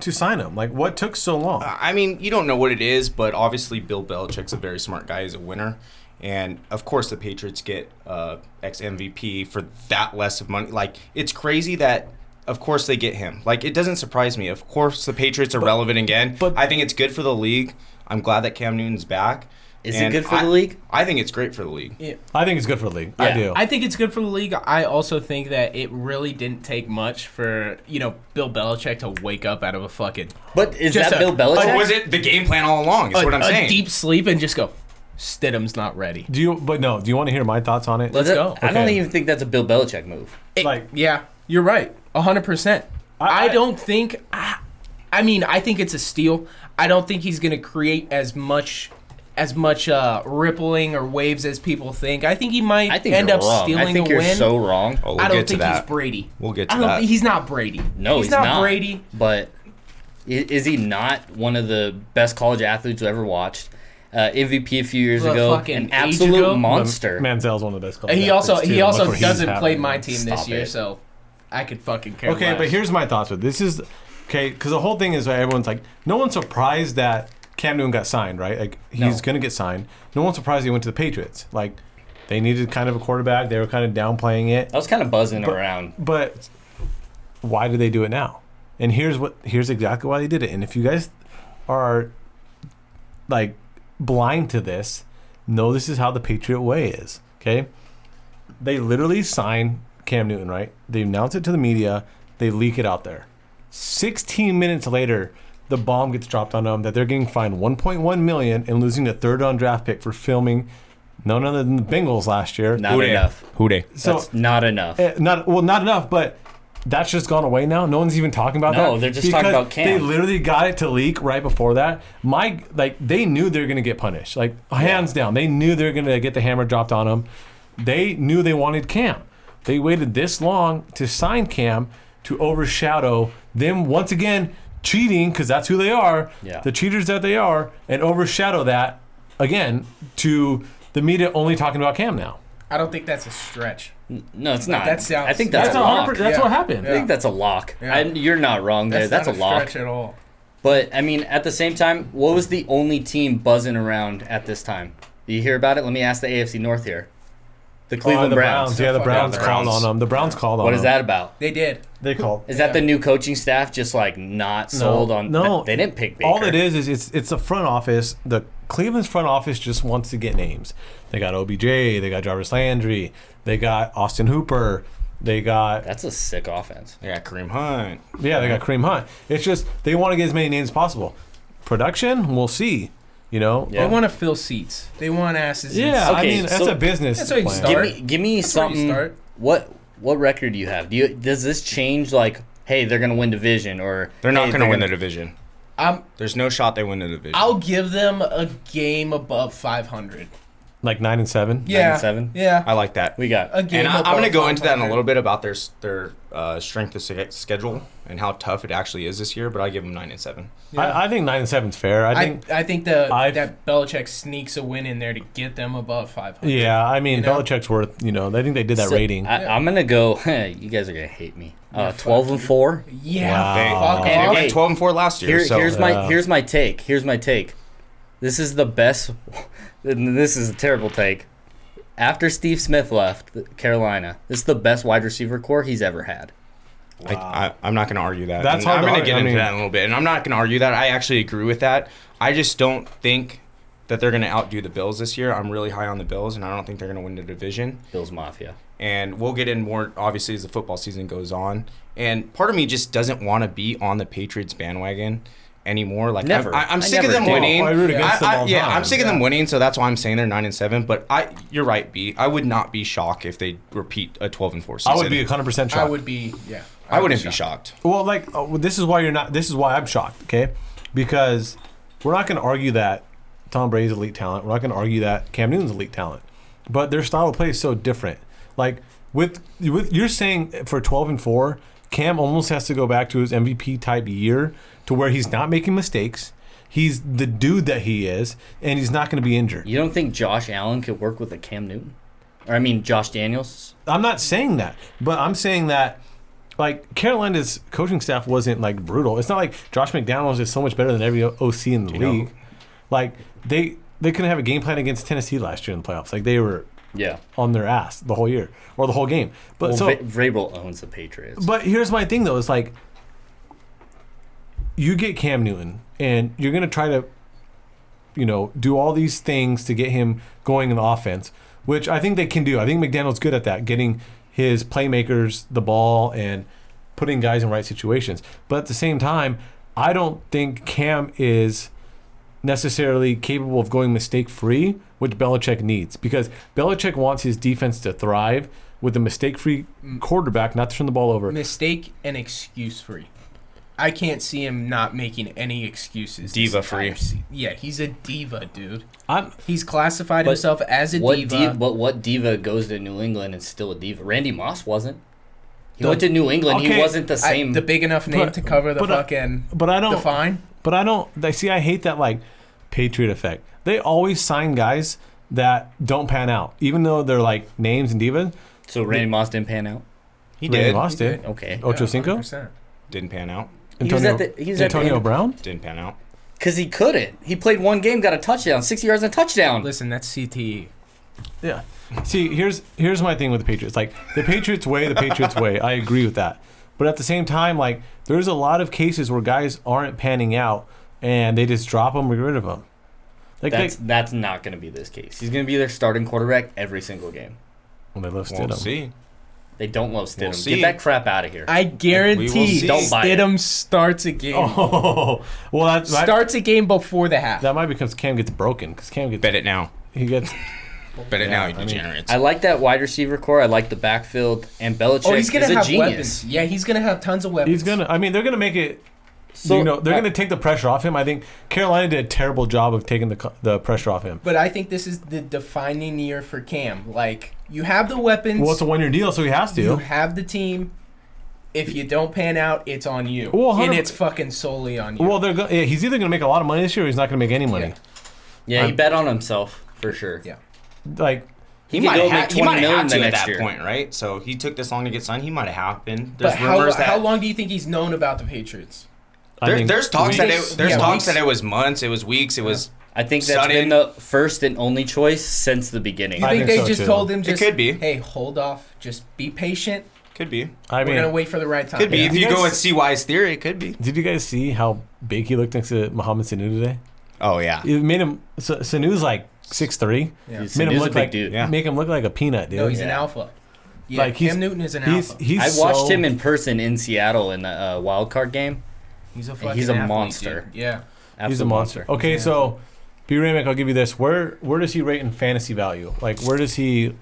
Speaker 1: to sign him? Like, what took so long?
Speaker 2: I mean, you don't know what it is, but obviously Bill Belichick's a very smart guy. He's a winner. And of course, the Patriots get uh, ex MVP for that less of money. Like, it's crazy that, of course, they get him. Like, it doesn't surprise me. Of course, the Patriots are relevant again.
Speaker 1: but-
Speaker 2: But I think it's good for the league. I'm glad that Cam Newton's back.
Speaker 3: Is it
Speaker 2: And
Speaker 3: good for
Speaker 2: I-
Speaker 3: the league?
Speaker 2: I think it's great for the league.
Speaker 1: I think it's good for the league. I
Speaker 3: Yeah,
Speaker 1: do.
Speaker 4: I think it's good for the league. I also think that it really didn't take much for you know Bill Belichick to wake up out of a fucking
Speaker 3: But is
Speaker 4: Just
Speaker 3: that
Speaker 4: a-
Speaker 3: Bill
Speaker 2: But
Speaker 3: Belichick?
Speaker 2: was it the game plan all along? Is
Speaker 4: a,
Speaker 2: what I'm
Speaker 4: a
Speaker 2: saying.
Speaker 4: deep sleep and just go. Stidham's not ready.
Speaker 1: do you? But no. Do you want to hear my thoughts on it?
Speaker 3: Is
Speaker 4: Let's
Speaker 3: it-
Speaker 4: go.
Speaker 3: I don't
Speaker 1: Okay.
Speaker 3: even think that's a Bill Belichick move.
Speaker 4: It-
Speaker 1: Like-
Speaker 4: yeah, you're right, hundred percent.
Speaker 1: I-
Speaker 4: I, don't think. I, I mean, I think it's a steal. I don't think he's going to create as much as much uh, rippling or waves as people think. I think he might
Speaker 3: I think
Speaker 4: end
Speaker 3: you're
Speaker 4: up
Speaker 3: wrong.
Speaker 4: stealing
Speaker 3: I think
Speaker 4: a
Speaker 3: you're
Speaker 4: win.
Speaker 3: so wrong.
Speaker 2: Oh,
Speaker 4: I
Speaker 2: we'll get
Speaker 4: don't
Speaker 2: to
Speaker 4: think
Speaker 2: that.
Speaker 4: he's Brady.
Speaker 2: We'll get
Speaker 4: I
Speaker 2: to
Speaker 4: don't
Speaker 2: that.
Speaker 4: think he's not Brady.
Speaker 3: No, he's, not
Speaker 4: Brady.
Speaker 3: But i- is he not one of the best college athletes I've ever watched? Uh, MVP a few years
Speaker 4: The
Speaker 3: ago,
Speaker 4: fucking
Speaker 3: an
Speaker 4: age
Speaker 3: absolute
Speaker 4: ago?
Speaker 3: monster.
Speaker 1: Manziel's one of the best.
Speaker 4: And he
Speaker 1: quarterbacks,
Speaker 4: also
Speaker 1: too.
Speaker 4: he
Speaker 1: Look
Speaker 4: also
Speaker 1: what he's
Speaker 4: doesn't play
Speaker 1: having.
Speaker 4: my team
Speaker 3: Stop
Speaker 4: this year,
Speaker 3: it.
Speaker 4: so I could fucking care
Speaker 1: Okay,
Speaker 4: less.
Speaker 1: but here's my thoughts with this is okay because the whole thing is like, everyone's like, no one's surprised that Cam Newton got signed, right? Like he's gonna get signed. No one's surprised he went to the Patriots. Like they needed kind of a quarterback. They were kind of downplaying it.
Speaker 3: I was kind of buzzing around.
Speaker 1: but why do they do it now? And here's what here's exactly why they did it. And if you guys are like blind to this, know this is how the Patriot way is. Okay, they literally sign Cam Newton, right? They announce it to the media, they leak it out there. 16 minutes later, the bomb gets dropped on them that they're getting fined 1.1 million and losing the third round draft pick for filming none other than the Bengals last year.
Speaker 3: Not enough.
Speaker 2: Who day?
Speaker 1: So
Speaker 3: That's not enough.
Speaker 1: eh, not well, not enough, but. That's just gone away now. No one's even talking about that.
Speaker 3: No, they're just talking
Speaker 1: because
Speaker 3: about Cam.
Speaker 1: They literally got it to leak right before that. My like, they knew they were gonna get punished. Like hands down, they knew they were gonna get the hammer dropped on them. They knew they wanted Cam. They waited this long to sign Cam to overshadow them once again cheating because that's who they are.
Speaker 3: Yeah.
Speaker 1: The cheaters that they are, and overshadow that again to the media only talking about Cam now.
Speaker 4: I don't think that's a stretch.
Speaker 3: No, it's not.
Speaker 4: that sounds-
Speaker 3: I think that's,
Speaker 1: That's,
Speaker 4: That's
Speaker 3: a
Speaker 1: a hundred
Speaker 3: lock.
Speaker 1: per- that's
Speaker 4: Yeah.
Speaker 1: what happened.
Speaker 3: I think that's a lock.
Speaker 4: Yeah.
Speaker 3: I, you're not wrong there. That's,
Speaker 4: not
Speaker 3: a lock.
Speaker 4: stretch at all.
Speaker 3: But I mean, at the same time, what was the only team buzzing around at this time? Do you hear about it? Let me ask the AFC North here. The Cleveland
Speaker 1: Oh, the
Speaker 3: Browns.
Speaker 1: Yeah, the
Speaker 4: Fuck yeah,
Speaker 1: Browns
Speaker 4: the
Speaker 1: called
Speaker 5: Browns.
Speaker 1: on them. The Browns called on
Speaker 3: What is
Speaker 1: them.
Speaker 3: that about?
Speaker 4: They did.
Speaker 1: They called.
Speaker 3: Is that the new coaching staff just like not sold on?
Speaker 1: no.
Speaker 3: they didn't pick Baker.
Speaker 1: All it is is it's it's the front office. The Cleveland's front office just wants to get names. They got OBJ. They got Jarvis Landry. They got Austin Hooper. They got
Speaker 3: That's a sick offense.
Speaker 5: I got Kareem Hunt.
Speaker 1: yeah. They got Kareem Hunt. It's just they want to get as many names as possible. Production, we'll see. You know. Oh,
Speaker 3: Yeah.
Speaker 4: They want to fill seats. They want asses. in
Speaker 1: Yeah,
Speaker 4: seats.
Speaker 1: I
Speaker 3: Okay,
Speaker 1: mean that's
Speaker 3: so-
Speaker 1: a business.
Speaker 4: That's how you
Speaker 1: plan.
Speaker 4: start.
Speaker 3: Give me, give me
Speaker 4: where you
Speaker 3: something.
Speaker 4: start.
Speaker 3: What what record do you have? Do you does this change like? Hey, they're gonna win division, or
Speaker 5: They're not
Speaker 3: hey,
Speaker 5: going to win the
Speaker 3: gonna-
Speaker 5: division.
Speaker 4: I'm,
Speaker 5: There's no shot they win the division.
Speaker 4: I'll give them a game above 500.
Speaker 1: Like nine and seven.
Speaker 4: Yeah.
Speaker 3: seven?
Speaker 4: Yeah.
Speaker 5: I like that.
Speaker 3: We got
Speaker 4: A game
Speaker 5: And I,
Speaker 4: above
Speaker 5: I'm going to go into that in a
Speaker 4: 500.
Speaker 5: little bit about their s- their uh, strength of se- schedule and how tough it actually is this year. But I give them nine and seven.
Speaker 1: I, I think nine and seven's fair. I
Speaker 4: I
Speaker 1: think.
Speaker 4: think, I, think the
Speaker 1: I've-
Speaker 4: that Belichick sneaks a win in there to get them above 500.
Speaker 1: yeah, I mean
Speaker 4: You know?
Speaker 1: Belichick's worth. You know, I think they did that
Speaker 3: So,
Speaker 1: rating.
Speaker 3: I, I'm gonna go. you guys are gonna hate me. Uh, Twelve and four.
Speaker 4: Yeah,
Speaker 1: Wow.
Speaker 5: And
Speaker 4: fuck off.
Speaker 5: it
Speaker 3: Hey,
Speaker 5: went 12 and 4 last year.
Speaker 3: Here,
Speaker 5: so
Speaker 3: here's my
Speaker 1: Yeah.
Speaker 3: here's my take. Here's my take. This is the best. and This is a terrible take. After Steve Smith left Carolina, this is the best wide receiver core he's ever had.
Speaker 5: I, I, I'm not going to argue that. And
Speaker 1: That's hard
Speaker 5: I'm
Speaker 1: to
Speaker 5: going to
Speaker 1: argue.
Speaker 5: get
Speaker 1: I
Speaker 5: into
Speaker 1: mean-
Speaker 5: that in a little bit. And I'm not going to argue that. I actually agree with that. I just don't think that they're going to outdo the Bills this year. I'm really high on the Bills, and I don't think they're going to win the division.
Speaker 3: Bills Mafia.
Speaker 5: and we'll get in more obviously as the football season goes on. And part of me just doesn't want to be on the Patriots bandwagon anymore. Like
Speaker 3: Never.
Speaker 5: I, am
Speaker 3: I
Speaker 5: sick of
Speaker 3: never
Speaker 5: them
Speaker 3: did.
Speaker 5: winning.
Speaker 1: Oh, I root against them all the
Speaker 5: yeah,
Speaker 1: time.
Speaker 5: I'm sick of them winning, so that's why I'm saying they're nine and seven. But I, you're right, B. I would not be shocked if they repeat a 12 and four season.
Speaker 1: I would be 100 percent shocked.
Speaker 4: I would be, yeah.
Speaker 5: I wouldn't
Speaker 4: shocked.
Speaker 5: be shocked.
Speaker 1: Well, like uh, well, this is why you're not. This is why I'm shocked. Okay, because we're not going to argue that Tom Brady's elite talent. We're not going to argue that Cam Newton's elite talent. But their style of play is so different. Like with with you're saying for 12 and four, Cam almost has to go back to his MVP type year to where he's not making mistakes. He's the dude that he is, and he's not going to be injured.
Speaker 3: You don't think Josh Allen could work with a Cam Newton? Or I mean Josh Daniels?
Speaker 1: I'm not saying that, but I'm saying that like Carolina's coaching staff wasn't like brutal. It's not like Josh McDaniels is so much better than every O- OC in the
Speaker 5: know-
Speaker 1: league. Like they they couldn't have a game plan against Tennessee last year in the playoffs. Like they were
Speaker 3: Yeah.
Speaker 1: on their ass the whole year or the whole game. But
Speaker 3: Well,
Speaker 1: so
Speaker 3: Va- Vrabel owns the Patriots.
Speaker 1: but here's my thing though, it's like you get Cam Newton and you're gonna try to, you know, do all these things to get him going in the offense, which I think they can do. I think McDaniel's good at that, getting his playmakers the ball and putting guys in right situations. But at the same time, I don't think Cam is necessarily capable of going mistake free, which Belichick needs because Belichick wants his defense to thrive with a mistake free quarterback, not to turn the ball over.
Speaker 4: Mistake and excuse free. I can't see him not making any excuses. this
Speaker 5: Diva free.
Speaker 4: entire se- Yeah, he's a diva, dude.
Speaker 1: I'm,
Speaker 4: He's classified
Speaker 3: But
Speaker 4: himself as a
Speaker 3: What
Speaker 4: diva.
Speaker 3: diva. but what diva goes to New England and still a diva? Randy Moss wasn't. He went to New England. He
Speaker 1: Okay,
Speaker 3: wasn't the
Speaker 4: I-
Speaker 3: same.
Speaker 4: the big enough name
Speaker 1: But-
Speaker 4: to cover the
Speaker 1: but, uh,
Speaker 4: fucking
Speaker 1: but I don't.
Speaker 4: the fine.
Speaker 1: But I don't. I see. I hate that like Patriot effect. They always sign guys that don't pan out, even though they're like names and divas.
Speaker 3: so Randy Moss didn't pan out.
Speaker 5: He
Speaker 1: Randy
Speaker 5: did.
Speaker 1: Moss did.
Speaker 3: Okay.
Speaker 1: Ocho
Speaker 4: Yeah,
Speaker 1: Cinco.
Speaker 4: 100%.
Speaker 5: Didn't pan out.
Speaker 3: He was
Speaker 1: Antonio,
Speaker 3: at the- he was at the
Speaker 1: Antonio
Speaker 3: end-
Speaker 1: Brown.
Speaker 5: Didn't pan out.
Speaker 3: Because he couldn't. He played one game, got a touchdown, 60 yards and a touchdown.
Speaker 4: Listen, that's E. CTE.
Speaker 1: Yeah. See, here's here's my thing with the Patriots. Like the Patriots way, the Patriots way. I agree with that. But at the same time, like there's a lot of cases where guys aren't panning out, and they just drop them or get rid of them. Like they,
Speaker 3: That's that's not going to be this case. He's going to be their starting quarterback every single game.
Speaker 1: well, they love
Speaker 5: We'll
Speaker 1: Stidham.
Speaker 5: see.
Speaker 3: They don't love Stidham.
Speaker 5: see.
Speaker 3: Get that crap out of here.
Speaker 4: I guarantee
Speaker 5: see.
Speaker 3: Don't buy it.
Speaker 4: Stidham starts a game.
Speaker 1: Oh, well, that's that,
Speaker 4: Starts a game before the half.
Speaker 1: that might be because Cam gets broken because Cam gets
Speaker 2: Bet it now.
Speaker 1: he gets
Speaker 2: Bet it now, you degenerates.
Speaker 3: I like that wide receiver core. I like the backfield. And Belichick
Speaker 4: oh, he's gonna
Speaker 3: is a
Speaker 4: have
Speaker 3: genius.
Speaker 4: weapons. Yeah, he's gonna have tons of weapons.
Speaker 1: he's gonna. I mean, they're gonna make it.
Speaker 3: So-
Speaker 1: you know, they're
Speaker 3: I-
Speaker 1: gonna take the pressure off him. I think Carolina did a terrible job of taking the co- the pressure off him.
Speaker 4: But I think this is the defining year for Cam. Like you have the weapons,
Speaker 1: Well, it's a one year deal, so he has
Speaker 4: you
Speaker 1: to.
Speaker 4: have the team. If you don't pan out, it's on you,
Speaker 1: Well, hundred-
Speaker 4: and it's fucking solely on you.
Speaker 1: Well, they're go- yeah, he's either gonna make a lot of money this year or he's not gonna make any money.
Speaker 3: Yeah, he bet on himself for sure.
Speaker 4: Yeah.
Speaker 1: Like
Speaker 2: He
Speaker 3: could
Speaker 2: might
Speaker 3: go
Speaker 2: have
Speaker 3: make
Speaker 2: he
Speaker 3: 20
Speaker 2: might
Speaker 3: million
Speaker 2: have
Speaker 3: the
Speaker 2: to at
Speaker 3: next
Speaker 2: that
Speaker 3: year.
Speaker 2: point, right? So he took this long to get signed. He might have happened. There's
Speaker 4: but how,
Speaker 2: rumors that
Speaker 4: how long do you think he's known about the Patriots?
Speaker 1: I
Speaker 2: there-
Speaker 1: think
Speaker 2: there's talks that
Speaker 4: weeks-
Speaker 2: it, there's
Speaker 4: yeah,
Speaker 2: talks
Speaker 4: weeks.
Speaker 2: that it was months, it was weeks, it was
Speaker 3: I think that's
Speaker 2: Sutton.
Speaker 3: been the first and only choice since the beginning.
Speaker 4: You
Speaker 1: I
Speaker 4: think,
Speaker 1: think
Speaker 4: they
Speaker 1: so,
Speaker 4: just
Speaker 1: too.
Speaker 4: told him?
Speaker 2: It
Speaker 4: Just,
Speaker 2: could be.
Speaker 4: Hey, hold off. Just be patient.
Speaker 2: could be
Speaker 1: I
Speaker 4: We're gonna
Speaker 1: mean,
Speaker 4: wait for the right time.
Speaker 2: could be
Speaker 4: Yeah.
Speaker 2: if you
Speaker 1: You
Speaker 2: go
Speaker 1: guys-
Speaker 2: with CY's theory, it could be.
Speaker 1: did you guys see how big he looked next to Mohamed Sanu today?
Speaker 2: Oh yeah,
Speaker 1: It made him Sa- Sanu's like six three.
Speaker 4: Yeah.
Speaker 3: He's-
Speaker 1: Made him
Speaker 3: Sanu's a
Speaker 1: look
Speaker 3: big
Speaker 1: like
Speaker 3: dude.
Speaker 2: Yeah.
Speaker 1: make him look like a peanut, dude.
Speaker 4: No, he's an
Speaker 3: Oh, Yeah.
Speaker 4: alpha. Yeah,
Speaker 1: Like, he's-
Speaker 4: Cam Newton is an
Speaker 1: He's
Speaker 4: alpha.
Speaker 1: he's.
Speaker 3: I
Speaker 1: so-
Speaker 3: watched him in person in Seattle in the uh, wild card game.
Speaker 4: he's a
Speaker 3: he's
Speaker 4: fucking
Speaker 3: a
Speaker 4: athlete,
Speaker 3: monster.
Speaker 4: dude. Yeah.
Speaker 3: Absolute
Speaker 1: He's a monster. Okay,
Speaker 4: Yeah.
Speaker 1: so B. Ramick, I'll give you this. Where where does he rate in fantasy value? Like where does he?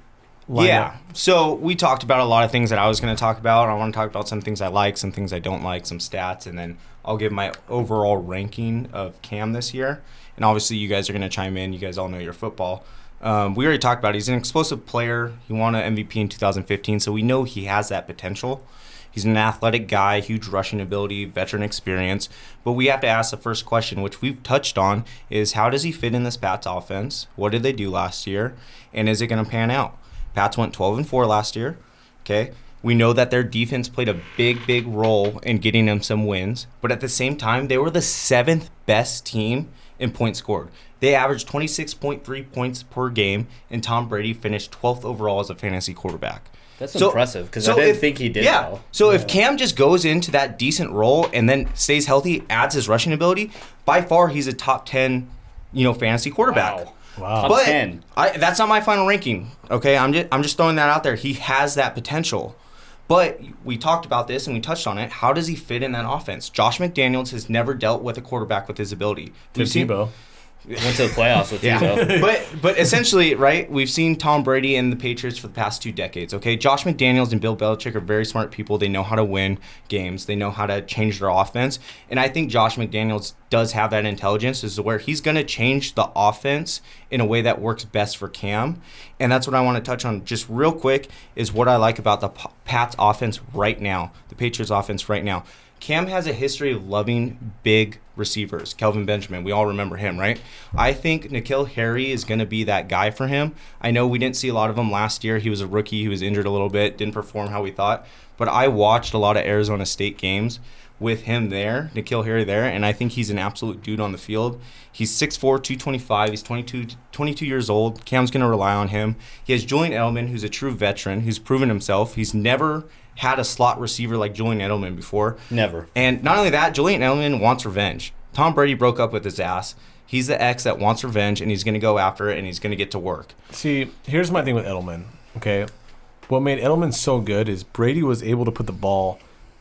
Speaker 1: Line
Speaker 2: yeah.
Speaker 1: up?
Speaker 2: So we talked about a lot of things that I was going to talk about. I want to talk about some things I like, some things I don't like, some stats, and then I'll give my overall ranking of Cam this year. And obviously, you guys are going to chime in. You guys all know your football. Um, we already talked about it. he's an explosive player. He won an MVP in 2015, so we know he has that potential. He's an athletic guy, huge rushing ability, veteran experience. But we have to ask the first question, which we've touched on, is how does he fit in this Pats offense? What did they do last year? And is it going to pan out? Pats went 12 and 4 last year. Okay. We know that their defense played a big, big role in getting them some wins. But at the same time, they were the seventh best team in points scored. They averaged 26.3 points per game, and Tom Brady finished 12th overall as a fantasy quarterback.
Speaker 3: That's impressive, 'cause I didn't think he did
Speaker 2: Yeah.
Speaker 3: well.
Speaker 2: So if Cam just goes into that decent role and then stays healthy, adds his rushing ability, by far he's a top 10, you know, fantasy quarterback.
Speaker 3: Wow.
Speaker 1: Wow.
Speaker 3: Top
Speaker 2: But
Speaker 3: 10.
Speaker 2: I, that's not my final ranking. Okay, I'm just I'm just throwing that out there. He has that potential, but we talked about this and we touched on it. How does he fit in that offense? Josh McDaniels has never dealt with a quarterback with his ability.
Speaker 1: Tim
Speaker 2: We've seen-
Speaker 1: Tebow.
Speaker 3: Went to the playoffs with
Speaker 2: yeah.
Speaker 3: Tebow.
Speaker 2: but but essentially, right? We've seen Tom Brady and the Patriots for the past two decades. Okay, Josh McDaniels and Bill Belichick are very smart people. They know how to win games. They know how to change their offense. And I think Josh McDaniels does have that intelligence. Is where he's going to change the offense in a way that works best for Cam. And that's what I want to touch on just real quick. Is what I like about the P- Pats offense right now, the Patriots offense right now. Cam has a history of loving big receivers. Kelvin Benjamin, we all remember him, right? I think Nikhil Harry is going to be that guy for him. I know we didn't see a lot of him last year. He was a rookie. He was injured a little bit, didn't perform how we thought. But I watched a lot of Arizona State games with him there, Nikhil Harry there, and I think he's an absolute dude on the field. He's 6'4", 225. He's 22, 22 years old. Cam's going to rely on him. He has Julian Edelman, who's a true veteran, who's proven himself. He's never had a slot receiver like Julian Edelman before.
Speaker 3: Never.
Speaker 2: And not only that, Julian Edelman wants revenge. Tom Brady broke up with his ass. He's the ex that wants revenge, and he's going to go after it, and he's going to get to work.
Speaker 1: See, here's my thing with Edelman. Okay, what made Edelman so good is Brady was able to put the ball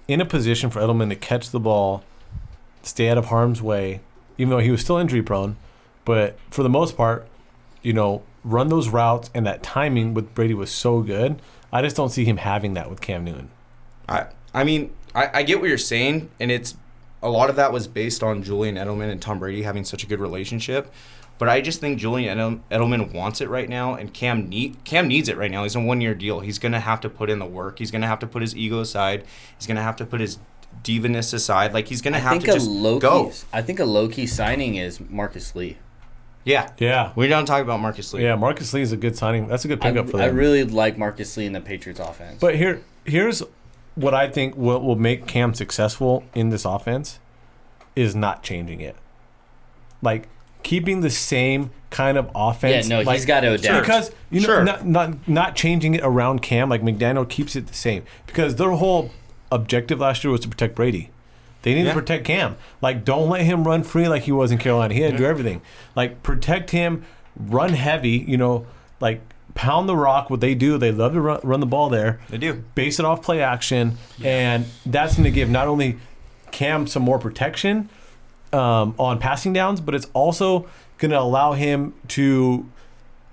Speaker 1: in a position for Edelman to catch the ball, stay out of harm's way, even though he was still injury prone. But for the most part, you know, run those routes and that timing with Brady was so good. I just don't see him having that with Cam Newton.
Speaker 2: I, I mean, I, I get what you're saying, and it's a lot of that was based on Julian Edelman and Tom Brady having such a good relationship. But I just think Julian Edel- Edelman wants it right now, and Cam need, Cam needs it right now. He's a one year deal. He's going to have to put in the work. He's going to have to put his ego aside. He's going to have to put his divaness aside. Like he's going to
Speaker 3: I
Speaker 2: have
Speaker 3: think
Speaker 2: to
Speaker 3: a
Speaker 2: just
Speaker 3: low
Speaker 2: go.
Speaker 3: key. I think a low key signing is Marcus Lee.
Speaker 2: Yeah,
Speaker 1: Yeah,
Speaker 2: we don't talk about Marcus Lee.
Speaker 1: yeah. Marcus Lee is a good signing. That's a good
Speaker 3: I,
Speaker 1: pickup for
Speaker 3: I
Speaker 1: them.
Speaker 3: really like Marcus Lee in the Patriots offense.
Speaker 1: But here, here's what I think what will make Cam successful in this offense is not changing it, like keeping the same kind of
Speaker 3: yeah,
Speaker 1: offense.
Speaker 3: no,
Speaker 1: like,
Speaker 3: he's got to adapt.
Speaker 1: because you know
Speaker 2: Sure.
Speaker 1: not, not not changing it around Cam like McDaniel keeps it the same because their whole objective last year was to protect Brady. They need
Speaker 2: Yeah.
Speaker 1: to protect Cam. Like don't let him run free like he was in Carolina. He had to do everything. Like protect him, run heavy, you know, like pound the rock. What they do, they love to run, run the ball there.
Speaker 2: They do.
Speaker 1: Base it off play action, and that's going to give not only Cam some more protection um, on passing downs, but it's also going to allow him to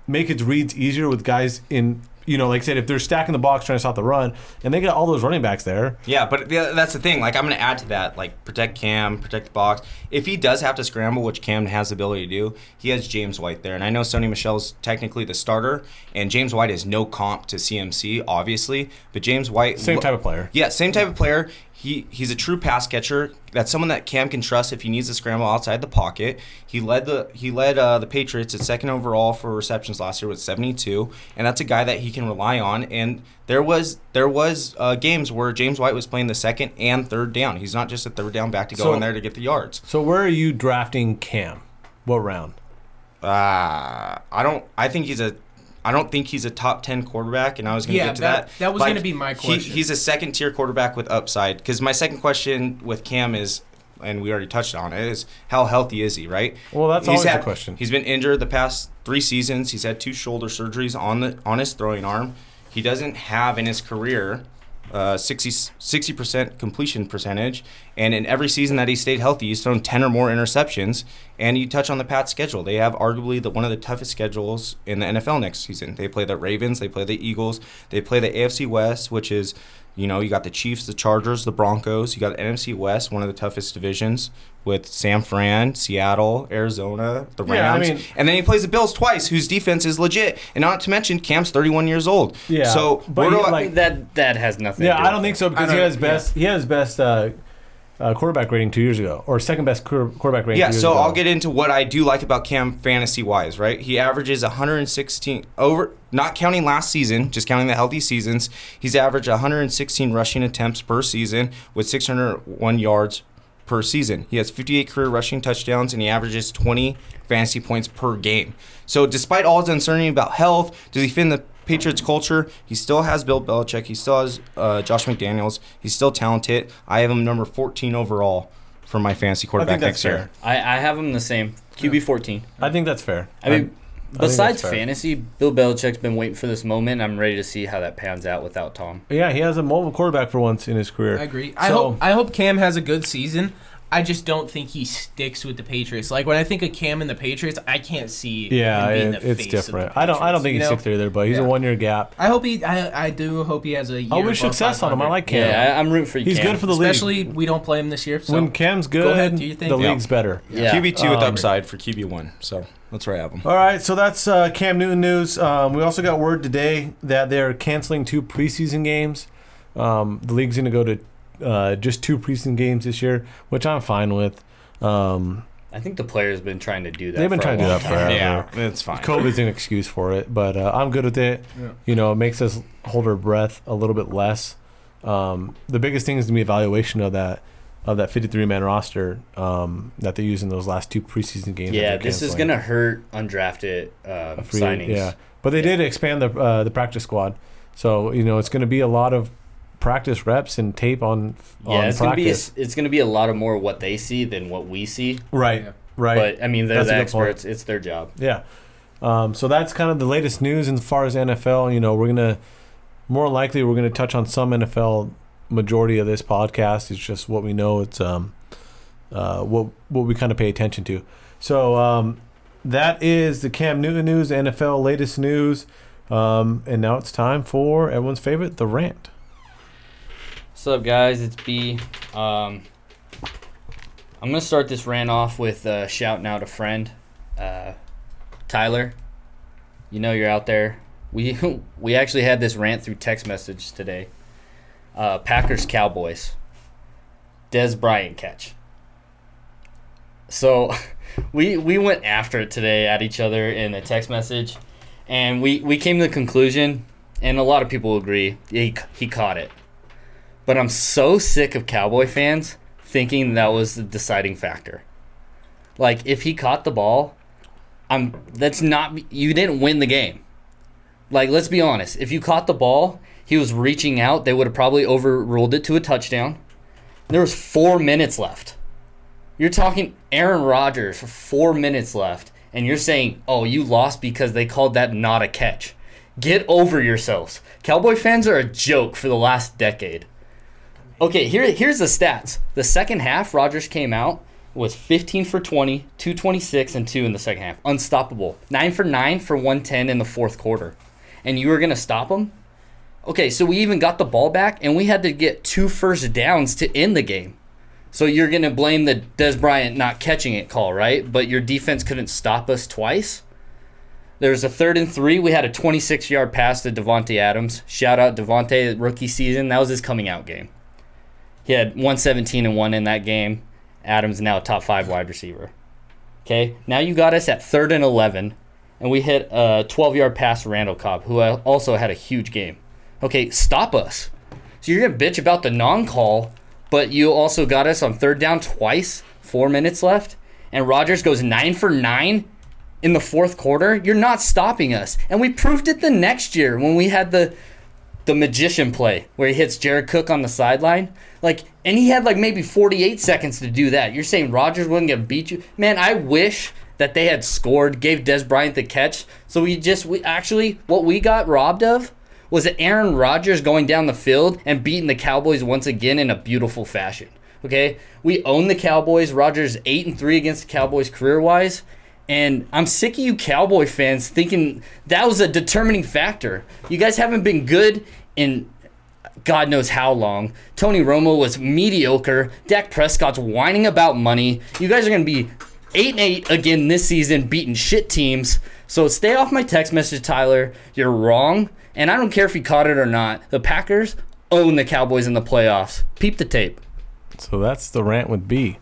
Speaker 1: make his reads easier with guys in. You know, like I said, if they're stacking the box trying to stop the run, and they got all those running backs there,
Speaker 2: Yeah, but the, that's the thing. Like, I'm going to add to that. Like, protect Cam, protect the box. If he does have to scramble, which Cam has the ability to do, he has James White there. And I know Sony Michelle's technically the starter, and James White is no comp to CMC, obviously. But James White.
Speaker 1: same type of player.
Speaker 2: Yeah, same type of player. He he's a true pass catcher. That's someone that Cam can trust if he needs to scramble outside the pocket. He led the he led uh, the Patriots at second overall for receptions last year with 72, and that's a guy that he can rely on. And there was there was uh, games where James White was playing the second and third down. He's not just a third down back to go
Speaker 1: So-
Speaker 2: in there to get the yards.
Speaker 1: So where are you drafting Cam? What round?
Speaker 2: Uh, I don't. I think he's a. I don't think he's a top ten quarterback, and I was going to
Speaker 4: Yeah,
Speaker 2: get to
Speaker 4: that-
Speaker 2: that.
Speaker 4: that was
Speaker 2: Like,
Speaker 4: gonna be my
Speaker 2: he-
Speaker 4: question.
Speaker 2: he's a second tier quarterback with upside. Because my second question with Cam is, and we already touched on it, is how healthy is he? Right.
Speaker 1: Well, that's
Speaker 2: he's
Speaker 1: always the
Speaker 2: had,
Speaker 1: question.
Speaker 2: He's been injured the past three seasons. He's had two shoulder surgeries on the on his throwing arm. He doesn't have in his career uh, 60 percent completion percentage, and in every season that he stayed healthy, he's thrown ten or more interceptions. And you touch on the Pats' schedule; they have arguably the one of the toughest schedules in the NFL next season. They play the Ravens, they play the Eagles, they play the AFC West, which is you know you got the Chiefs, the Chargers, the Broncos. You got the NFC West, one of the toughest divisions with San Fran, Seattle, Arizona, the Rams.
Speaker 1: Yeah, I mean-
Speaker 2: and then he plays the Bills twice, whose defense is legit. And not to mention, Cam's 31 years old.
Speaker 1: Yeah,
Speaker 2: So,
Speaker 1: but
Speaker 2: where do
Speaker 1: he-
Speaker 2: I-
Speaker 1: like,
Speaker 3: that that has nothing. to
Speaker 1: Yeah, I
Speaker 3: do
Speaker 1: don't
Speaker 3: with
Speaker 1: think
Speaker 3: it.
Speaker 1: so because
Speaker 4: I
Speaker 1: he
Speaker 4: don't-
Speaker 1: has best he has best uh, uh, quarterback rating two years ago or second best quar- quarterback rating.
Speaker 2: Yeah,
Speaker 1: two years
Speaker 2: so
Speaker 1: ago.
Speaker 2: I'll get into what I do like about Cam fantasy wise, right? He averages 116 over not counting last season, just counting the healthy seasons. He's averaged 116 rushing attempts per season with 601 yards per season. He has 58 career rushing touchdowns and he averages 20 fantasy points per game. So despite all his uncertainty about health, does he fit in the Patriots culture. He still has Bill Belichick. He still has uh, Josh McDaniels. He's still talented. I have him number 14 overall for my fantasy quarterback
Speaker 1: that's
Speaker 2: next year.
Speaker 1: fair.
Speaker 3: I, I have him the same QB fourteen.
Speaker 1: I think that's fair.
Speaker 3: I mean,
Speaker 1: that's
Speaker 3: besides
Speaker 1: fair.
Speaker 3: fantasy, Bill Belichick's been waiting for this moment. I'm ready to see how that pans out without Tom.
Speaker 1: yeah, he has a mobile quarterback for once in his career.
Speaker 4: I agree. I
Speaker 1: So-
Speaker 4: hope I hope Cam has a good season. I just don't think he sticks with the Patriots. Like when I think of Cam and the Patriots, I can't see
Speaker 1: Yeah,
Speaker 4: him being
Speaker 1: it-
Speaker 4: the
Speaker 1: it's
Speaker 4: face of the
Speaker 1: different. I don't I don't
Speaker 4: Patriots,
Speaker 1: think
Speaker 4: you
Speaker 1: he's
Speaker 4: know?
Speaker 1: six there either, but he's a
Speaker 4: Yeah.
Speaker 1: one year gap.
Speaker 4: I hope he. I, I do hope he has a. Year
Speaker 1: I wish
Speaker 4: above
Speaker 1: Oh, success on him. I
Speaker 4: 500.
Speaker 1: like Cam.
Speaker 3: Yeah, I, I'm rooting for you.
Speaker 1: he's
Speaker 3: Cam.
Speaker 1: good for the league.
Speaker 4: Especially we don't play him this year. So
Speaker 1: when Cam's good,
Speaker 4: ahead, do your thing.
Speaker 1: the
Speaker 4: Yeah.
Speaker 1: league's better.
Speaker 3: Yeah.
Speaker 2: QB two with
Speaker 1: Um,
Speaker 2: upside for QB one. So that's where I have him.
Speaker 1: All right, so that's uh, Cam Newton news. Um, we also got word today that they're canceling two preseason games. Um, the league's going to go to uh, just two preseason games this year, which I'm fine with. Um,
Speaker 3: I think the player's been trying to do that.
Speaker 1: They've been
Speaker 3: for a
Speaker 1: trying to do
Speaker 3: long
Speaker 1: that
Speaker 3: time.
Speaker 1: forever.
Speaker 2: it's fine.
Speaker 1: COVID's an excuse for it, but uh, I'm good with it. You know, it makes us hold our breath a little bit less. Um, the biggest thing is to be evaluation of that of that 53 man roster um, that they use in those last two preseason games. that
Speaker 3: Yeah,
Speaker 1: they're
Speaker 3: this is
Speaker 1: canceling.
Speaker 3: gonna hurt undrafted um,
Speaker 1: Free-
Speaker 3: signings.
Speaker 1: Yeah, but they did expand the uh, the practice squad, so you know it's going to be a lot of practice reps and tape on
Speaker 3: Yeah,
Speaker 1: on
Speaker 3: it's gonna be a,
Speaker 1: practice.
Speaker 3: it's gonna be a lot of more what they see than what we see.
Speaker 1: right,
Speaker 4: Yeah.
Speaker 1: right.
Speaker 3: But I mean, they're
Speaker 1: That's
Speaker 3: the
Speaker 1: a good point.
Speaker 3: experts. It's their job.
Speaker 1: yeah. Um, so that's kind of the latest news as far as NFL. You know, we're gonna more likely we're gonna touch on some NFL. Majority of this podcast is just what we know. It's um, uh, what what we kind of pay attention to. So um, that is the Cam Newton news, NFL latest news, um, and now it's time for everyone's favorite, the rant.
Speaker 3: What's up, guys? It's B. Um, I'm gonna start this rant off with uh, shouting out a friend, uh, Tyler. You know you're out there. We we actually had this rant through text message today. Uh, Packers Cowboys. Des Bryant catch. So, we we went after it today at each other in a text message, and we we came to the conclusion, and a lot of people agree he he caught it but I'm so sick of Cowboy fans thinking that was the deciding factor. Like if he caught the ball, I'm that's not you didn't win the game. Like let's be honest, if you caught the ball, he was reaching out, they would have probably overruled it to a touchdown. There was 4 minutes left. You're talking Aaron Rodgers for 4 minutes left and you're saying, "Oh, you lost because they called that not a catch." Get over yourselves. Cowboy fans are a joke for the last decade. Okay, here here's the stats. The second half, Rodgers came out was 15 for 20, 226 and 2 in the second half. Unstoppable. 9 for 9 for 110 in the fourth quarter. And you were going to stop him? Okay, so we even got the ball back and we had to get two first downs to end the game. So you're going to blame the Des Bryant not catching it call, right? But your defense couldn't stop us twice. There was a third and three. We had a 26 yard pass to Devontae Adams. Shout out Devontae, rookie season. That was his coming out game. He had 117 and 1 in that game. Adams now a top five wide receiver. Okay, now you got us at third and 11, and we hit a 12 yard pass to Randall Cobb, who also had a huge game. Okay, stop us. So you're going to bitch about the non call, but you also got us on third down twice, four minutes left, and Rodgers goes nine for nine in the fourth quarter. You're not stopping us. And we proved it the next year when we had the the magician play where he hits Jared Cook on the sideline. Like, and he had like maybe 48 seconds to do that. You're saying Rodgers wasn't gonna beat you, man? I wish that they had scored, gave Des Bryant the catch. So we just we actually what we got robbed of was it Aaron Rodgers going down the field and beating the Cowboys once again in a beautiful fashion. Okay, we own the Cowboys. Rodgers eight and three against the Cowboys career wise. And I'm sick of you Cowboy fans thinking that was a determining factor. You guys haven't been good in God knows how long. Tony Romo was mediocre. Dak Prescott's whining about money. You guys are going to be 8 and 8 again this season, beating shit teams. So stay off my text message, Tyler. You're wrong. And I don't care if you caught it or not. The Packers own the Cowboys in the playoffs. Peep the tape.
Speaker 1: So that's the rant with B.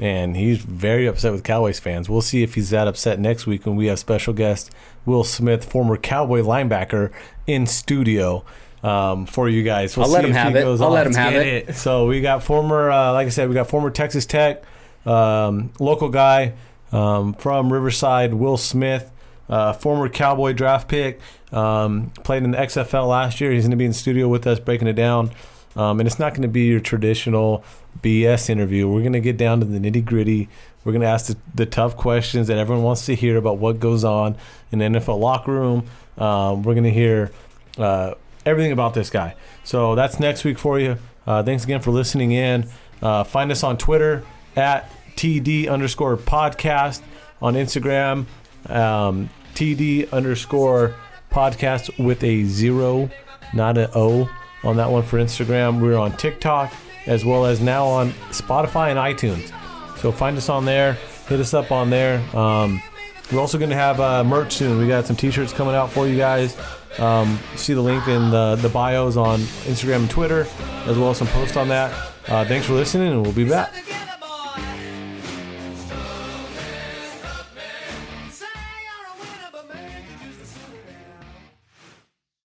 Speaker 1: And he's very upset with Cowboys fans. We'll see if he's that upset next week when we have special guest Will Smith, former Cowboy linebacker, in studio um, for you guys. We'll
Speaker 3: I'll let
Speaker 1: see if
Speaker 3: him
Speaker 1: he
Speaker 3: have it.
Speaker 1: goes
Speaker 3: I'll
Speaker 1: on.
Speaker 3: let him have
Speaker 1: Get
Speaker 3: it.
Speaker 1: So we got former, uh, like I said, we got former Texas Tech, um, local guy um, from Riverside, Will Smith, uh, former Cowboy draft pick, um, played in the XFL last year. He's going to be in studio with us breaking it down. Um, and it's not going to be your traditional BS interview. We're going to get down to the nitty gritty. We're going to ask the, the tough questions that everyone wants to hear about what goes on in the NFL locker room. Um, we're going to hear uh, everything about this guy. So that's next week for you. Uh, thanks again for listening in. Uh, find us on Twitter at TD underscore podcast, on Instagram, um, TD underscore podcast with a zero, not an O on that one for Instagram. We're on TikTok as well as now on Spotify and iTunes. So find us on there, hit us up on there. Um, we're also going to have uh, merch soon. We got some t-shirts coming out for you guys. Um, see the link in the, the bios on Instagram and Twitter, as well as some posts on that. Uh, thanks for listening, and we'll be back.
Speaker 6: back.